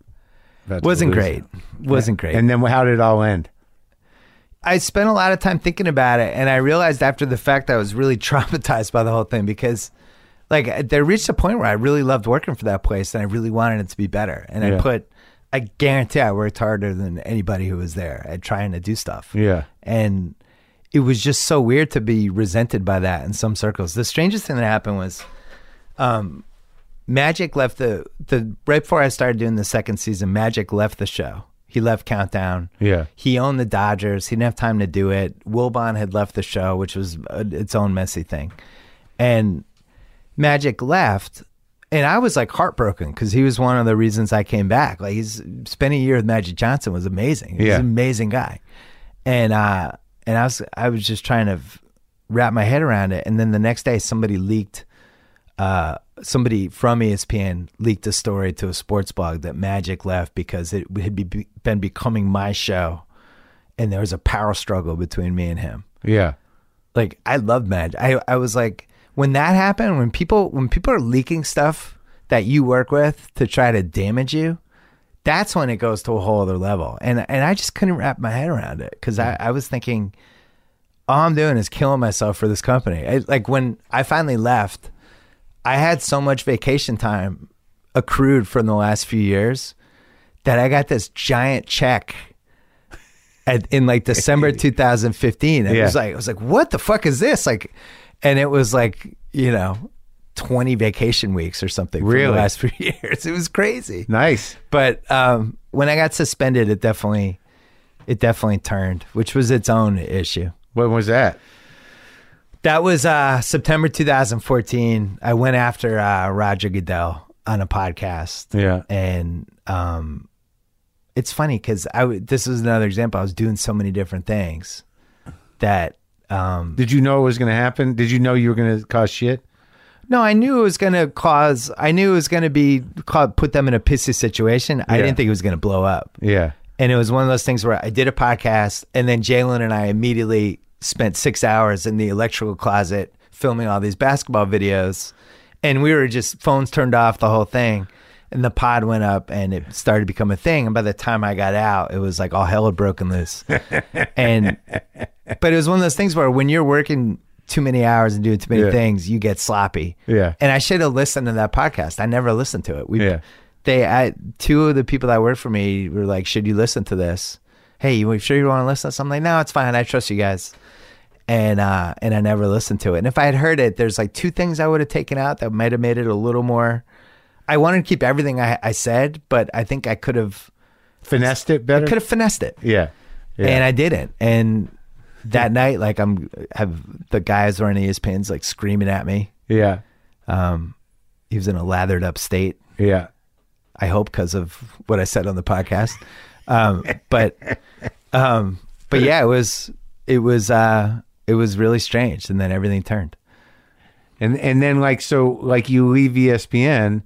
S1: About to
S3: wasn't
S1: lose
S3: great.
S1: it.
S3: Wasn't great.
S1: And then how did it all end?
S3: I spent a lot of time thinking about it, and I realized after the fact I was really *laughs* traumatized by the whole thing because, like, they reached a point where I really loved working for that place, and I really wanted it to be better. And
S1: Yeah.
S3: I put, I guarantee, I worked harder than anybody who was there at trying to do stuff.
S1: Yeah.
S3: and it was just so weird to be resented by that in some circles. The strangest thing that happened was, um, Magic left the the right before I started doing the second season. Magic left the show. He left Countdown.
S1: Yeah.
S3: He owned the Dodgers. He didn't have time to do it. Wilbon had left the show, which was uh, its own messy thing. And Magic left, and I was like heartbroken because he was one of the reasons I came back. Like he's spending a year with Magic Johnson was amazing. He's
S1: Yeah.
S3: an amazing guy, and uh, and I was I was just trying to f- wrap my head around it. And then the next day, somebody leaked uh, somebody from ESPN leaked a story to a sports blog that Magic left because it had be, been becoming my show, and there was a power struggle between me and him.
S1: Yeah.
S3: Like I love Magic. I I was like when that happened when people when people are leaking stuff that you work with to try to damage you, that's when it goes to a whole other level. And and I just couldn't wrap my head around it because
S1: Mm.
S3: I, I was thinking all I'm doing is killing myself for this company. I, like when I finally left, I had so much vacation time accrued from the last few years that I got this giant check at,
S1: *laughs*
S3: in like December 2015. And It
S1: Yeah.
S3: was like I was like, what the fuck is this? Like, and it was like you know, 20 vacation weeks or something. from
S1: Really?
S3: the last *laughs* few years, it was crazy.
S1: Nice.
S3: But um, when I got suspended, it definitely it definitely turned, which was its own issue.
S1: When was that?
S3: That was uh, September 2014. I went after uh, Roger Goodell on a podcast.
S1: Yeah.
S3: And um, it's funny because I w- this was another example. I was doing so many different things that um,
S1: Did you know it was going to happen? Did you know you were going to cause shit?
S3: no, I knew it was going to cause. I knew it was going to be ca- put them in a pissy situation. I
S1: Yeah.
S3: didn't think it was going to blow up.
S1: Yeah.
S3: And it was one of those things where I did a podcast, and then Jalen and I immediately spent six hours in the electrical closet filming all these basketball videos. And we were just phones turned off the whole thing. And the pod went up and it started to become a thing. And by the time I got out, it was like all hell had broken loose.
S1: *laughs*
S3: and, but it was one of those things where when you're working too many hours and doing too many
S1: Yeah.
S3: things, you get sloppy.
S1: Yeah.
S3: And I should have listened to that podcast. I never listened to it. We,
S1: Yeah.
S3: they I, two of the people that work for me were like, "Should you listen to this? Hey, you sure you want to listen?" to this?" I'm like, "No, it's fine. I trust you guys." And uh, and I never listened to it. And if I had heard it, there's like two things I would have taken out that might have made it a little more. I wanted to keep everything I, I said, but I think I could have
S1: Finessed it better?
S3: could have finessed it,
S1: Yeah. Yeah.
S3: and I didn't. And that night, like I'm have the guys E wearing ESPNs like screaming at me. Um,
S1: yeah.
S3: He was in a lathered up state.
S1: Yeah.
S3: I hope because of what I said on the podcast. Um, but um, but yeah, it was it was uh, it was really strange, and then everything turned.
S1: And and then like so like you leave E ESPN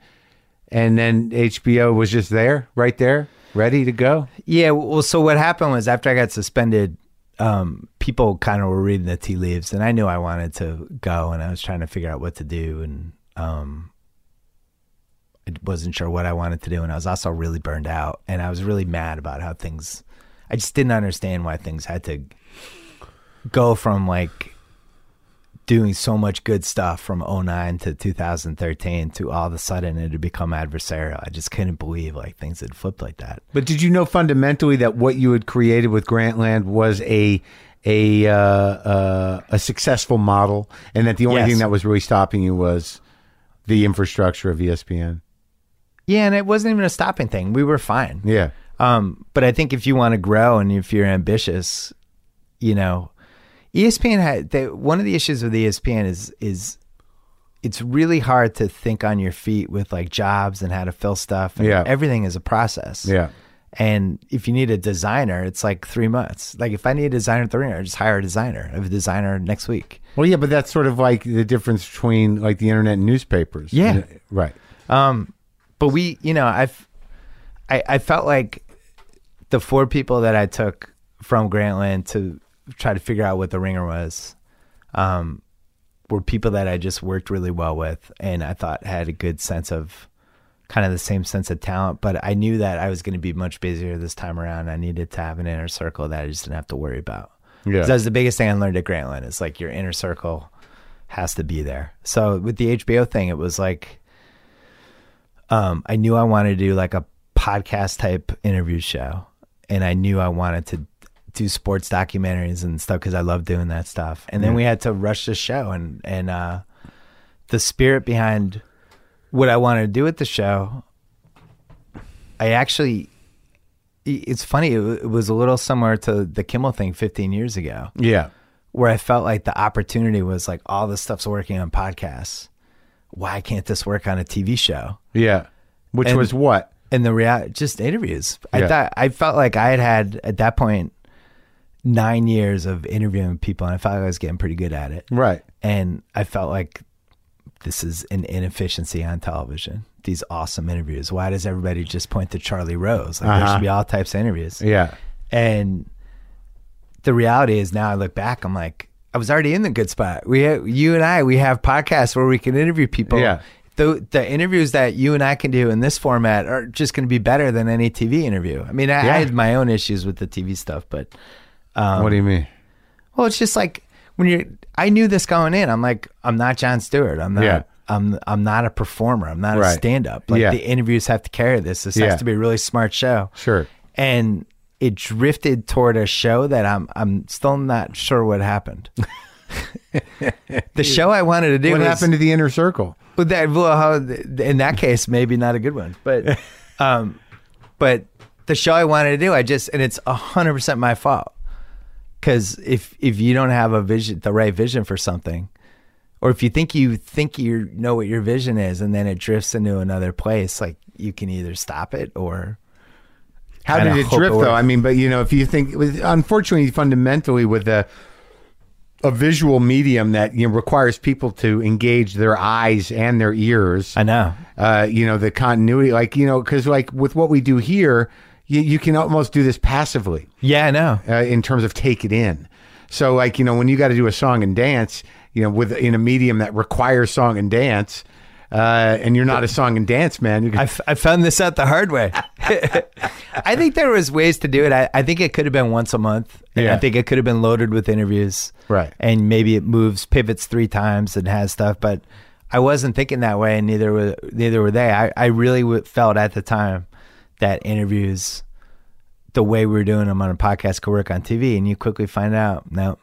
S1: and then HBO was just there, right there, ready to go.
S3: Yeah, well, so what happened was after I got suspended, um, people kind of were reading the tea leaves, and I knew I wanted to go, and I was trying to figure out what to do, and um, I wasn't sure what I wanted to do, and I was also really burned out, and I was really mad about how things. I just didn't understand why things had to go from like doing so much good stuff from 09 to 2013 to all of a sudden it had become adversarial. I just couldn't believe like things had flipped like that.
S1: But did you know fundamentally that what you had created with Grantland was a a uh, uh, a successful model, and that the only
S3: Yes.
S1: thing that was really stopping you was the infrastructure of E ESPN.
S3: Yeah, and it wasn't even a stopping thing. We were fine.
S1: Yeah,
S3: Um, but I think if you want to grow and if you're ambitious, you know, E ESPN had they, one of the issues with E ESPN is is it's really hard to think on your feet with like jobs and how to fill stuff. And
S1: Yeah.
S3: everything is a process.
S1: yeah,
S3: And if you need a designer, it's like three months. Like if I need a designer three, I just hire a designer. I have a designer next week.
S1: well, yeah, but that's sort of like the difference between like the internet and newspapers.
S3: Yeah.
S1: right.
S3: but we you know i've i i felt like the four people that i took from grantland to try to figure out what the ringer was um were people that i just worked really well with and i thought had a good sense of kind of the same sense of talent but i knew that i was going to be much busier this time around i needed to have an inner circle that i just didn't have to worry about
S1: Yeah.
S3: that's the biggest thing i learned at grantland is like your inner circle has to be there so with the hbo thing it was like um, I knew I wanted to do like a podcast type interview show, and I knew I wanted to do sports documentaries and stuff because I love doing that stuff. And then we had to rush the show, and and uh, the spirit behind what I wanted to do with the show, I actually. i- It's funny. It wa- it was a little similar to the Kimmel thing 15 years ago
S1: Yeah,
S3: where I felt like the opportunity was like all this stuff's working on podcasts. Why can't this work on a TV show?
S1: yeah, which
S3: And-
S1: was what?
S3: and the reality just interviews i
S1: Yeah.
S3: thought i felt like i had had at that point nine years of interviewing people and i felt like i was getting pretty good at it
S1: Right.
S3: and i felt like this is an inefficiency on television. These awesome interviews. Why does everybody just point to Charlie Rose? Like there
S1: Uh-huh.
S3: should be all types of interviews.
S1: Yeah.
S3: And the reality is now I look back, I'm like, I was already in the good spot. We, you and I, we have podcasts where we can interview people.
S1: Yeah.
S3: The, the interviews that you and I can do in this format are just going to be better than any TV interview. I mean, I,
S1: Yeah.
S3: I had my own issues with the TV stuff, but
S1: what do you mean?
S3: well, it's just like when you're. I knew this going in. I'm like, I'm not John Stewart. I'm not.
S1: Yeah.
S3: I'm. I'm not a performer. I'm not a
S1: Right.
S3: stand-up. Like
S1: Yeah.
S3: the interviews have to carry this. This
S1: Yeah.
S3: has to be a really smart show.
S1: Sure.
S3: And it drifted toward a show that I'm. I'm still not sure what happened. *laughs*
S1: *laughs*
S3: the show I wanted to do.
S1: What
S3: was,
S1: happened to the inner circle?
S3: well, that, well how, in that case, maybe not a good one, but, *laughs* um, but the show I wanted to do, I just, and it's hundred percent my fault. Cause if, if you don't have a vision, the right vision for something, or if you think you think you know what your vision is and then it drifts into another place, like you can either stop it or
S1: How
S3: Kinda
S1: did it
S3: hope
S1: drift
S3: it
S1: though?
S3: works.
S1: I mean, but you know, if you think, with, unfortunately, fundamentally, with a a visual medium that you know, requires people to engage their eyes and their ears,
S3: I know.
S1: uh, you know, the continuity, like you know, because like with what we do here, you, you can almost do this passively
S3: Yeah, I know.
S1: uh, in terms of take it in. So like you know, when you got to do a song and dance, you know, with in a medium that requires song and dance. Uh, and you're not a song and dance man. You
S3: I, f- I found this out the hard way. *laughs* I think there was ways to do it. I, I think it could have been once a month. And
S1: Yeah.
S3: I think it could have been loaded with interviews.
S1: Right.
S3: And maybe it moves, pivots three times and has stuff. But I wasn't thinking that way and neither were, neither were they. I, I really w- felt at the time that interviews, the way we were doing them on a podcast could work on TV. And you quickly find out, no,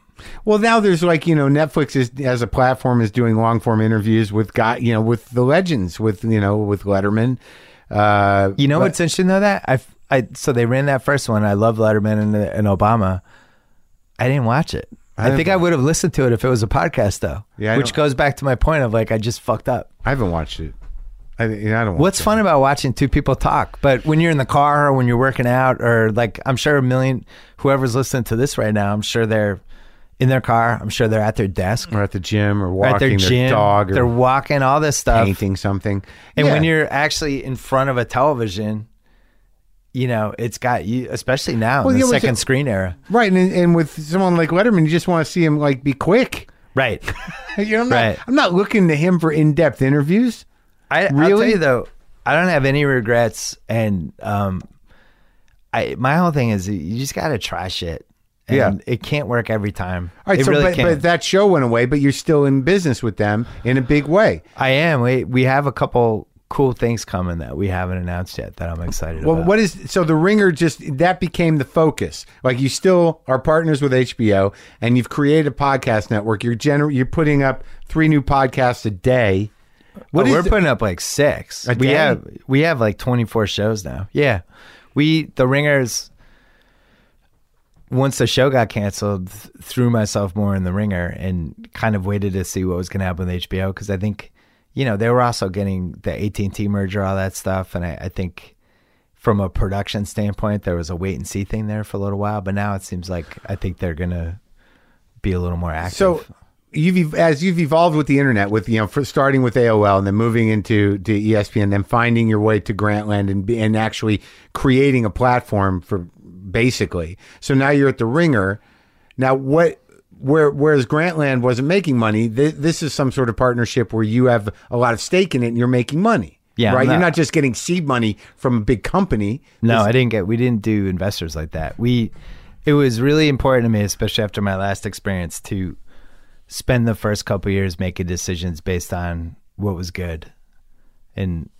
S1: Well, now there's like you know Netflix is as a platform is doing long form interviews with guy you know with the legends with you know with Letterman. Uh,
S3: You know
S1: but-
S3: what's interesting though that I I so they ran that first one. I love Letterman and, and Obama. I didn't watch it. I,
S1: didn't
S3: think I would have listened to it if it was a podcast though.
S1: Yeah, I
S3: which
S1: don't-
S3: goes back to my point of like I just fucked up.
S1: I haven't watched it. I, you know, I don't. watch
S3: What's
S1: it.
S3: fun about watching two people talk? But when you're in the car or when you're working out or like I'm sure a million whoever's listening to this right now, I'm sure they're in their car. I'm sure they're at their desk.
S1: Or at the gym or
S3: or
S1: walking
S3: At their gym,
S1: dog
S3: they're
S1: or
S3: walking all this stuff.
S1: painting something.
S3: And
S1: Yeah.
S3: when you're actually in front of a television, you know, it's got you, especially now
S1: Well,
S3: in
S1: yeah,
S3: the
S1: well,
S3: second
S1: so-
S3: screen era.
S1: right and, and with someone like Letterman, you just want to see him like be quick. *laughs*
S3: Right.
S1: You know, I'm not,
S3: Right.
S1: I'm not looking to him for in depth interviews.
S3: *laughs* I, I'll tell
S1: Really?
S3: you though, I don't have any regrets. And, um, I, my whole thing is you just got to try shit. And
S1: Yeah.
S3: It can't work every time.
S1: All right,
S3: it
S1: so
S3: really
S1: but,
S3: can't.
S1: but that show went away, but you're still in business with them in a big way.
S3: I am. We, we have a couple cool things coming that we haven't announced yet that I'm excited
S1: Well,
S3: about.
S1: what is so the ringer just that became the focus. Like you still are partners with HBO and you've created a podcast network. You're gener- you're putting up three new podcasts a day. What
S3: But
S1: is
S3: Oh, we're
S1: the-
S3: putting up like six.
S1: A
S3: we
S1: day?
S3: have we have like twenty four shows now. Yeah, we the ringers. Once the show got canceled, th- threw myself more in the ringer and kind of waited to see what was going to happen with HBO because I think, you know, they were also getting the AT and T merger, all that stuff, and I, I think from a production standpoint, there was a wait and see thing there for a little while, but now it seems like I think they're going to be a little more active.
S1: so you've ev- as you've evolved with the internet with you know for starting with AOL and then moving into to E ESPN then finding your way to Grantland and be- and actually creating a platform for basically. So now you're at the ringer. Now what where whereas Grantland wasn't making money, th- this is some sort of partnership where you have a lot of stake in it and you're making money.
S3: Yeah,
S1: right.
S3: I'm
S1: you're
S3: not-
S1: not just getting seed money from a big company.
S3: No, I didn't get. We didn't do investors like that. We, it was really important to me, especially after my last experience, to spend the first couple years making decisions based on what was good, and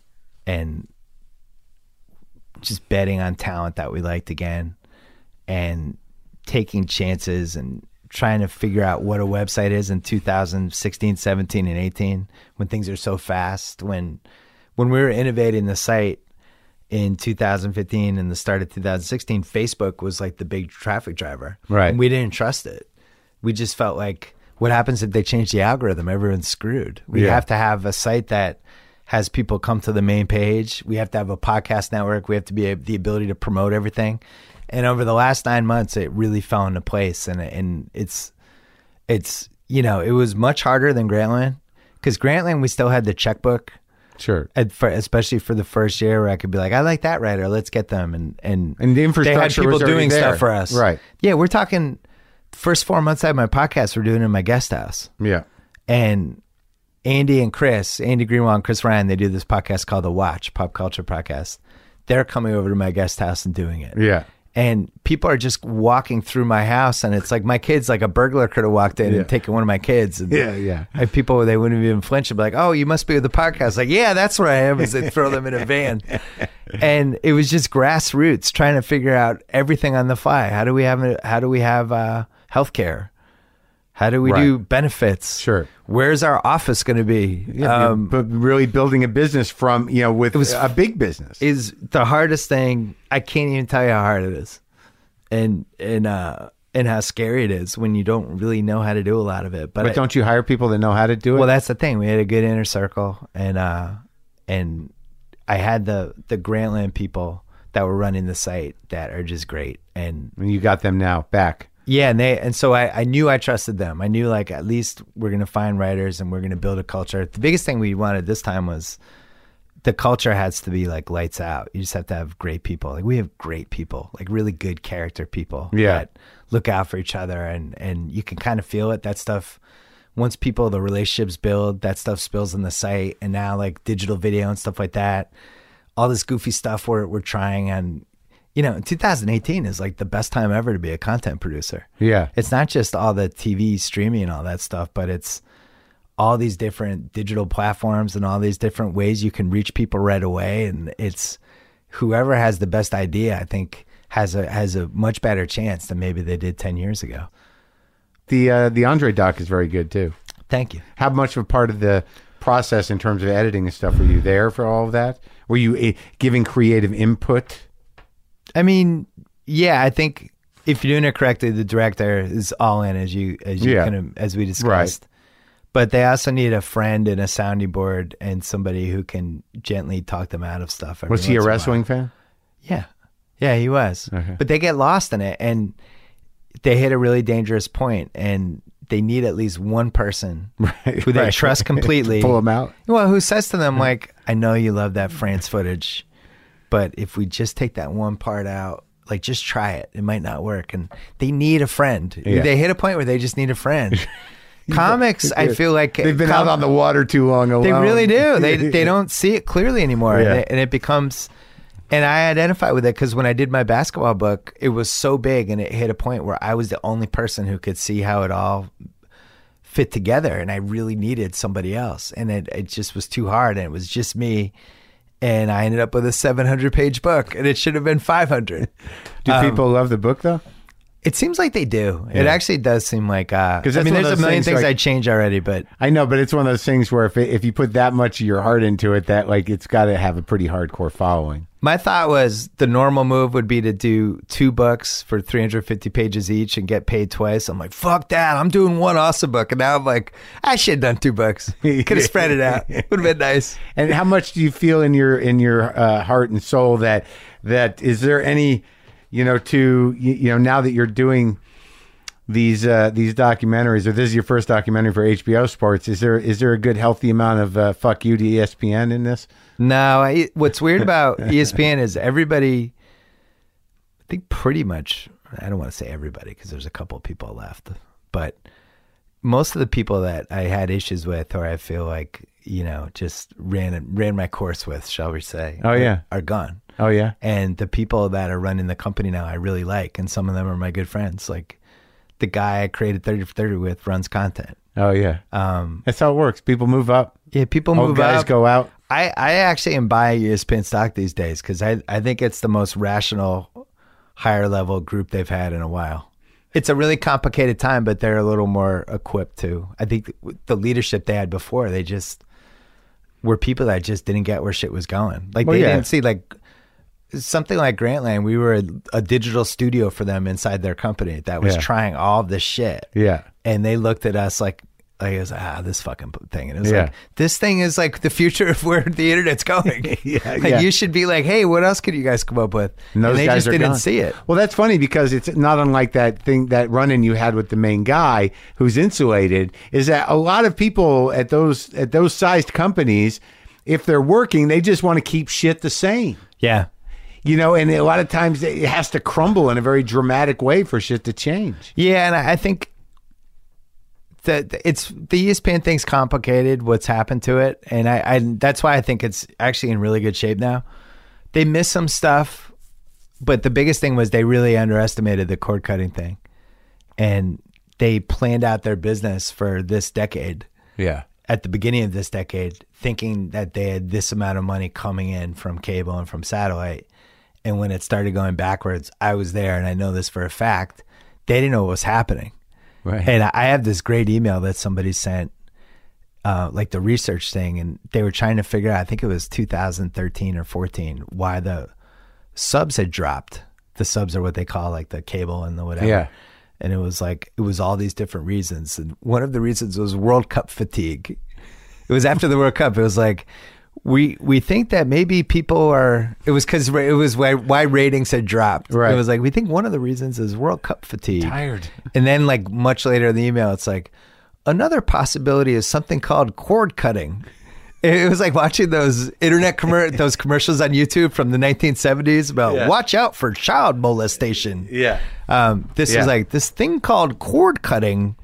S3: and just betting on talent that we liked again, and taking chances and trying to figure out what a website is in 2016 17 and 18 when things are so fast when when we were innovating the site in 2015 and the start of 2016, Facebook was like the big traffic driver.
S1: Right.
S3: And we didn't trust it. We just felt like, what happens if they change the algorithm? Everyone's screwed. We
S1: Yeah.
S3: have to have a site that has people come to the main page. We have to have a podcast network. We have to be a, the ability to promote everything. And over the last nine months, it really fell into place. And and it's it's you know it was much harder than Grantland because Grantland we still had the checkbook,
S1: Sure.
S3: and for, especially for the first year where I could be like, I like that writer, let's get them, and and
S1: And the
S3: they had
S1: infrastructure
S3: people
S1: was already
S3: doing
S1: there.
S3: stuff for us,
S1: Right.
S3: Yeah, we're talking first four months out of my podcast, we're doing it in my guest house,
S1: Yeah.
S3: and Andy and Chris, Andy Greenwald and Chris Ryan, they do this podcast called The Watch, pop culture podcast. They're coming over to my guest house and doing it.
S1: Yeah.
S3: And people are just walking through my house, and it's like my kids, like a burglar could have walked in
S1: Yeah.
S3: and taken one of my kids. And,
S1: Yeah, yeah.
S3: And people, they wouldn't even flinch and be like, oh, you must be with the podcast. Like, yeah, that's where I am, is they throw them in
S1: *laughs*
S3: a van. And it was just grassroots trying to figure out everything on the fly. How do we have, how do we have uh, healthcare? How do we
S1: Right.
S3: do benefits?
S1: Sure.
S3: Where's our office going to be? um,
S1: but really building a business from, you know, with
S3: was-
S1: a big business.
S3: is the hardest thing. I can't even tell you how hard it is, and and uh and how scary it is when you don't really know how to do a lot of it. But,
S1: but
S3: I-
S1: don't you hire people that know how to do it?
S3: well, that's the thing. We had a good inner circle, and uh and I had the the Grantland people that were running the site that are just great and
S1: and you got them now back.
S3: yeah, and they and so I, I knew I trusted them. I knew like at least we're gonna find writers and we're gonna build a culture. The biggest thing we wanted this time was the culture has to be like lights out. You just have to have great people. Like we have great people, like really good character people.
S1: Yeah.
S3: That look out for each other and and you can kind of feel it. That stuff once people the relationships build, that stuff spills on the site and now like digital video and stuff like that. All this goofy stuff we're we're trying and you know, 2018 is like the best time ever to be a content producer.
S1: Yeah.
S3: It's not just all the TV streaming and all that stuff, but it's all these different digital platforms and all these different ways you can reach people right away. And it's whoever has the best idea, I think, has a has a much better chance than maybe they did 10 years ago.
S1: The uh, the Andre doc is very good too.
S3: Thank you.
S1: How much of a part of the process in terms of editing and stuff were you there for all of that? Were you eh, giving creative input?
S3: I mean, yeah, I think if you're doing it correctly, the director is all in as you as you
S1: Yeah.
S3: kind of as we discussed. But they also need a friend and a sounding board and somebody who can gently talk them out of stuff. every
S1: Was he a
S3: once in while.
S1: wrestling fan?
S3: Yeah. Yeah, he was. But they get lost in it and they hit a really dangerous point and they need at least one person who
S1: *laughs*
S3: they
S1: right. *laughs*
S3: trust completely.
S1: Pull him out.
S3: Well, who says to them like, "I know you love that France footage, but if we just take that one part out, like just try it, it might not work." And they need a friend.
S1: Yeah.
S3: They hit a point where they just need
S1: *laughs*
S3: a friend. Comics, I feel like
S1: They've been out
S3: com-
S1: on the water too long alone.
S3: They really do.
S1: *laughs*
S3: They they don't see it clearly anymore,
S1: Yeah.
S3: and, it, and it becomes. And I identify with it because when I did my basketball book, it was so big, and it hit a point where I was the only person who could see how it all fit together and I really needed somebody else and it, it just was too hard and it was just me and I ended up with a 700 page book and it should have
S1: *laughs*
S3: been 500.
S1: Do people love the book though?
S3: It seems like they do. It
S1: Yeah.
S3: actually does seem like uh
S1: 'Cause
S3: I
S1: that's
S3: mean
S1: one of
S3: there's a
S1: those
S3: million
S1: things,
S3: things,
S1: like-
S3: I change already but
S1: I know, but it's one of those things where if it, if you put that much of your heart into it, that like it's got to have a pretty hardcore following.
S3: my thought was the normal move would be to do two books for 350 pages each and get paid twice. I'm like, fuck that. I'm doing one awesome book. And now I'm like, I should have done two
S1: *laughs*
S3: books. Could have spread it out. Would have been nice.
S1: And how much do you feel in your in your uh, heart and soul that that is there any you know to you, you know now that you're doing these uh, these documentaries or this is your first documentary for HBO Sports is there is there a good healthy amount of uh, fuck you to ESPN in this?
S3: No, I, what's weird
S1: *laughs*
S3: about E ESPN is everybody, I think pretty much, I don't want to say everybody because there's a couple of people left, but most of the people that I had issues with or I feel like, you know, just ran ran my course with, shall we say,
S1: Oh, yeah.
S3: are, are gone.
S1: Oh yeah,
S3: And the people that are running the company now, I really like, and some of them are my good friends. Like the guy I created 30 for 30 with runs content.
S1: oh yeah.
S3: Um,
S1: That's how it works. People move up,
S3: yeah, people
S1: old
S3: move
S1: guys
S3: up.
S1: go out.
S3: I, I actually am buying ESPN stock these days because I, I think it's the most rational, higher level group they've had in a while. It's a really complicated time, but they're a little more equipped to. I think the leadership they had before, they just were people that just didn't get where shit was going. Like
S1: Well,
S3: they
S1: yeah.
S3: didn't see like something like Grantland. We were a, a digital studio for them inside their company that was
S1: Yeah.
S3: trying all this shit
S1: Yeah.
S3: and they looked at us like like it was like, ah this fucking thing and it was
S1: Yeah.
S3: like this thing is like the future of where the internet's going
S1: *laughs* Yeah,
S3: like
S1: yeah.
S3: you should be like hey what else could you guys come up with
S1: And those
S3: they
S1: guys
S3: just
S1: are
S3: didn't
S1: gone.
S3: see it
S1: Well, that's funny because it's not unlike that thing that run-in you had with the main guy who's insulated. Is that a lot of people at those at those sized companies, if they're working, they just want to keep shit the same.
S3: yeah
S1: You know, and a lot of times it has to crumble in a very dramatic way for shit to change.
S3: Yeah, and I I think that it's the E ESPN thing's complicated. What's happened to it, and I, I that's why I think it's actually in really good shape now. They missed some stuff, but the biggest thing was they really underestimated the cord cutting thing, and they planned out their business for this decade
S1: Yeah.
S3: at the beginning of this decade thinking that they had this amount of money coming in from cable and from satellite. And when it started going backwards, I was there and I know this for a fact. They didn't know what was happening.
S1: Right.
S3: And I- I have this great email that somebody sent, uh, like the research thing, and they were trying to figure out, I think it was 2013 or 14, why the subs had dropped. The subs are what they call like the cable and the whatever.
S1: Yeah.
S3: And it was like, it was all these different reasons. And one of the reasons was World Cup fatigue. It was after the World Cup. It was like, we we think that maybe people are. It was because it was why, why ratings had dropped.
S1: Right.
S3: It was like we think one of the reasons is World Cup fatigue.
S1: Tired.
S3: And then like much later in the email, it's like another possibility is something called cord cutting. It it was like watching those internet
S1: *laughs*
S3: commer- those commercials on YouTube from the 1970s about
S1: Yeah.
S3: watch out for child molestation.
S1: Yeah.
S3: Um, this
S1: Yeah.
S3: is like this thing called cord cutting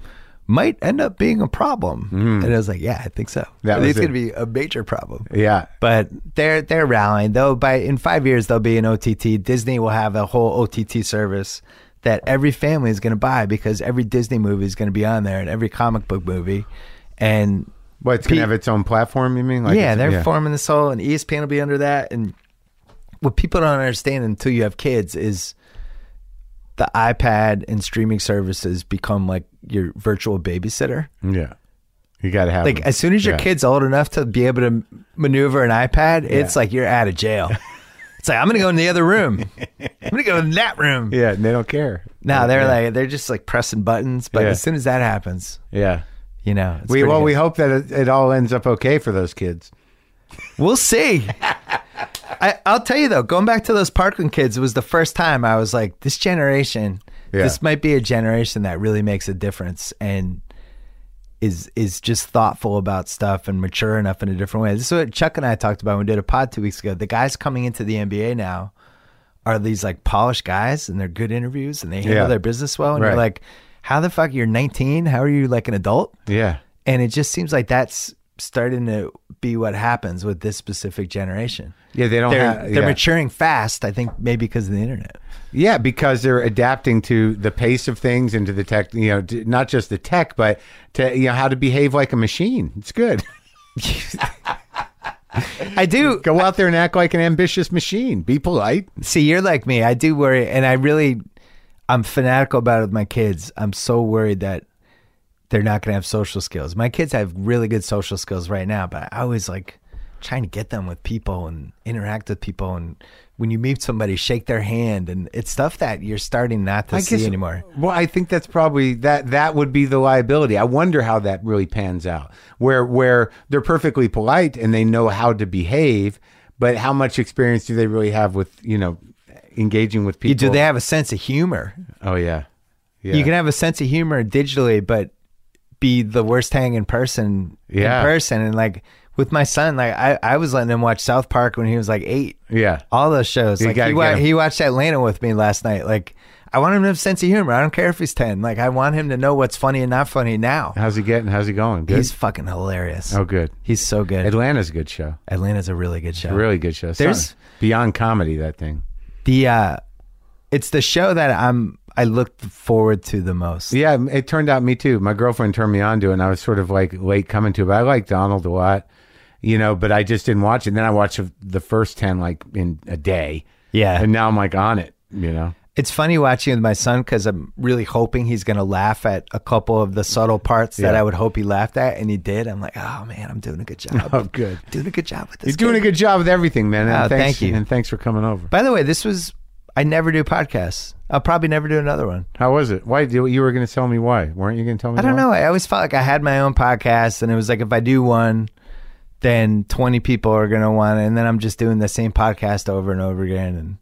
S3: might end up being a problem. And I was like, yeah, I think so.
S1: Mm-hmm. That
S3: I
S1: was
S3: think it's
S1: it.
S3: going to be a major problem.
S1: Yeah.
S3: But they're they're rallying. Though by in five years they'll be an OTT. Disney will have a whole OTT service that every family is going to buy because every Disney movie is going to be on there and every comic book movie. And
S1: Well, it's gonna
S3: Pe-
S1: have its own platform. You mean? Like
S3: yeah,
S1: it's-
S3: they're forming this whole, and E ESPN will be under that. And what people don't understand until you have kids is the iPad and streaming services become like your virtual babysitter.
S1: Yeah. You got to have
S3: Like
S1: them.
S3: as soon as your
S1: Yeah.
S3: kid's old enough to be able to m- maneuver an iPad, it's like you're out
S1: *laughs*
S3: of jail. it's like I'm gonna go in the other room. I'm gonna go in
S1: *laughs*
S3: that room.
S1: Yeah, and they don't care.
S3: No, they're like they're just like pressing buttons. But
S1: Yeah.
S3: as soon as that happens,
S1: Yeah.
S3: you know, it's
S1: We
S3: pretty
S1: well,
S3: good.
S1: we hope that it, it all ends up okay for those kids.
S3: We'll see. I, I'll tell you though, going back to those Parkland kids, it was the first time I was like, this generation,
S1: Yeah.
S3: this might be a generation that really makes a difference and is is just thoughtful about stuff and mature enough in a different way. This is what Chuck and I talked about when we did a pod two weeks ago. The guys coming into the NBA now are these like polished guys and they're good interviews and they handle
S1: Yeah.
S3: their business well. And
S1: Right.
S3: you're like, how the fuck you're 19? How are you like an adult?
S1: Yeah.
S3: And it just seems like that's starting to be what happens with this specific generation.
S1: Yeah, they don't
S3: They're,
S1: have-
S3: they're
S1: yeah.
S3: maturing fast, I think, maybe because of the internet.
S1: Yeah, because they're adapting to the pace of things and to the tech, you know, to, not just the tech, but to, you know, how to behave like a machine. It's good. *laughs*
S3: I do.
S1: Go out there and act like an ambitious machine. Be polite.
S3: See, you're like me. I do worry. And I really, I'm fanatical about it with my kids. I'm so worried that they're not going to have social skills. My kids have really good social skills right now, but I always like trying to get them with people and interact with people. And when you meet somebody, shake their hand. And it's stuff that you're starting not to see anymore.
S1: Well, I think that's probably that that would be the liability. I wonder how that really pans out. Where where they're perfectly polite and they know how to behave, but how much experience do they really have with, you know, engaging with people?
S3: Do they have a sense of humor?
S1: Oh yeah. Yeah.
S3: You can have a sense of humor digitally, but be the worst hanging person
S1: Yeah.
S3: in person. And like with my son, like I, I was letting him watch South Park when he was like eight.
S1: yeah.
S3: All those shows.
S1: You
S3: like
S1: gotta
S3: he, wa-
S1: get him.
S3: he watched Atlanta with me last night. Like I want him to have a sense of humor. I don't care if he's ten. Like I want him to know what's funny and not funny now.
S1: How's he getting? How's he going? Oh, Good.
S3: He's fucking hilarious.
S1: oh, good.
S3: He's so good.
S1: Atlanta's a good show.
S3: Atlanta's a really good show.
S1: Really good show.
S3: There's-
S1: Son- beyond comedy that thing.
S3: The uh it's the show that I'm I looked forward to the most.
S1: Yeah, it turned out me too. My girlfriend turned me on to it, and I was sort of like late coming to it. But I like Donald a lot, you know. But I just didn't watch it. And then I watched the first ten like in a day,
S3: Yeah.
S1: and now I'm like on it. You know.
S3: It's funny watching with my son because I'm really hoping he's going to laugh at a couple of the subtle parts that
S1: Yeah.
S3: I would hope he laughed at, and he did. I'm like, oh man, I'm doing a good job.
S1: Oh, good. Uh,
S3: doing a good job with this.
S1: You're doing
S3: kid."
S1: a good job with everything, man. And
S3: Oh,
S1: thanks,
S3: thank you.
S1: And thanks for coming over.
S3: By the way, this was I never do podcasts. I'll probably never do another one.
S1: How was it? Why you, you were going to tell me why? Weren't you going to tell me?
S3: I don't
S1: why?
S3: know. I always felt like I had my own podcast, and it was like if I do one, then twenty people are gonna want it, and then I'm just doing the same podcast over and over again. And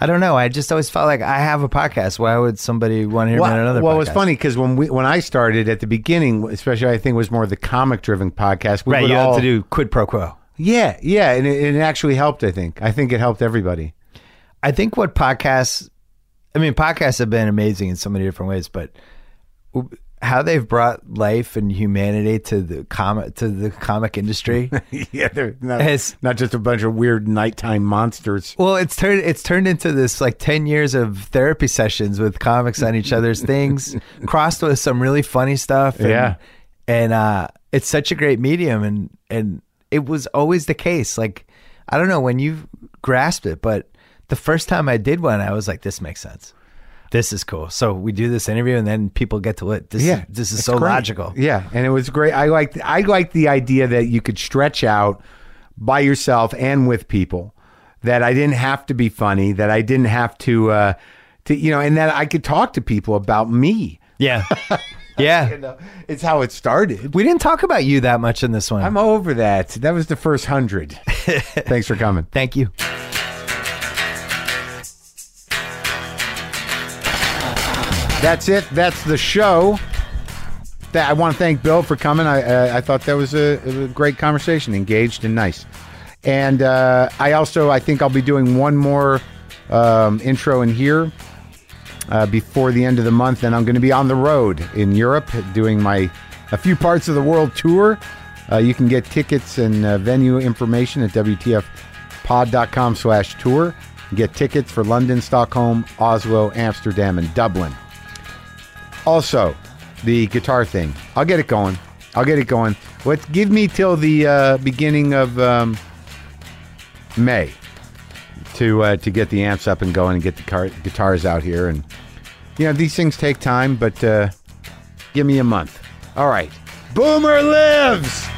S3: I don't know. I just always felt like I have a podcast. Why would somebody want to hear me on another?
S1: well,
S3: podcast?
S1: it was funny because when we when I started at the beginning, especially I think it was more the comic driven podcast. We
S3: Right,
S1: would
S3: you
S1: all-
S3: have to do quid pro quo.
S1: Yeah, yeah, and it, it actually helped. I think. I think it helped
S3: *laughs*
S1: everybody.
S3: I think what podcasts, I mean, podcasts have been amazing in so many different ways, but w- how they've brought life and humanity to the comic to the comic industry.
S1: yeah, they're not,
S3: It's-
S1: not just a bunch of weird nighttime monsters.
S3: well, it's turned it's turned into this like ten years of therapy sessions with comics on each other's
S1: *laughs*
S3: things, crossed with some really funny stuff. And,
S1: Yeah.
S3: and uh, it's such a great medium, and and it was always the case. Like I don't know when you grasped it, but the first time I did one, I was like, this makes sense. This is cool. So we do this interview, and then people get to it. This is, this is
S1: it's
S3: so
S1: great.
S3: logical.
S1: Yeah, and it was great. I liked I liked the idea that you could stretch out by yourself and with people. That I didn't have to be funny. That I didn't have to uh, to you know, and that I could talk to people about me.
S3: Yeah,
S1: You
S3: *laughs*
S1: *laughs*
S3: yeah.
S1: know, it's how it started.
S3: We didn't talk about you that much in this one.
S1: I'm over that. That was the first
S3: *laughs*
S1: hundred. Thanks for coming.
S3: Thank you.
S1: That's it. That's the show. That I want to thank Bill for coming. I uh, I thought that was a, a great conversation, engaged and nice. And uh, I also I think I'll be doing one more um, intro in here uh, before the end of the month, and I'm going to be on the road in Europe doing my a few parts of the world tour. Uh, you can get tickets and uh, venue information at wtfpod.com slash tour. Get tickets for London, Stockholm, Oslo, Amsterdam, and Dublin. Also, the guitar thing. I'll get it going. I'll get it going. Let's give me till the uh, beginning of um, May to uh, to get the amps up and going and get the car- guitars out here. And you know these things take time, but uh, give me a month. All right, Boomer lives.